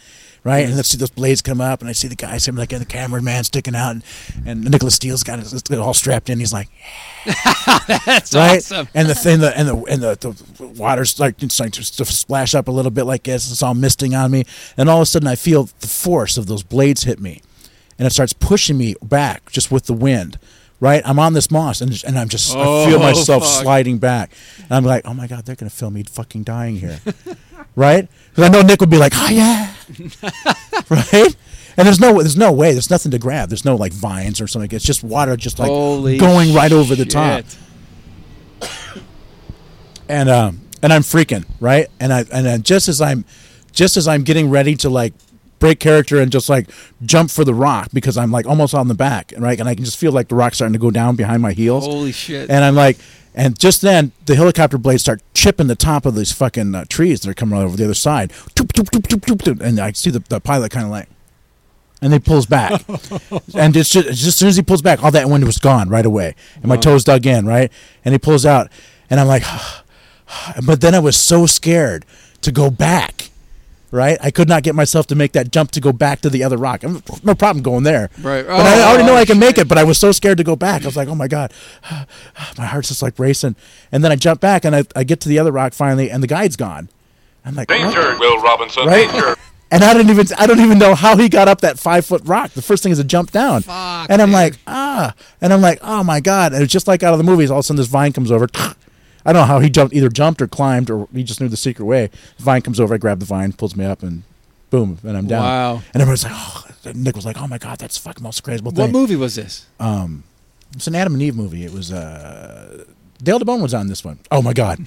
right? And I see those blades come up, and I see the guy, see him like the cameraman sticking out, and, and Nicholas Steele's got his, it's all strapped in. He's like,
That's
right?
awesome.
And the thing, the and the and the, the water's like it's like just to splash up a little bit like this. It's all misting on me, and all of a sudden I feel the force of those blades hit me, and it starts pushing me back just with the wind. Right, I'm on this moss, and and I'm just I feel
Oh,
myself
fuck.
sliding back, and I'm like, oh my god, they're gonna film me fucking dying here, right? Because I know Nick would be like, oh yeah, right? And there's no there's no way there's nothing to grab. There's no like vines or something. It's just water, just like
Holy
going right over the top
shit.
and um and I'm freaking right, and I and uh, just as I'm just as I'm getting ready to like break character and just like jump for the rock because I'm like almost on the back, right, and I can just feel like the rock starting to go down behind my heels.
Holy shit.
And I'm like, And just then, the helicopter blades start chipping the top of these fucking uh, trees that are coming over the other side. Toop, toop, toop, toop, toop, toop. And I see the, the pilot kind of like, and he pulls back. and it's just, just as soon as he pulls back, all that wind was gone right away. And my
Wow.
toes dug in, right? And he pulls out, and I'm like, but then I was so scared to go back, right? I could not get myself to make that jump to go back to the other rock. I'm, no problem going there.
Right.
But I
Oh,
already know I can make it, but I was so scared to go back. I was like, oh my God. my heart's just like racing. And then I jump back and I, I get to the other rock finally, and the guide's gone. I'm like,
Danger, Will Robinson.
Right?
Danger.
And I don't even I don't even know how he got up that five foot rock. The first thing is a jump down. and I'm like, ah. And I'm like, oh my God. And it's just like out of the movies, all of a sudden this vine comes over. I don't know how he jumped either jumped or climbed or he just knew the secret way. The vine comes over, I grab the vine, pulls me up and boom, and I'm down.
Wow.
And everyone's like, oh Nick was like, Oh my god, that's the fucking most crazy
What
thing.
movie was this?
Um it's an Adam and Eve movie. It was uh Dale DeBone was on this one. Oh my god.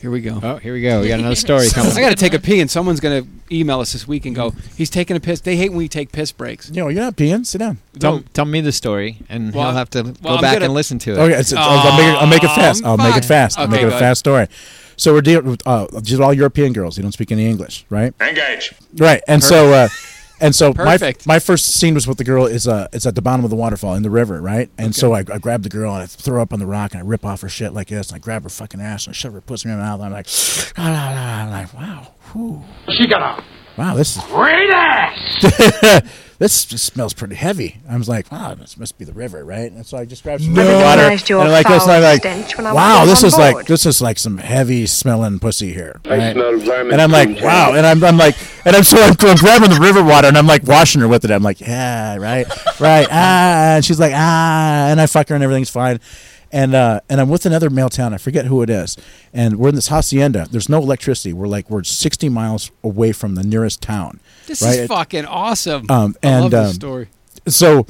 Here we go.
Oh, here we go. We got another story coming.
I got to take a pee, and someone's going to email us this week and go, "He's taking a piss." They hate when we take piss breaks.
No, you're not peeing. Sit down.
Tell, tell me the story, and
Well,
he'll have to
well,
go
I'm
back
gonna-
and listen to it.
Okay, it's, it's, I'll, make it, I'll make it fast. I'll make it fast. I'll
Okay,
make it
go
a
ahead.
fast story. So we're dealing with uh, these are all European girls. They don't speak any English, right?
Engage.
Right. And so, uh, and so my
Perfect.
my first scene was with the girl is uh it's at the bottom of the waterfall in the river, right? And so I, I grab the girl and I throw her up on the rock and I rip off her shit like this and I grab her fucking ass and I shove her pussy in her mouth. And I'm like, I'm like, wow, whew.
She got a
wow, this is
great ass.
this just smells pretty heavy. I was like, wow, this must be the river, right? And so I just grabbed some
I
river water
recognized your
and I like this, and I'm
foul
like,
stench when I
wow,
was
this
on
is
board."
like this is like some heavy smelling pussy here.
I
right?
smell vermin
and I'm like,
too,
wow,
Jack.
and I'm, I'm like, and I'm so I'm, I'm grabbing the river water and I'm like washing her with it. I'm like, yeah, right, right, ah, and she's like, ah, and I fuck her and everything's fine. And, uh, and I'm with another male town. I forget who it is. And we're in this hacienda. There's no electricity. We're like we're 60 miles away from the nearest town.
This
right?
is fucking awesome.
Um,
I
and
love this
um,
story.
So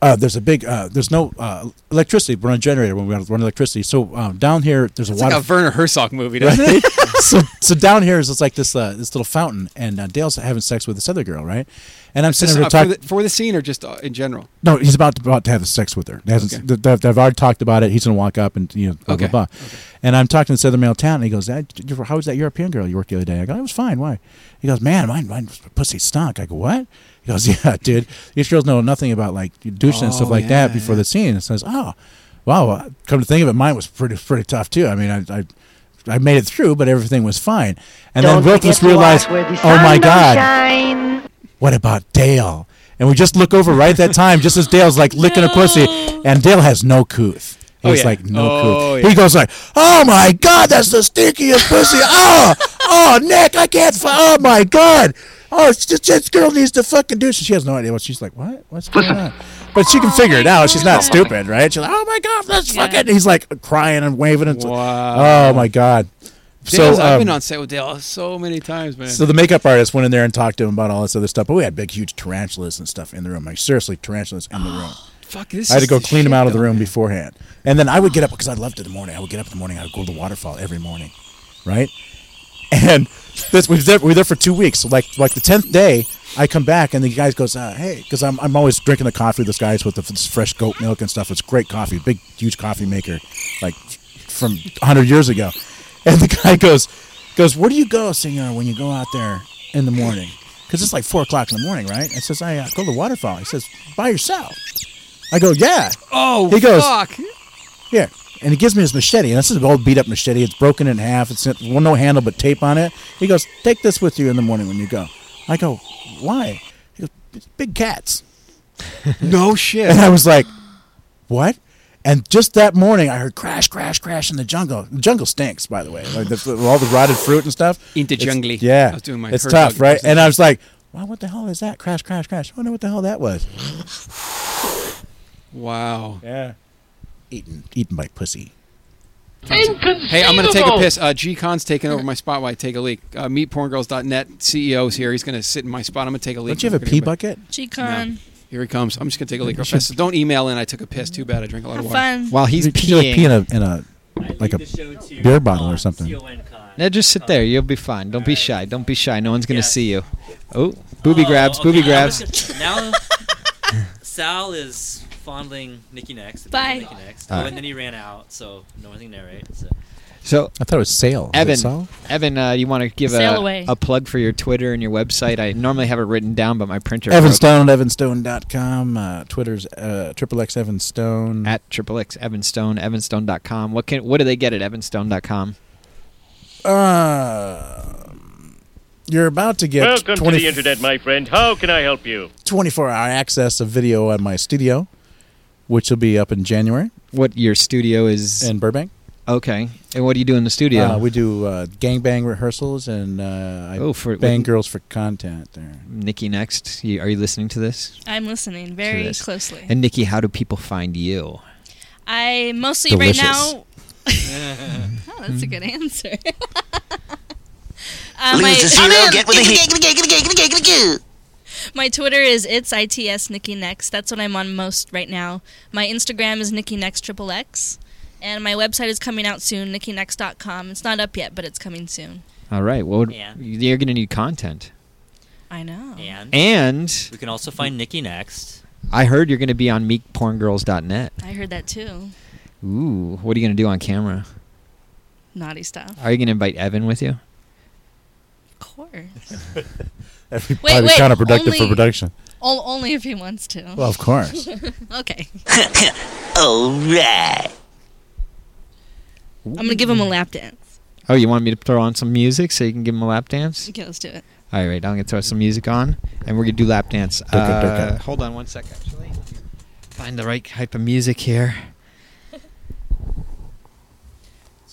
uh, there's a big uh, there's no uh, electricity. We're on a generator when we run electricity. So um, down here there's a
It's
water.
like a Werner Herzog movie, doesn't
Right?
it?
so so down here is it's like this uh, this little fountain, and uh, Dale's having sex with this other girl, right? And I'm sitting
Just,
there
uh,
talking.
for, the, for the scene or just uh, in general?
No, he's about to, about to have sex with her. They hasn't,
Okay.
th- th- they've already talked about it. He's going to walk up and you know blah
Okay.
blah blah. And I'm talking to this other male town, and he goes, "That- you- "How was that European girl you worked the other day?" I go, "It was fine. Why?" He goes, "Man, mine, mine pussy stunk." I go, "What?" He goes, "Yeah, dude. These girls know nothing about like douching and stuff
Oh,
like
yeah,
that before the scene." And says, "Oh, wow. uh, Come to think of it, mine was pretty pretty tough too. I mean, I." I I made it through, but everything was fine. And
Don't
then both of
forget
us
to watch
realized,
where the
oh my
sun don't
God,
shine.
what about Dale? And we just look over right at that time, just as Dale's like licking a pussy, and Dale has no cooth.
Oh,
He's
yeah.
like no
Oh,
cooth.
yeah.
He goes like, "Oh my god, that's the stinkiest pussy! Oh, oh, Nick, I can't. Fi- oh my god! Oh, it's just, this girl needs to fucking do." it." She has no idea what she's like. What? What's going on? But she can figure it out. She's not stupid, right? She's like, "Oh my god, that's fucking." He's like crying and waving. And
Wow.
Oh my god.
Dale's,
so
I've
um,
been on set with Dale so many times, man.
so the makeup artist went in there and talked to him about all this other stuff. But we had big, huge tarantulas and stuff in the room. Like seriously, tarantulas in the room.
Fuck, this
I had to
is
go
the
clean them
shit,
out of the
though,
room
man.
beforehand, and then I would get up because I loved it in the morning. I would get up in the morning. I would go to the waterfall every morning, right? And this we were there, we were there for two weeks. So like like the tenth day, I come back and the guy goes, uh, "Hey," because I'm I'm always drinking the coffee. This guy's with the f- this fresh goat milk and stuff. It's great coffee, big huge coffee maker, like from hundred years ago. And the guy goes, goes, where do you go, senor, when you go out there in the morning? Because it's like four o'clock in the morning, right? I says, I uh, go to the waterfall. He says, by yourself. I go, yeah.
Oh,
he goes,
fuck.
yeah. And he gives me his machete. And this is an old beat up machete. It's broken in half. It's well, no handle but tape on it. He goes, take this with you in the morning when you go. I go, why? He goes, it's big cats.
no shit.
And I was like, what? And just that morning, I heard crash, crash, crash in the jungle. The jungle stinks, by the way. Like the, all the rotted fruit and stuff.
Into
It's-
jungly.
Yeah.
I was doing my
it's
Herzog
tough, right?
impersonation.
And I was like, wow, what the hell is that? Crash, crash, crash. I wonder what the hell that was.
Wow.
Yeah. Eaten, eaten by pussy.
Hey, I'm going to take a
Inconceivable.
piss. Uh, G Con's taking over my spot while I take a leak. Uh, MeetPornGirls.net CEO's E here. He's going to sit in my spot. I'm going to take a leak.
Don't you have a
We're gonna
pee
get back.
bucket?
G-Con.
Here he comes. I'm just going to take a leak real fast. So don't email in. I took a piss. Too bad. I drink a lot of
Have
water.
fun.
While he's
You should, like,
peeing.
pee in a, in a like a beer bottle or something.
Now just sit there. You'll be fine. Don't be shy. Don't be shy. No one's gonna see you. Oh, booby grabs. Booby grabs.
Now, Sal is
fondling Nikki next.
Bye.
Nikki next.
All
Oh,
right.
and then he ran out, so no one can narrate. So.
So
I thought it was sale. Is it
Evan,
sale?
Evan, uh, you want to give
Sail
a,
away.
a plug for your Twitter and your website? I normally have it written down, but my printer.
Evan
broke.
Stone, evanstone.com. Uh, Twitter's uh, triple X Evan Stone.
At triple X Evan Stone, evanstone.com. What can what do they get at evanstone.com?
Uh, you're about to get
Welcome to
20
the internet, my friend. How can I help you?
24 hour access of video at my studio, which will be up in January.
What your studio is
in Burbank?
Okay, and what do you do in the studio?
Uh, we do uh, gangbang rehearsals and uh, I
Oh, for-
bang
with-
girls for content there.
Nikki next. You, are you listening to this?
I'm listening
To
very
this.
closely.
And Nikki, how do people find you?
I mostly
Delicious.
right now. oh, that's a good
Mm-hmm.
answer. Uh,
Lose the zero, get with the heat.
heat. My Twitter is it's its Nikki Next. That's what I'm on most right now. My Instagram is Nikki Next Triple X, and my website is coming out soon, NikkiNext.com. It's not up yet, but it's coming soon.
All right. Well,
Yeah.
you're going to need content.
I know.
And,
And-
we can also find Nikki next.
I heard you're going to be on meekporngirls.net.
I heard that too.
Ooh, what are you going to do on camera?
Naughty stuff.
Are you going to invite Evan with you?
Of course.
That'd be
Wait,
probably
wait,
counterproductive for
only-
production.
Ol- only if he wants to.
Well, of course.
okay.
All right.
I'm gonna give him a lap dance.
Oh, you want me to throw on some music so you can give him a lap dance?
Okay, let's do it.
All right, I'm going to throw some music on, and we're going to do lap dance.
Durka,
Uh,
durka.
hold on one sec, actually. Find the right type of music here.
Should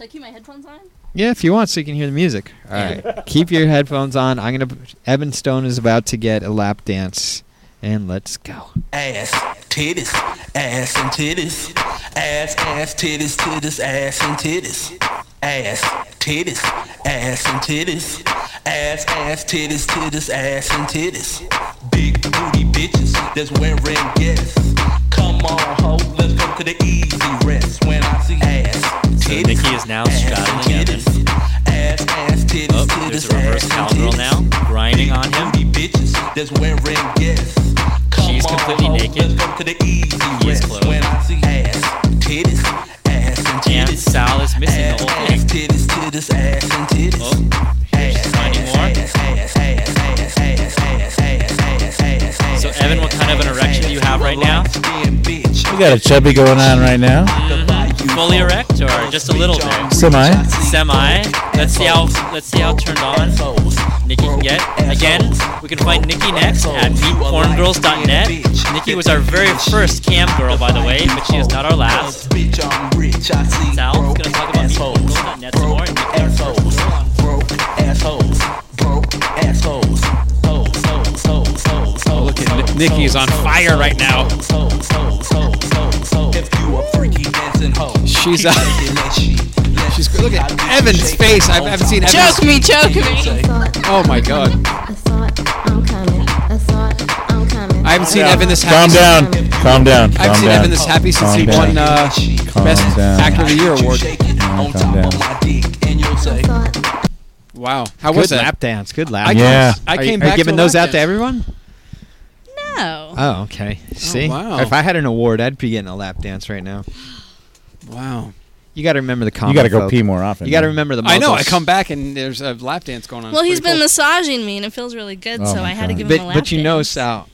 I keep my headphones on?
Yeah, if you want, so you can hear the music. All right, keep your headphones on. I'm gonna. Evan Stone is about to get a lap dance, and let's go.
Ass, titties, ass and titties. Ass, ass, titties, titties, ass and titties. Ass, titties, ass and titties. Ass, ass, titties, titties, ass and titties. Big booty bitches that's wearing guests. Come on, ho, let's go to the easy rest when I see ass.
So Nikki is now straddling Evan.
Ass, ass, titties,
Oh, there's
titties,
a reverse
ass and
cowgirl
titties.
now, grinding on him.
Bitches that's wearing guests.
She's completely naked. He is clothed. And Sal is missing the whole thing. Oh,
Titties, titties, ass and titties.
So Evan, what kind of an erection do you have right now?
We got a chubby going on right now.
Mm-hmm. Fully erect or just a little bit?
Semi.
Semi. Let's see how let's see how turned on Nikki can get. Again, we can find Nikki next at meetporngirls.net. Nikki was our very first cam girl, by the way, but she is not our last. Sal's gonna talk about meetporngirls.net some more.
Assholes, broke assholes, broke assholes. Hoes, hoes, hoes, hoes, hoes.
Look at Ni- Nikki is on fire right now. She's up. She's look at Evan's face. I've, I haven't seen Evan.
Choke me, choke me.
Oh my god. I haven't seen Evan this
Calm
happy.
down. Calm down.
I haven't
Calm
seen
down.
Evan this happy since
Calm
he
down.
won uh,
Calm
Best
down.
Actor of the Year award.
Calm down.
Wow, how was
Good
that?
lap dance. Good lap.
I
dance.
came- Yeah. I
Are you-
came
are you
back
giving
to a
those
lap
out to
dance.
everyone.
No.
Oh, okay. See,
wow.
if I had an award, I'd be getting a lap dance right now.
Wow.
You got to remember the common.
gotta go
folk.
pee more often,
You got to
man.
remember the.
I know. I
muzzles.
come back and there's a lap dance going on.
Well,
It's
he's
pretty
been
cool.
massaging me, and it feels really good,
Oh
so
my
I had to
God.
give
but,
him a lap
But you
dance.
know, Sal,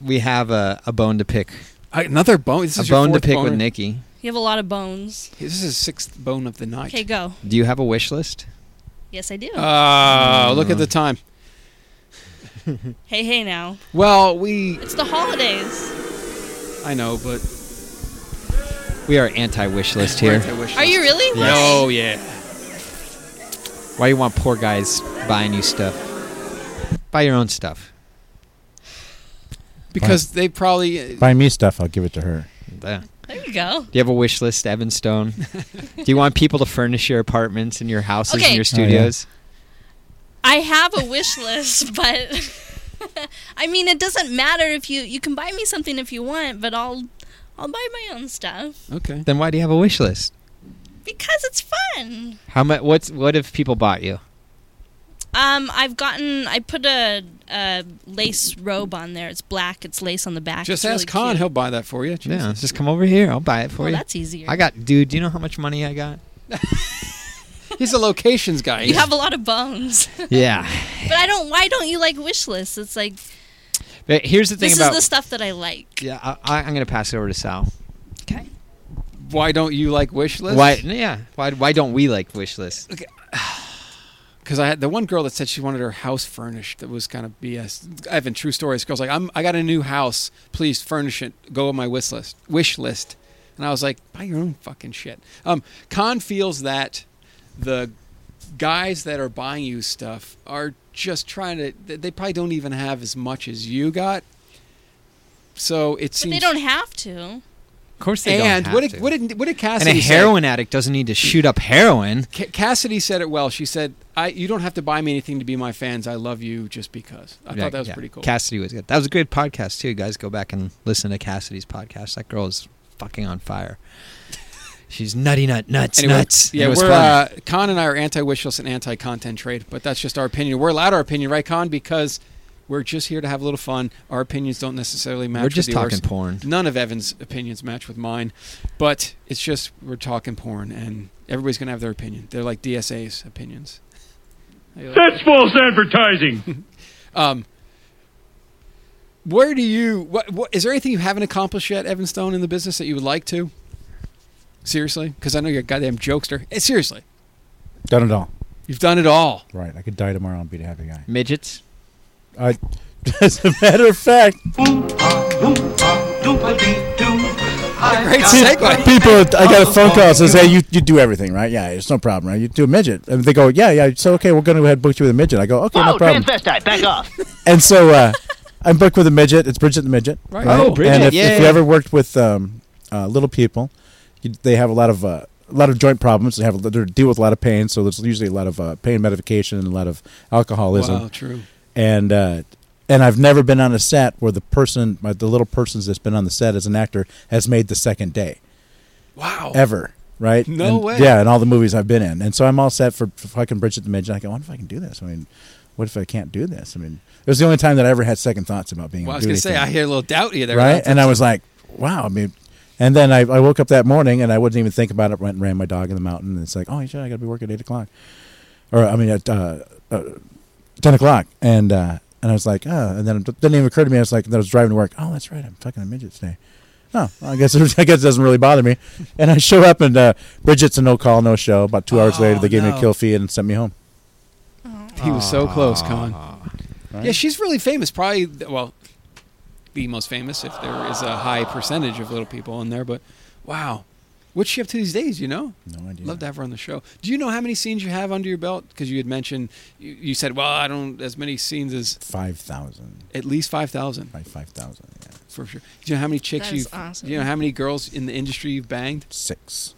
we have a, a bone to pick.
Another bone. This
a
is your
bone to
fourth
pick
boner.
with Nikki.
You have a lot of bones.
This is sixth bone of the night.
Okay, go.
Do you have a wish list?
Yes, I do.
Oh, look at the time.
hey, hey, now.
Well, we.
It's the holidays.
I know, but
We are anti wish list here.
Are you
Yes.
really? Why?
Oh yeah.
Why you want poor guys buying you stuff? Buy your own stuff.
because they probably. uh,
Buy me stuff. I'll give it to her.
Yeah.
There you go.
Do you have a wish list, Evan Stone? Do you want people to furnish your apartments and your houses and
Okay.
your
Oh, yeah.
studios?
I have a wish list, but I mean, it doesn't matter if you you can buy me something if you want, but I'll I'll buy my own stuff
Okay.
Then why do you have a wish list?
because it's fun.
How much? What's what if people bought you?
Um, I've gotten. I put a, a lace robe on there. It's black. It's lace on the back.
Just
It's
ask
really
Khan;
cute.
he'll buy that for you.
Yeah,
Jesus.
just come over here. I'll buy it for
Well,
you.
that's easier.
I got, dude. Do you know how much money I got?
He's a locations guy.
You have a lot of bones.
yeah.
but I don't. Why don't you like wish lists? It's like
But here's the thing
this
about.
is the stuff that I like.
yeah, I, I, I'm going to pass it over to Sal.
Why don't you like wish lists?
Why? Yeah. Why? Why don't we like wish lists?
Because I had the one girl that said she wanted her house furnished. That was kind of BS. Evan, true story. This girl's like, I'm, I got a new house. Please furnish it. Go on my wish list. Wish list. And I was like, buy your own fucking shit. Um, Khan feels that the guys that are buying you stuff are just trying to. they- They probably don't even have as much as you got. So it
But
seems.
they don't have to.
Of course they don't.
and
have
what did,
to.
what did what did
and
Cassidy
a
say?
heroin addict doesn't need to shoot up heroin.
Ca- Cassidy said it well. She said, "I you don't have to buy me anything to be my fans. I love you just because." I
Yeah,
thought that was
yeah.
pretty cool.
Cassidy was good. That was a good podcast too. You guys go back and listen to Cassidy's podcast. That girl is fucking on fire. She's nutty nut nuts
Anyway,
nuts.
Yeah,
It was
we're
fun.
uh, Con and I are anti-wish list and anti-content trade, but that's just our opinion. We're allowed our opinion, right, Con? Because we're just here to have a little fun. Our opinions don't necessarily match.
We're just
with yours.
talking porn.
None of Evan's opinions match with mine, but it's just we're talking porn, and everybody's gonna have their opinion. They're like DSA's opinions.
That's false advertising.
Um, where do you? What, what is there anything you haven't accomplished yet, Evan Stone, in the business that you would like to? Seriously, because I know you're a goddamn jokester. Eh, seriously,
Done it all.
you've done it all.
Right. I could die tomorrow and be a happy guy.
Midgets.
Uh, as a matter of fact,
Great segue.
people, I got a phone call that says, "Hey, you, you do everything, right? Yeah, it's no problem, right? You do a midget." And they go, "Yeah, yeah." So okay, we're going to go ahead and book you with a midget. I go, "Okay, no problem."
transvestite, back off.
and so uh, I'm booked with a midget. It's Bridget the midget.
Right. Oh, Bridget,
And if, if
yeah.
you ever worked with um, uh, little people, you, they have a lot of uh, a lot of joint problems. They have they deal with a lot of pain. So there's usually a lot of uh, pain medication and a lot of alcoholism.
Wow, true.
And uh, and I've never been on a set where the person, my- the little person that's been on the set as an actor, has made the second day
Wow.
ever. Right?
No
And-
way.
Yeah, in all the movies I've been in, and so I'm all set for, for fucking Bridget the Midget. I go, what if I can do this? I mean, what if I can't do this? I mean, it was the only time that I ever had second thoughts about being.
Well, I
able
was
to do
gonna say I
anything,
hear a little doubt you there,
right,
That's
and I
it.
was like, wow. I mean, and then I, I woke up that morning and I wouldn't even think about it. Went and ran my dog in the mountain, and it's like, oh shit, I got to be working at eight o'clock, or I mean at uh, uh, ten o'clock, and uh, and I was like, oh, and then it didn't even occur to me. I was like, then I was driving to work. Oh, that's right, I'm fucking a midget today. Oh, well, I guess I guess it doesn't really bother me. And I show up, and uh, Bridget's a no call, no show. About two hours later, they gave me
no.
a kill fee and sent me home.
he was so close, Con.
Right.
Yeah, she's really famous. Probably th- well, the most famous if there is a high percentage of little people in there. But wow, what's she up to these days? You know,
no idea.
Love to have her on the show. Do you know how many scenes you have under your belt? Because you had mentioned you, you said, well, I don't as many scenes as
Five thousand,
at least five thousand
like five thousand, yeah.
for sure. Do you know how many chicks
That is
you've?
awesome.
do You know how many girls in the industry you've banged?
six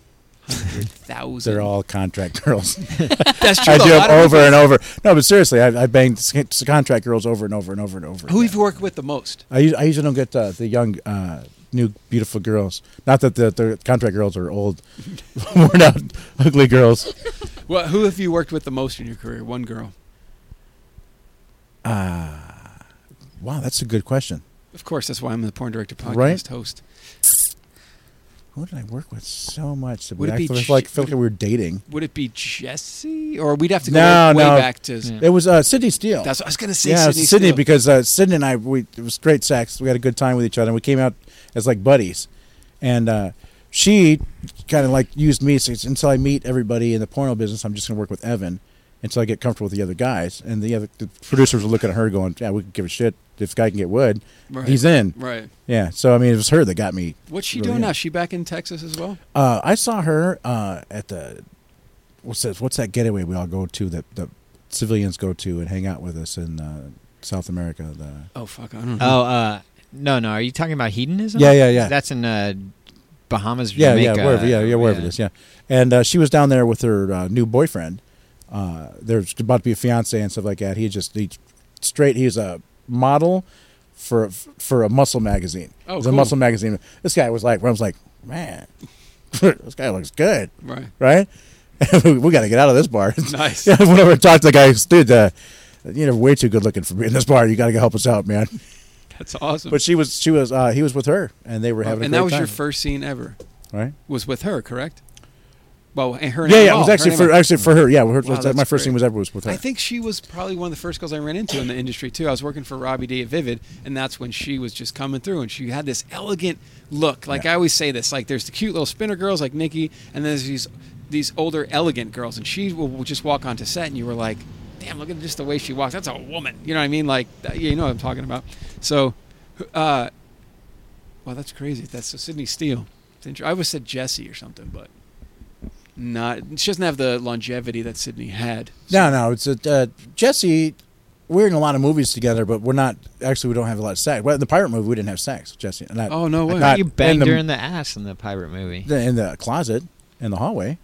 Hundred thousand.
They're all contract girls.
That's true,
I
though.
do
A
them
lot of
over
people-
and over. No, but seriously, I, I banged s- s- contract girls over and over and over and over.
Who have you worked with the most?
I, us- I usually don't get uh, the young, uh, new, beautiful girls. Not that the, the contract girls are old, worn out, ugly girls.
Well, who have you worked with the most in your career? One girl,
Uh, wow, that's a good question.
of course. That's why I'm the porn director podcast
Right.
host.
Who did I work with so much? That
Would
we
it be
actually
Ch-
feel like, feel
would
like we were dating.
Would it be Jesse, or we'd have to go
No,
way
no.
back to?
It was uh, Sydney Steele.
That's what I was gonna say.
yeah, it was
Sydney,
Sydney
Steele.
because uh, Sydney and I we it was great sex. We had a good time with each other. and We came out as like buddies, and uh, she kind of like used me. So it's- until I meet everybody in the porno business, I'm just gonna work with Evan until I get comfortable with the other guys. And the other the producers were looking at her going, "Yeah, we could give a shit if this guy can get wood.
Right.
He's in."
Right.
Yeah. So I mean, it was her that got me.
What's she
really
doing
in.
now? She back in Texas as well.
Uh, I saw her uh, at the what's that? What's that getaway we all go to that the civilians go to and hang out with us in uh, South America? The
Oh fuck, I don't know.
Oh, uh, no, no. Are you talking about hedonism?
Yeah, yeah, yeah.
That's in uh, Bahamas,
yeah,
Jamaica.
yeah, wherever, yeah, yeah, wherever it is, yeah. And uh, she was down there with her uh, new boyfriend. Uh, there's about to be a fiance and stuff like that. He just he straight. He's a model for for a muscle magazine.
Oh,
It's
cool.
a muscle magazine. This guy was like, I was like, man, this guy looks good,
Right.
right? we got to get out of this bar.
Nice.
yeah, whenever I talk to the guy, dude, uh, you're way too good looking for me in this bar. You got to help us out, man.
That's awesome.
But she was, she was, uh, he was with her, and they were having. a
and that
great
was
time.
your first scene ever,
Right.
Was with her, correct? Well, and her. and
Yeah, yeah,
Amy
it was
Hall.
actually
Her and
for
Amy-
actually for her. Yeah,
Wow,
her, that-
that's
my first
great.
thing was ever was with her.
I think she was probably one of the first girls I ran into in the industry too. I was working for Robbie D at Vivid, and that's when she was just coming through, and she had this elegant look. Like I always say this, like there's the cute little spinner girls like Nikki, and there's these these older elegant girls, and she will, will just walk onto set, and you were like, damn, look at just the way she walks. That's a woman. You know what I mean? Like that- you know what I'm talking about. So, uh, wow, that's crazy. That's so Sydney Steele. It's inter- I always said Jesse or something, but. Not she doesn't have the longevity that Sydney had.
No, no, it's a, uh, Jesse. We're in a lot of movies together, but we're not actually. We don't have a lot of sex. Well, in the pirate movie, we didn't have sex, Jesse. and I-
Oh, no way.
not
you banged
in the,
her in the ass in the pirate movie.
the- in the closet in the hallway,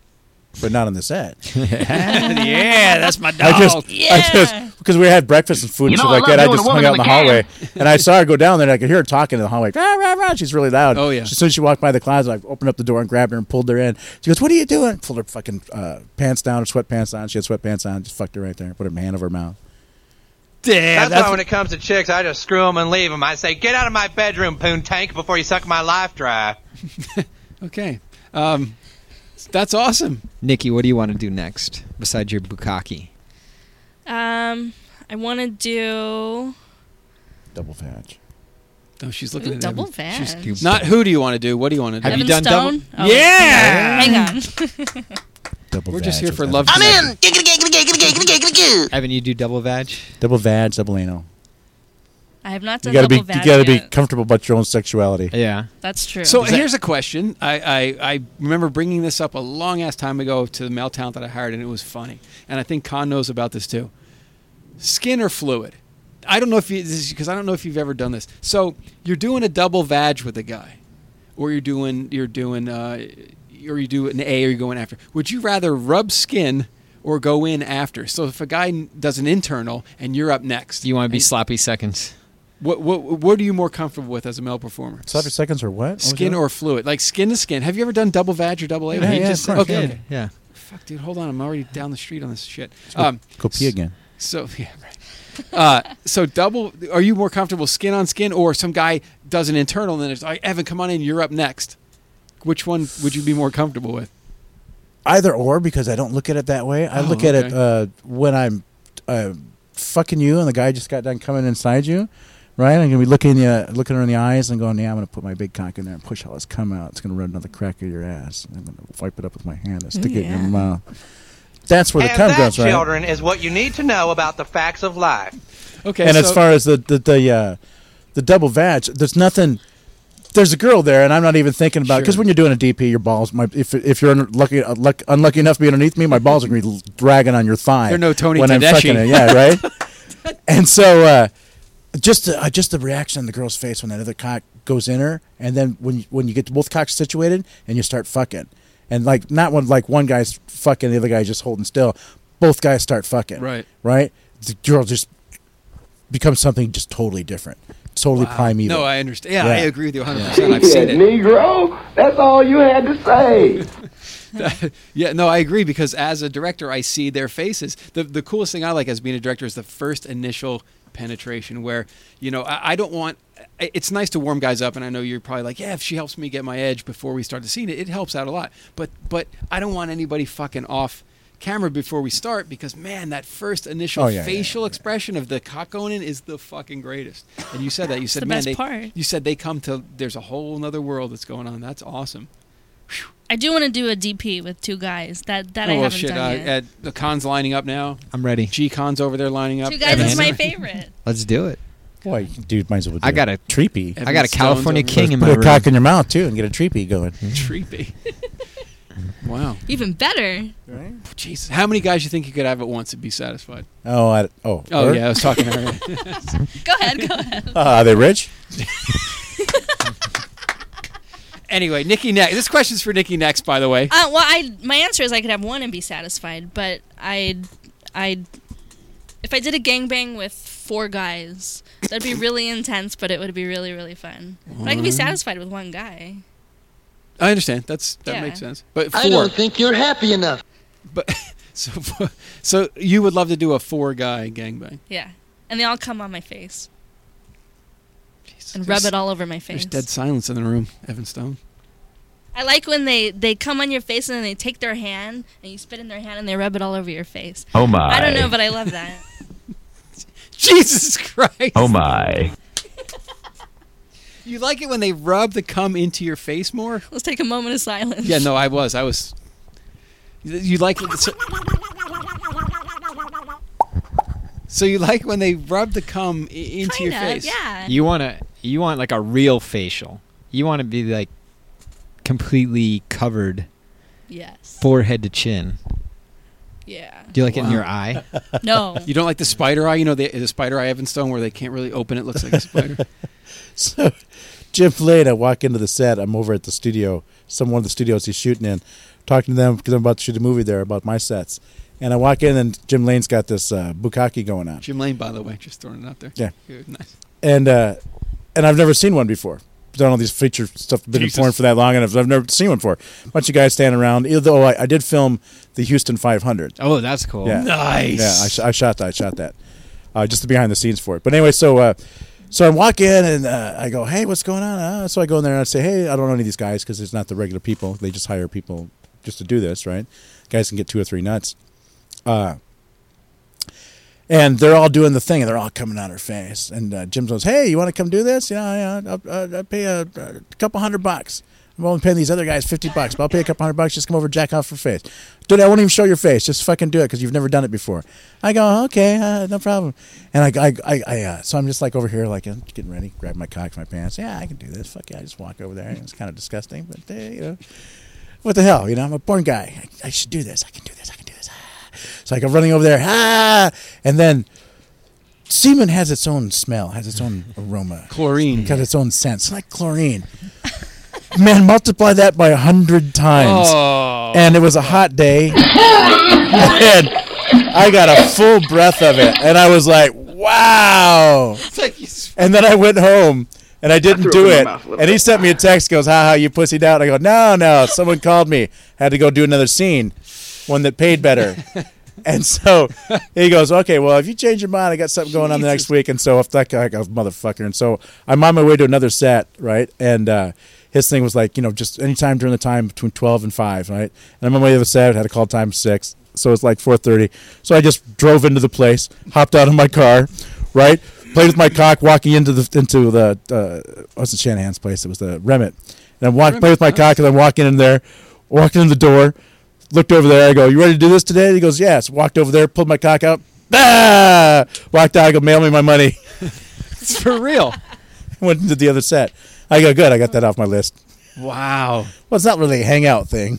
but not on the set.
Yeah, that's my
I just,
dog.
I just because we had breakfast and food
You
and
know,
stuff
I
like
love
that. I
doing a
just
woman
hung
in
out in the
the
hallway,
can.
and I saw her go down there, and I could hear her talking in the hallway. Rah, rah, rah. She's really loud.
Oh, yeah.
As soon as she walked by the closet, I opened up the door and grabbed her and pulled her in. She goes, "What are you doing?" Pulled her fucking uh, pants down, her sweatpants on. She had sweatpants on. Just fucked her right there. Put her hand over her mouth.
That's,
that's-
why when it comes to chicks, I just screw them and leave them. I say, get out of my bedroom, poon tank, before you suck my life dry.
Okay. Um, that's awesome.
Nikki, what do you want to do next besides your bukkake?
Um, I want to do.
Double fetch.
No, she's looking
Ooh,
at
double
him.
fetch.
She's- Not who do you want to do? What do you want to do?
Have you Evan done double- Stone? Oh,
yeah.
hang on. Hang on.
Double
We're just here
vag with
for
Evan.
love.
I'm
connection.
in. Giggity, giggity, giggity, giggity, giggity, giggity.
Evan, you do double vag?
Double vag, double anal.
I have not
You
done
gotta be,
double
you
vag
gotta be
yet.
comfortable about your own sexuality.
Yeah.
That's true.
So here's a question. I, I, I remember bringing this up a long ass time ago to the male talent that I hired, and it was funny. And I think Con knows about this too. Skin or fluid? I don't know if you because I don't know if you've ever done this. So you're doing a double vag with a guy, or you're doing you're doing uh, or you do an A, or you're going after. Would you rather rub skin? Or go in after. So if a guy does an internal and you're up next,
You want to be
And-
sloppy seconds.
what what what are you more comfortable with as a male performer?
Slappy seconds or what? What was
skin
that?
or fluid, like skin to skin. Have you ever done double vag or double A?
Yeah,
You
yeah,
just
of
said-
course,
okay,
yeah.
okay.
Yeah.
Fuck, dude, hold on. I'm already down the street on this shit. Um,
go- go pee
s-
again.
So yeah, right. Uh, so double. Are you more comfortable skin on skin, or some guy does an internal and then it's like, Evan, come on in. You're up next. Which one would you be more comfortable with?
either or because I don't look at it that way. I
Oh,
look at it uh, when I'm uh, fucking you and the guy just got done coming inside you, right? I'm gonna be looking uh, looking her in the eyes and going, "Yeah, I'm gonna put my big cock in there and push all this cum out. It's gonna run another crack of your ass. I'm gonna wipe it up with my hand and stick it in
Yeah.
your mouth." That's where the
and
cum
that,
goes, right?
children, is what you need to know about the facts of life.
Okay.
and as far as the the the, uh, the double vag, there's nothing. There's a girl there, and I'm not even thinking about because
Sure.
when you're doing a DP, your balls. My if if you're unlucky uh, luck, unlucky enough to be underneath me, my balls are gonna be dragging on your thigh.
You're no Tony
when
Tedeschi.
I'm fucking it. Yeah, right. and so uh, just the, uh, just the reaction on the girl's face when that other cock goes in her, and then when you, when you get both cocks situated and you start fucking, and like not one like one guy's fucking, the other guy's just holding still. Both guys start fucking.
Right.
Right. The girl just becomes something just totally different, totally primeval.
No, I understand. Yeah, I agree with you 100. percent
Yeah.
I've seen it.
Negro, that's all you had to say.
yeah, no, I agree because as a director, I see their faces. The the coolest thing I like as being a director is the first initial penetration where you know I, I don't want. I- It's nice to warm guys up, and I know you're probably like, yeah, if she helps me get my edge before we start the scene, it, it helps out a lot. But but I don't want anybody fucking off camera before we start because man, that first initial
Oh, yeah, yeah,
facial expression of the cock going in is the fucking greatest. And you said that you said
the
man,
best
they,
part."
you said they come to there's a whole nother world that's going on. That's awesome.
I do want to do a DP with two guys. That that I
oh, well,
haven't
shit.
done
uh,
yet.
Ed- the con's lining up now.
I'm ready.
G con's over there lining up.
Two guys is my favorite.
Let's do it.
Boy, dude, might as well. Do
I got a
treepy.
I got a California king in my
Put a
room.
cock in your mouth too, and get a treepy going.
Treepy. wow.
Even better.
Right?
Jesus. How many guys you think you could have at once and be satisfied?
Oh, I, oh,
Oh,
her?
yeah. I was talking to her.
Go ahead. Go ahead.
Uh, are they rich?
anyway, Nikki next. This question's for Nikki next, by the way.
Uh, well, I my answer is I could have one and be satisfied, but I, I, if I did a gangbang with four guys, that'd be really intense, but it would be really really fun. But I could be
Alright.
satisfied with one guy.
I understand. That's That
Yeah.
makes sense. But four.
I don't think you're happy enough.
But so so you would love to do a four guy gangbang.
Yeah. And they all come on my face. and rub it all over my
There's
face.
dead silence in the room, Evan Stone.
I like when they, they come on your face and then they take their hand and you spit in their hand and they rub it all over your face.
Oh my.
I don't know, but I love that.
Jesus Christ.
Oh my.
You like it when they rub the cum into your face more?
Let's take a moment of silence.
Yeah, no, I was. I was. You like it. So, so you like when they rub the cum i- into your
Kind of,
face?
yeah.
You want to you want like a real facial. You want to be like completely covered
Yes.
forehead to chin.
Yeah.
Do you like it in your eye?
No.
You don't like the spider eye? You know the, the spider eye Evan Stone where they can't really open it. Looks like a spider.
So, Jim Flade, I walk into the set. I'm over at the studio, some one of the studios he's shooting in, talking to them because I'm about to shoot a movie there about my sets. And I walk in, and Jim Lane's got this uh, bukkake going on.
Jim Lane, by the way, just throwing it out there.
Yeah.
Good, nice.
and uh, and I've never seen one before. I've done all these feature stuff, been
Jesus.
in porn for that long, and I've, I've never seen one before. bunch of guys standing around. Either though I, I did film the Houston 500.
Oh, that's cool.
Yeah.
Nice.
Yeah, I, sh- I shot that. I shot that. Uh, just the behind the scenes for it. But anyway, so uh, so I walk in and uh, I go, hey, what's going on? Uh, so I go in there and I say, hey, I don't know any of these guys because it's not the regular people. They just hire people just to do this, right? Guys can get two or three nuts. Uh, and they're all doing the thing, and they're all coming on her face. And uh, Jim goes, "Hey, you want to come do this? Yeah, yeah. I'll, I'll, I'll pay a, a couple hundred bucks. I'm only paying these other guys fifty bucks, but I'll pay a couple hundred bucks. Just come over, and jack off her face, dude. I won't even show your face. Just fucking do it because you've never done it before." I go, "Okay, uh, no problem." And I, I, I, I uh, so I'm just like over here, like I'm getting ready, grab my cock, from my pants. Yeah, I can do this. Fuck yeah, I just walk over there. It's kind of disgusting, but uh, you know, what the hell? You know, I'm a porn guy. I, I should do this. I can do this. I can do this. Ah. So I go running over there, ah, and then semen has its own smell, has its own aroma,
chlorine
has its own scent, It's like chlorine. Man, multiply that by a hundred times,
Oh.
and it was a hot day, and I got a full breath of it, and I was like, wow. And then I went home. And I didn't
I threw
do
up in my
it.
mouth a little
And he sent me a text, goes, "Ha ha, you pussied out." I go, "No, no, someone called me. Had to go do another scene, one that paid better." and so he goes, "Okay, well, if you change your mind, I got something going on the next week." And so if that guy, I go, motherfucker. And so I'm on my way to another set, right? And uh, his thing was like, you know, just anytime during the time between twelve and five, right? And I'm on my way to the set. Had a call time six, so it's like four thirty. So I just drove into the place, hopped out of my car, right? Played with my cock, walking into the into the uh, it wasn't Shanahan's place. It was the Remit, and I walked played with my cock, and I'm walking in there, walking in the door, looked over there. I go, "You ready to do this today?" He goes, "Yes." Walked over there, pulled my cock out, ah! walked out. I go, "Mail me my money."
It's for real.
Went into the other set. I go, "Good, I got that off my list."
Wow.
Well, it's not really a hangout thing.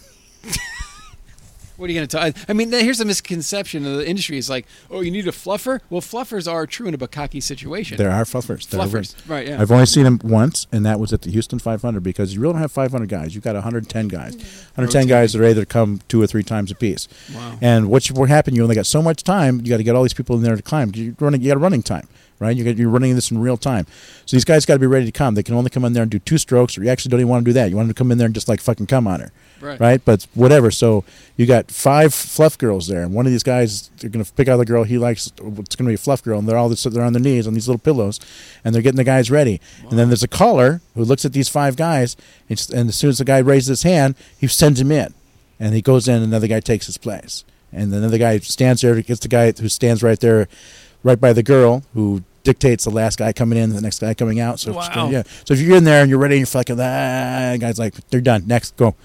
What are you going to tell? I mean, here's the misconception of the industry. It's like, oh, you need a fluffer? Well, fluffers are true in a bukkake situation.
There are fluffers. There are-
Fluffers. Right, yeah.
I've only seen them once, and that was at the Houston 500 because you really don't have 500 guys. You've got 110
Mm-hmm.
guys. 110 guys that are either come two or three times a piece.
Wow.
And what you- what happened? You only got so much time. You got to get all these people in there to climb. You running. You got running time, right? You got, you're running this in real time. So these guys got to be ready to come. They can only come in there and do two strokes, or you actually don't even want to do that. You want them to come in there and just like fucking come on her,
Right.
But whatever. So you got five fluff girls there, and one of these guys they're gonna pick out the girl he likes. It's gonna be a fluff girl, and they're all they're on their knees on these little pillows, and they're getting the guys ready. And then there's a caller who looks at these five guys, and, s- and as soon as the guy raises his hand, he sends him in, and he goes in, and another guy takes his place, and then another guy stands there, gets the guy who stands right there, right by the girl who dictates the last guy coming in, the next guy coming out. So it's-
Wow.
yeah. So if you're in there and you're ready, you're fucking ah, the guy's like, they're done. Next, go.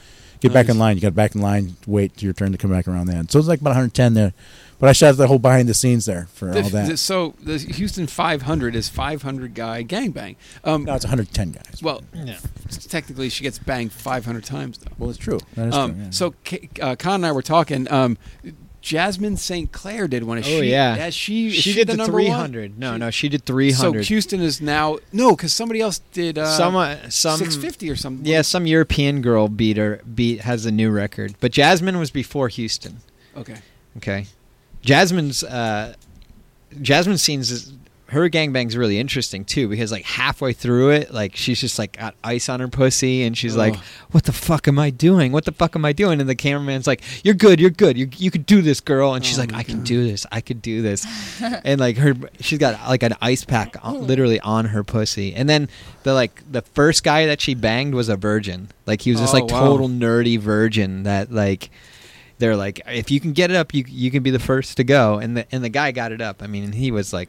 Get back in line. You got back in line. Wait your turn to come back around then. So it's like about 110 there. But I shot the whole behind the scenes there for
The-
all that.
the- so the Houston 500 is 500 guy gangbang. Um,
no, it's 110 guys.
Well, technically she gets banged 500 times though.
Well, it's true. That is
um,
true, yeah.
So K- uh, Con and I were talking. Um, Jasmine St. Clair did one. Is
Oh,
she,
yeah.
is she is
She
she
did
the,
the
number one?
300. No, no, she did
So
300.
Houston is now no, because somebody else did uh,
Some, uh, some-
650 or something.
Yeah, some European girl beat her beat has a new record. But Jasmine was before Houston.
Okay.
Okay. Jasmine's uh Jasmine scenes is her gangbang's really interesting too because like halfway through it, like she's just like got ice on her pussy and she's like,
Ugh.
"What the fuck am I doing? What the fuck am I doing?" And the cameraman's like, "You're good. You're good. You you could do this, girl." And she's like, "I can do this. I could do this." and like her, she's got like an ice pack on, literally on her pussy. And then the like the first guy that she banged was a virgin. Like he was just
Oh,
like
wow.
total nerdy virgin that like they're like if you can get it up you you can be the first to go and the and the guy got it up i mean he was like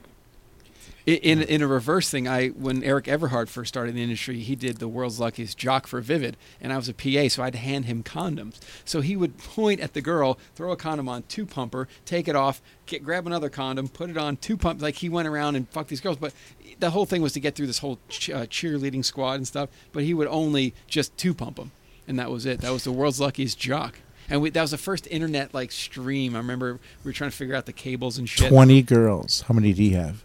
I- In in a reverse thing, I when Eric Everhart first started in the industry, he did the world's luckiest jock for Vivid, and I was a PA, so I'd hand him condoms. So he would point at the girl, throw a condom on, two pumper, take it off, get, grab another condom, put it on, two pump. Like he went around and fucked these girls, but the whole thing was to get through this whole ch- uh, cheerleading squad and stuff. But he would only just two pump them, and that was it. That was the world's luckiest jock. And we, that was the first internet like stream. I remember we were trying to figure out the cables and shit.
Twenty girls. How many do you have?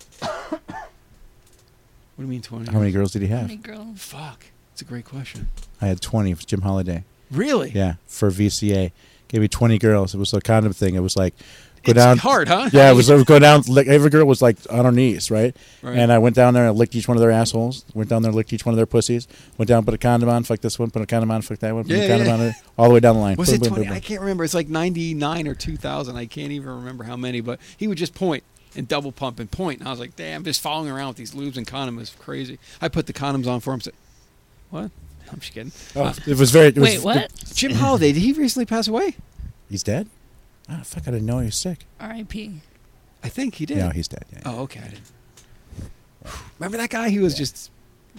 What do you mean twenty?
How many girls did he have?
Fuck. It's a great question.
I had 20 for Jim Holiday.
Really?
Yeah, for VCA. Gave me 20 girls. It was a condom thing. It was like, go
It's
down.
hard, huh?
Yeah, it was, it was go down. Lick, every girl was like on her knees, right?
Right.
And I went down there and licked each one of their assholes. Went down there, licked each one of their pussies. Went down, put a condom on, fuck this one, put a condom on, fuck that one, put
Yeah,
a condom
yeah.
on, all the way down the line.
Was
Boom,
it
boom,
20?
boom, boom.
I can't remember. It's like 99 or 2000. I can't even remember how many, but he would just point and double pump and point. And I was like, damn, just following around with these lubes and condoms is crazy. I put the condoms on for him. Said, what? I'm just kidding. Uh,
Oh, it was very- it was- Wait,
what?
Jim Holiday, did he recently pass away?
He's dead? Ah, fuck, I didn't know he was sick.
R.I.P.
I think he did.
No, he's dead. Yeah.
Oh, okay. I didn't- Remember that guy? He was just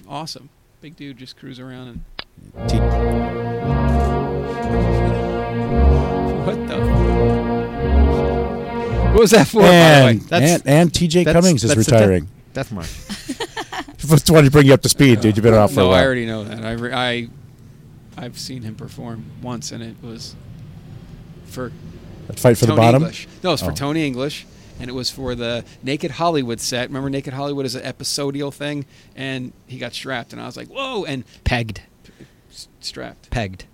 awesome. Big dude, just cruise around and. Oh. What the? What was that for?
And,
by the way?
and, and TJ
that's-
Cummings is
that's the
retiring.
Death mark.
Just wanted to bring you up to speed, dude. You've been off for a
no,
while.
I already know that. I, re- I, I've seen him perform once, and it was for
That fight for the
Tony
bottom?
English. No, it was
Oh.
for Tony English, and it was for the Naked Hollywood set. Remember, Naked Hollywood is an episodial thing, and he got strapped, and I was like, "Whoa!" and
pegged,
strapped.
pegged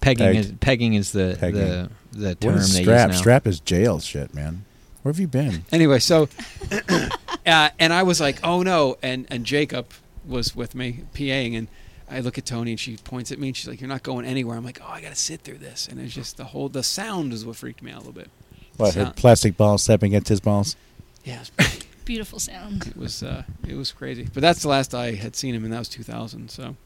pegging
Pegged.
is pegging is the
Pegging.
the the
What
term
is
they
strap?
use now.
Strap is jail shit, man. Where have you been?
Anyway, so uh, and I was like, "Oh no!" and and Jacob was with me paing, and I look at Tony, and she points at me, and she's like, "You're not going anywhere." I'm like, "Oh, I got to sit through this," and it's just the whole the sound is what freaked me out a little bit.
What, her
Sound-
plastic balls slapping against his balls?
yeah,
Beautiful sound.
it was uh, it was crazy. But that's the last I had seen him, and that was 2000, so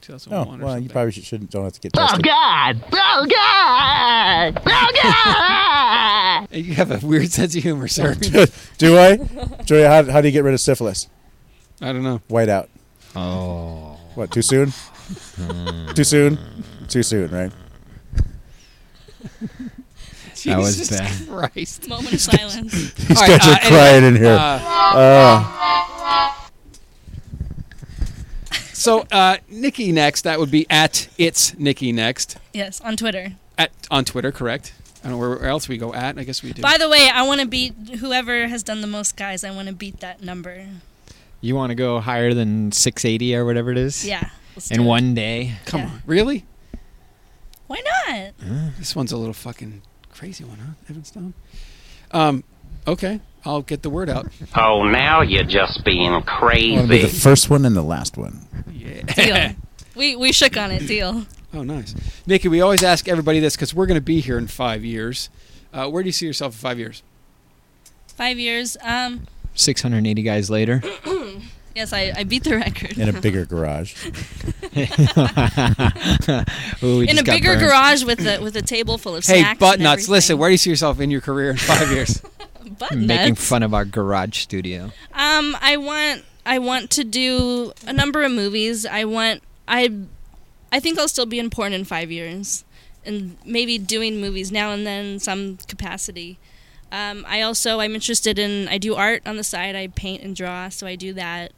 2001 or
Oh, well,
something.
you probably should, shouldn't. Don't have to get
Oh,
tested.
God! Oh God! Oh God!
You have a weird sense of humor, sir.
do I? Julia, how, how do you get rid of syphilis?
I don't know.
White out.
Oh.
What, too soon?
Hmm.
too soon? Too soon, right?
That was
Jesus
bad.
Christ.
Moment of silence.
These
All right,
guys
uh,
are crying in
anyway,
here.
uh, so uh, Nikki next. That would be at it's Nikki next
Yes, on Twitter.
at on Twitter, correct? I don't know where else we go at. I guess we do.
By the way, I want to beat whoever has done the most guys. I want to beat that number.
you want to go higher than 680 or whatever it is
Yeah, let's
in
do it.
one day
Come
Yeah.
on, really?
Why not?
This one's a little fucking crazy one, huh? Evan Stone. Um, okay, I'll get the word out.
Oh, now you're just being
I want to be the
crazy.
first one and the last one.
Deal. we we shook on it. Deal.
Oh, nice, Nikki. We always ask everybody this because we're going to be here in five years. Uh, where do you see yourself in five years?
Five years. Um.
680 guys later
yes, I, I beat the record.
In a bigger garage.
Ooh, we
In
just
a
got
bigger
burned.
garage with a with a table full of
Hey,
snacks.
butt
and
nuts! Listen, where do you see yourself in your career in five years?
everything. Butt
making
nuts.
fun of our garage studio
Um, I want I want to do a number of movies. I want I I think I'll still be in porn in five years, and maybe doing movies now and then in some capacity. Um, I also I'm interested in I do art on the side. I paint and draw, so I do that.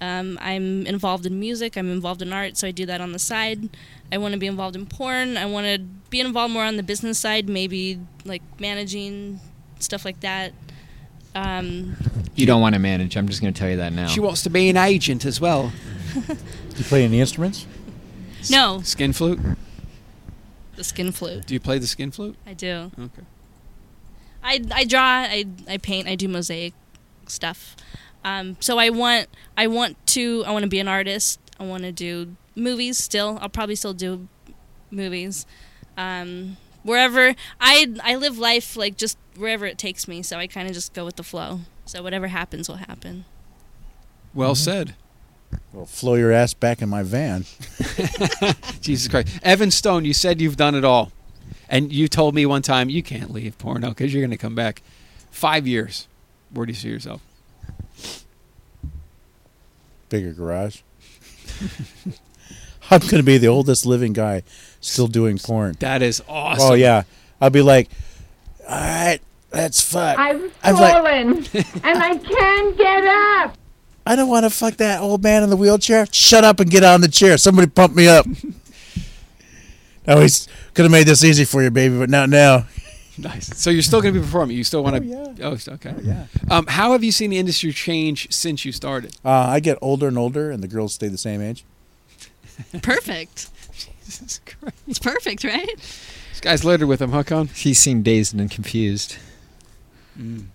Um, I'm involved in music. I'm involved in art, so I do that on the side. I want to be involved in porn. I want to be involved more on the business side, maybe like managing stuff like that. Um,
you don't want to manage i'm just going to tell you that now
She wants to be an agent as well.
Do you play any instruments?
no,
Skin flute?
the skin flute.
Do you play the skin flute?
I do.
Okay.
I, I draw, I, I paint, I do mosaic stuff. Um, so I want I want to I want to be an artist. I want to do movies still. I'll probably still do movies. Um, wherever I I live life like just wherever it takes me. So I kind of just go with the flow. So whatever happens will happen.
Well said.
Well, flow your ass back in my van.
Jesus Christ. Evan Stone, you said you've done it all. And you told me one time, you can't leave porno because you're going to come back. Five years. Where do you see yourself?
Bigger garage. I'm going to be the oldest living guy still doing porn.
That is awesome.
Oh, yeah. I'll be like, all right, let's fuck.
I've
I'm
fallen and I can't get up.
I don't want to fuck that old man in the wheelchair. Shut up and get on the chair. Somebody pump me up. I always could have made this easy for you, baby, but not now.
Nice. So you're still going to be performing. You still want to. Oh, okay. yeah. Um, how have you seen the industry change since you started?
Uh, I get older and older, and the girls stay the same age.
Perfect. Jesus Christ. It's perfect, right?
This guy's loaded with him, huh, Con?
He seemed dazed and confused.
Mm.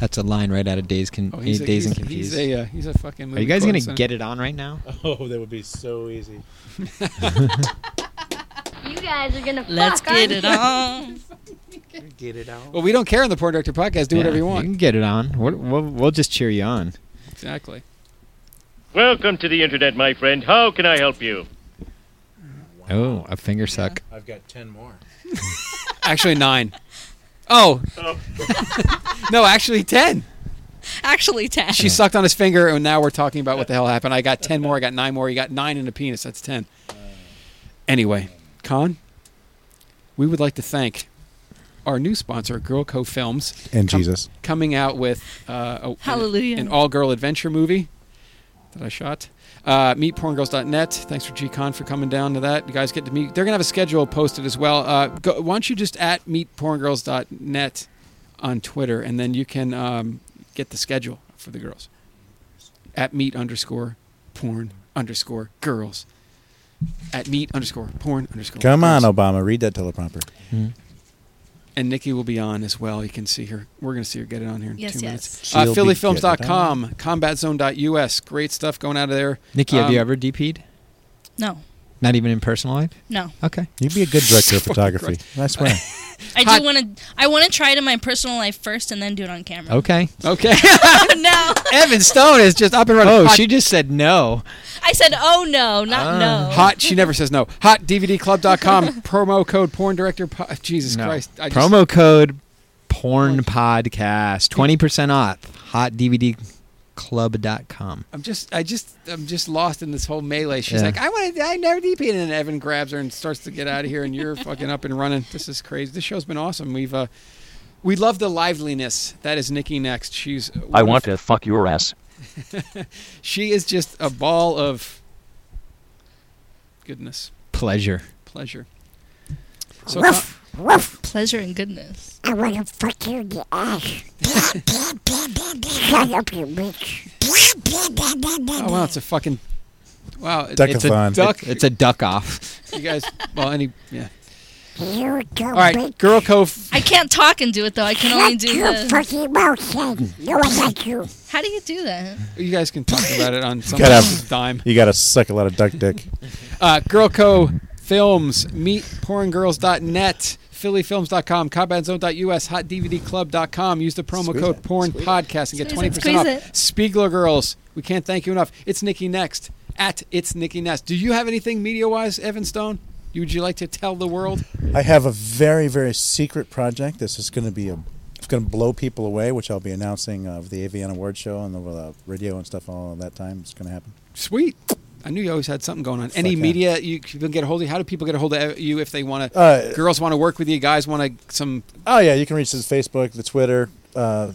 That's a line right out of Days, Con-
Oh, he's a-
Days and
he's- he's
Confused.
a, uh, he's a fucking
Are
movie
you guys going
quote, so-
to get it on right now?
Oh, that would be so easy.
You guys are gonna
Let's
fuck, aren't
get it
you?
on.
Get it out.
Well, we don't care on the Porn Director podcast. Do whatever
Yeah,
you want.
You can get it on. We'll, we'll, we'll just cheer you on.
Exactly.
Welcome to the internet, my friend. How can I help you?
Oh, a finger suck.
I've got 10 more.
Actually, nine. Oh. no, actually, ten.
Actually, ten.
She sucked on his finger, and now we're talking about what the hell happened. I got ten more. I got nine more. You got nine in a penis. That's ten. Anyway, Con, we would like to thank our new sponsor, Girl Co Films,
And Jesus.
coming out with uh, a,
Hallelujah.
an all-girl adventure movie that I shot. Uh, meetporngirls.net. Thanks for GCon for coming down to that. You guys get to meet. They're gonna have a schedule posted as well. Uh, go, why don't you just at meetporngirls.net on Twitter, and then you can um, get the schedule for the girls at meet underscore porn underscore girls at meet underscore porn underscore.
Come on,
girls.
Obama. Read that teleprompter.
And Nikki will be on as well. You can see her. We're going to see her get it on here in
Yes,
two
yes.
minutes.
She'll
Uh,
be
PhillyFilms.com, CombatZone.us. Great stuff going out of there.
Nikki, have
Um,
you ever DP'd?
No,
Not even in personal life?
no.
Okay.
You'd be a good director of photography.
Christ.
I swear.
I do want to. I want to try it in my personal life first, and then do it on camera.
Okay.
Okay.
no,
Evan Stone is just up and running.
Oh,
Hot-
she just said no.
I said, oh no, not no.
Ah. Hot. She never says no. HotDVDClub.com. promo code porn director. Po- Jesus
No.
Christ. I just-
Promo code porn podcast. 20% off. HotDVDclub.com.
I'm just, I just, I'm just lost in this whole melee. She's
Yeah.
like, I want to, I never DP, and then Evan grabs her and starts to get out of here, and you're fucking up and running. This is crazy. This show's been awesome. We've, uh, we love the liveliness. That is Nikki next. She's,
I want to fuck your ass.
she is just a ball of goodness,
Pleasure.
pleasure.
Woof, woof. Pleasure and goodness. I want to fuck you in the ass. Shut up, you bitch.
Oh wow, it's a fucking wow. it-
It's a duck. It's a duck off.
You guys, well, any yeah.
Here we go.
All right, Girl Cove.
I can't talk and do it though. I can only do
your
the.
fucking mouth shut. No one like you.
How do you do that?
You guys can talk about it on some
Gotta-
dime.
You got to suck a lot of duck dick.
Uh, Girl Co. Films, meetporngirls.net, phillyfilms.com, combatzone.us, hotdvdclub.com. Use the promo
Squeeze
code
it.
porn
Squeeze it.
podcast and get
Squeeze
20%
it. Squeeze
off.
it.
Spiegler Girls, we can't thank you enough. It's Nikki Next, at It's Nikki Next. Do you have anything media wise, Evan Stone? You- Would you like to tell the world?
I have a very, very secret project. This is going to be a, it's going to blow people away, which I'll be announcing of the AVN Award Show and the uh, radio and stuff all that time. It's going to happen.
Sweet. I knew you always had something going on. Any
Fuck yeah.
media you can get a hold of? How do people get a hold of you if they want to?
Uh,
girls want to work with you. Guys want to some
Oh yeah, you can reach us Facebook, the Twitter, uh,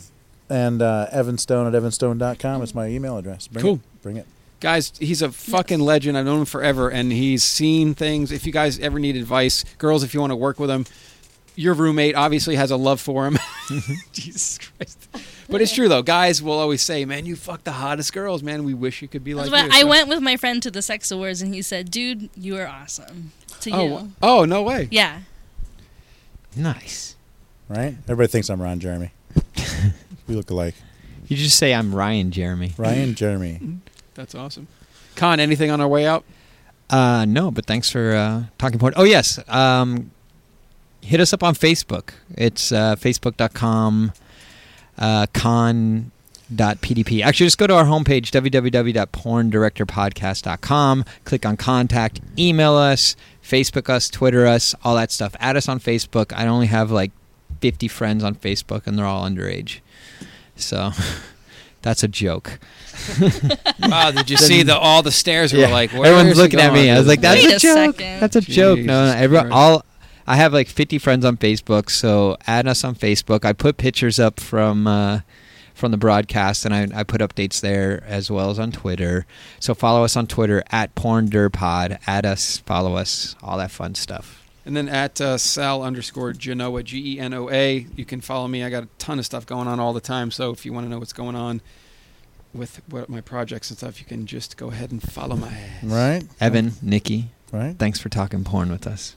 and uh, Evanstone at evanstone.com. It's my email address. Bring
Cool.
It. Bring it.
Guys, he's a fucking legend. I've known him forever, and he's seen things. If you guys ever need advice, girls, if you want to work with him, your roommate obviously has a love for him.
Mm-hmm.
Jesus Christ! But it's true though. Guys will always say, "Man, you fuck the hottest girls, man. We wish you could be like."
That's what-
you."
I
So-
went with my friend to the sex awards, and he said, "Dude, you are awesome." To
Oh,
you.
wha- oh no way!
Yeah.
Nice.
Right? Everybody thinks I'm Ron Jeremy. we look alike.
You just say I'm Ryan Jeremy.
Ryan Jeremy.
That's awesome. Con, anything on our way out?
Uh, no, but thanks for uh, talking point. Oh yes, um, hit us up on Facebook. It's uh, facebook.com uh, con.pdp. Actually, just go to our homepage, www.porndirectorpodcast.com. Click on contact, email us, Facebook us, Twitter us, all that stuff. Add us on Facebook. I only have like 50 friends on Facebook, and they're all underage. So that's a joke.
Wow, did you see the all the stares were
Yeah.
like? "Where is
Everyone's
he
looking at me.
going?"
I was like, "That's
Wait
a
a
joke.
second.
That's a joke." No, no
Jesus
everyone,
Christ.
all I have like 50 friends on Facebook, so add us on Facebook. I put pictures up from uh, from the broadcast, and I, I put updates there as well as on Twitter. So follow us on Twitter at PornDurPod. Add us, follow us, all that fun stuff.
And then at uh, Sal underscore Genoa, G E N O A, you can follow me. I got a ton of stuff going on all the time. So if you want to know what's going on with what my projects and stuff, you can just go ahead and follow my ass.
Right.
Evan, Nikki,
right?
Thanks for talking porn with us.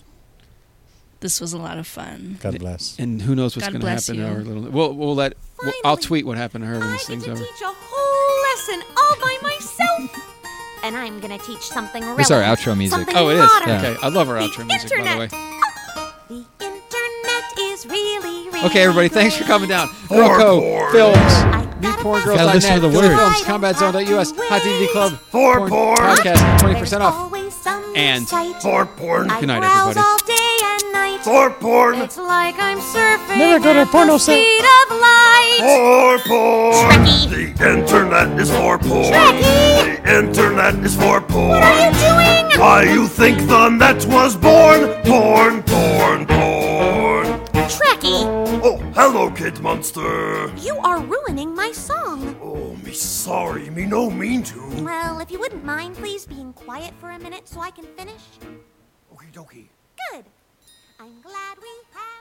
This was a lot of fun.
God bless.
And who knows what's
God
going to
bless
happen
you.
to her little. We'll, we'll let. We'll, I'll tweet what happened to her when this thing's over.
teach a whole lesson all by myself. And I'm gonna teach something relevant.
This is our outro music.
something
Oh, it is.
modern.
Okay. I love our outro music, by the way.
Internet. The internet is really, really
Okay, everybody,
great.
thanks for coming down. Rocco Films,
Gotta
meetporngirls.net,
listen to the
Killer
words.
Films, CombatZone.us, Hot DVD Club, Porn Podcast, 20% off, and
For
Porn. Good night,
Browse
everybody.
all day and night.
For porn.
It's like I'm surfing
Never go to
at
porno
the
site.
speed of light.
For porn. The internet is for porn. The internet is for porn. What are you doing? Why you think the net was born? Porn, porn, porn.
Trekkie.
Oh, hello, kid monster.
You are ruining my song.
Oh, me sorry, me no mean to.
Well, if you wouldn't mind, please being quiet for a minute so I can finish. Okie dokie. Good. I'm glad we had.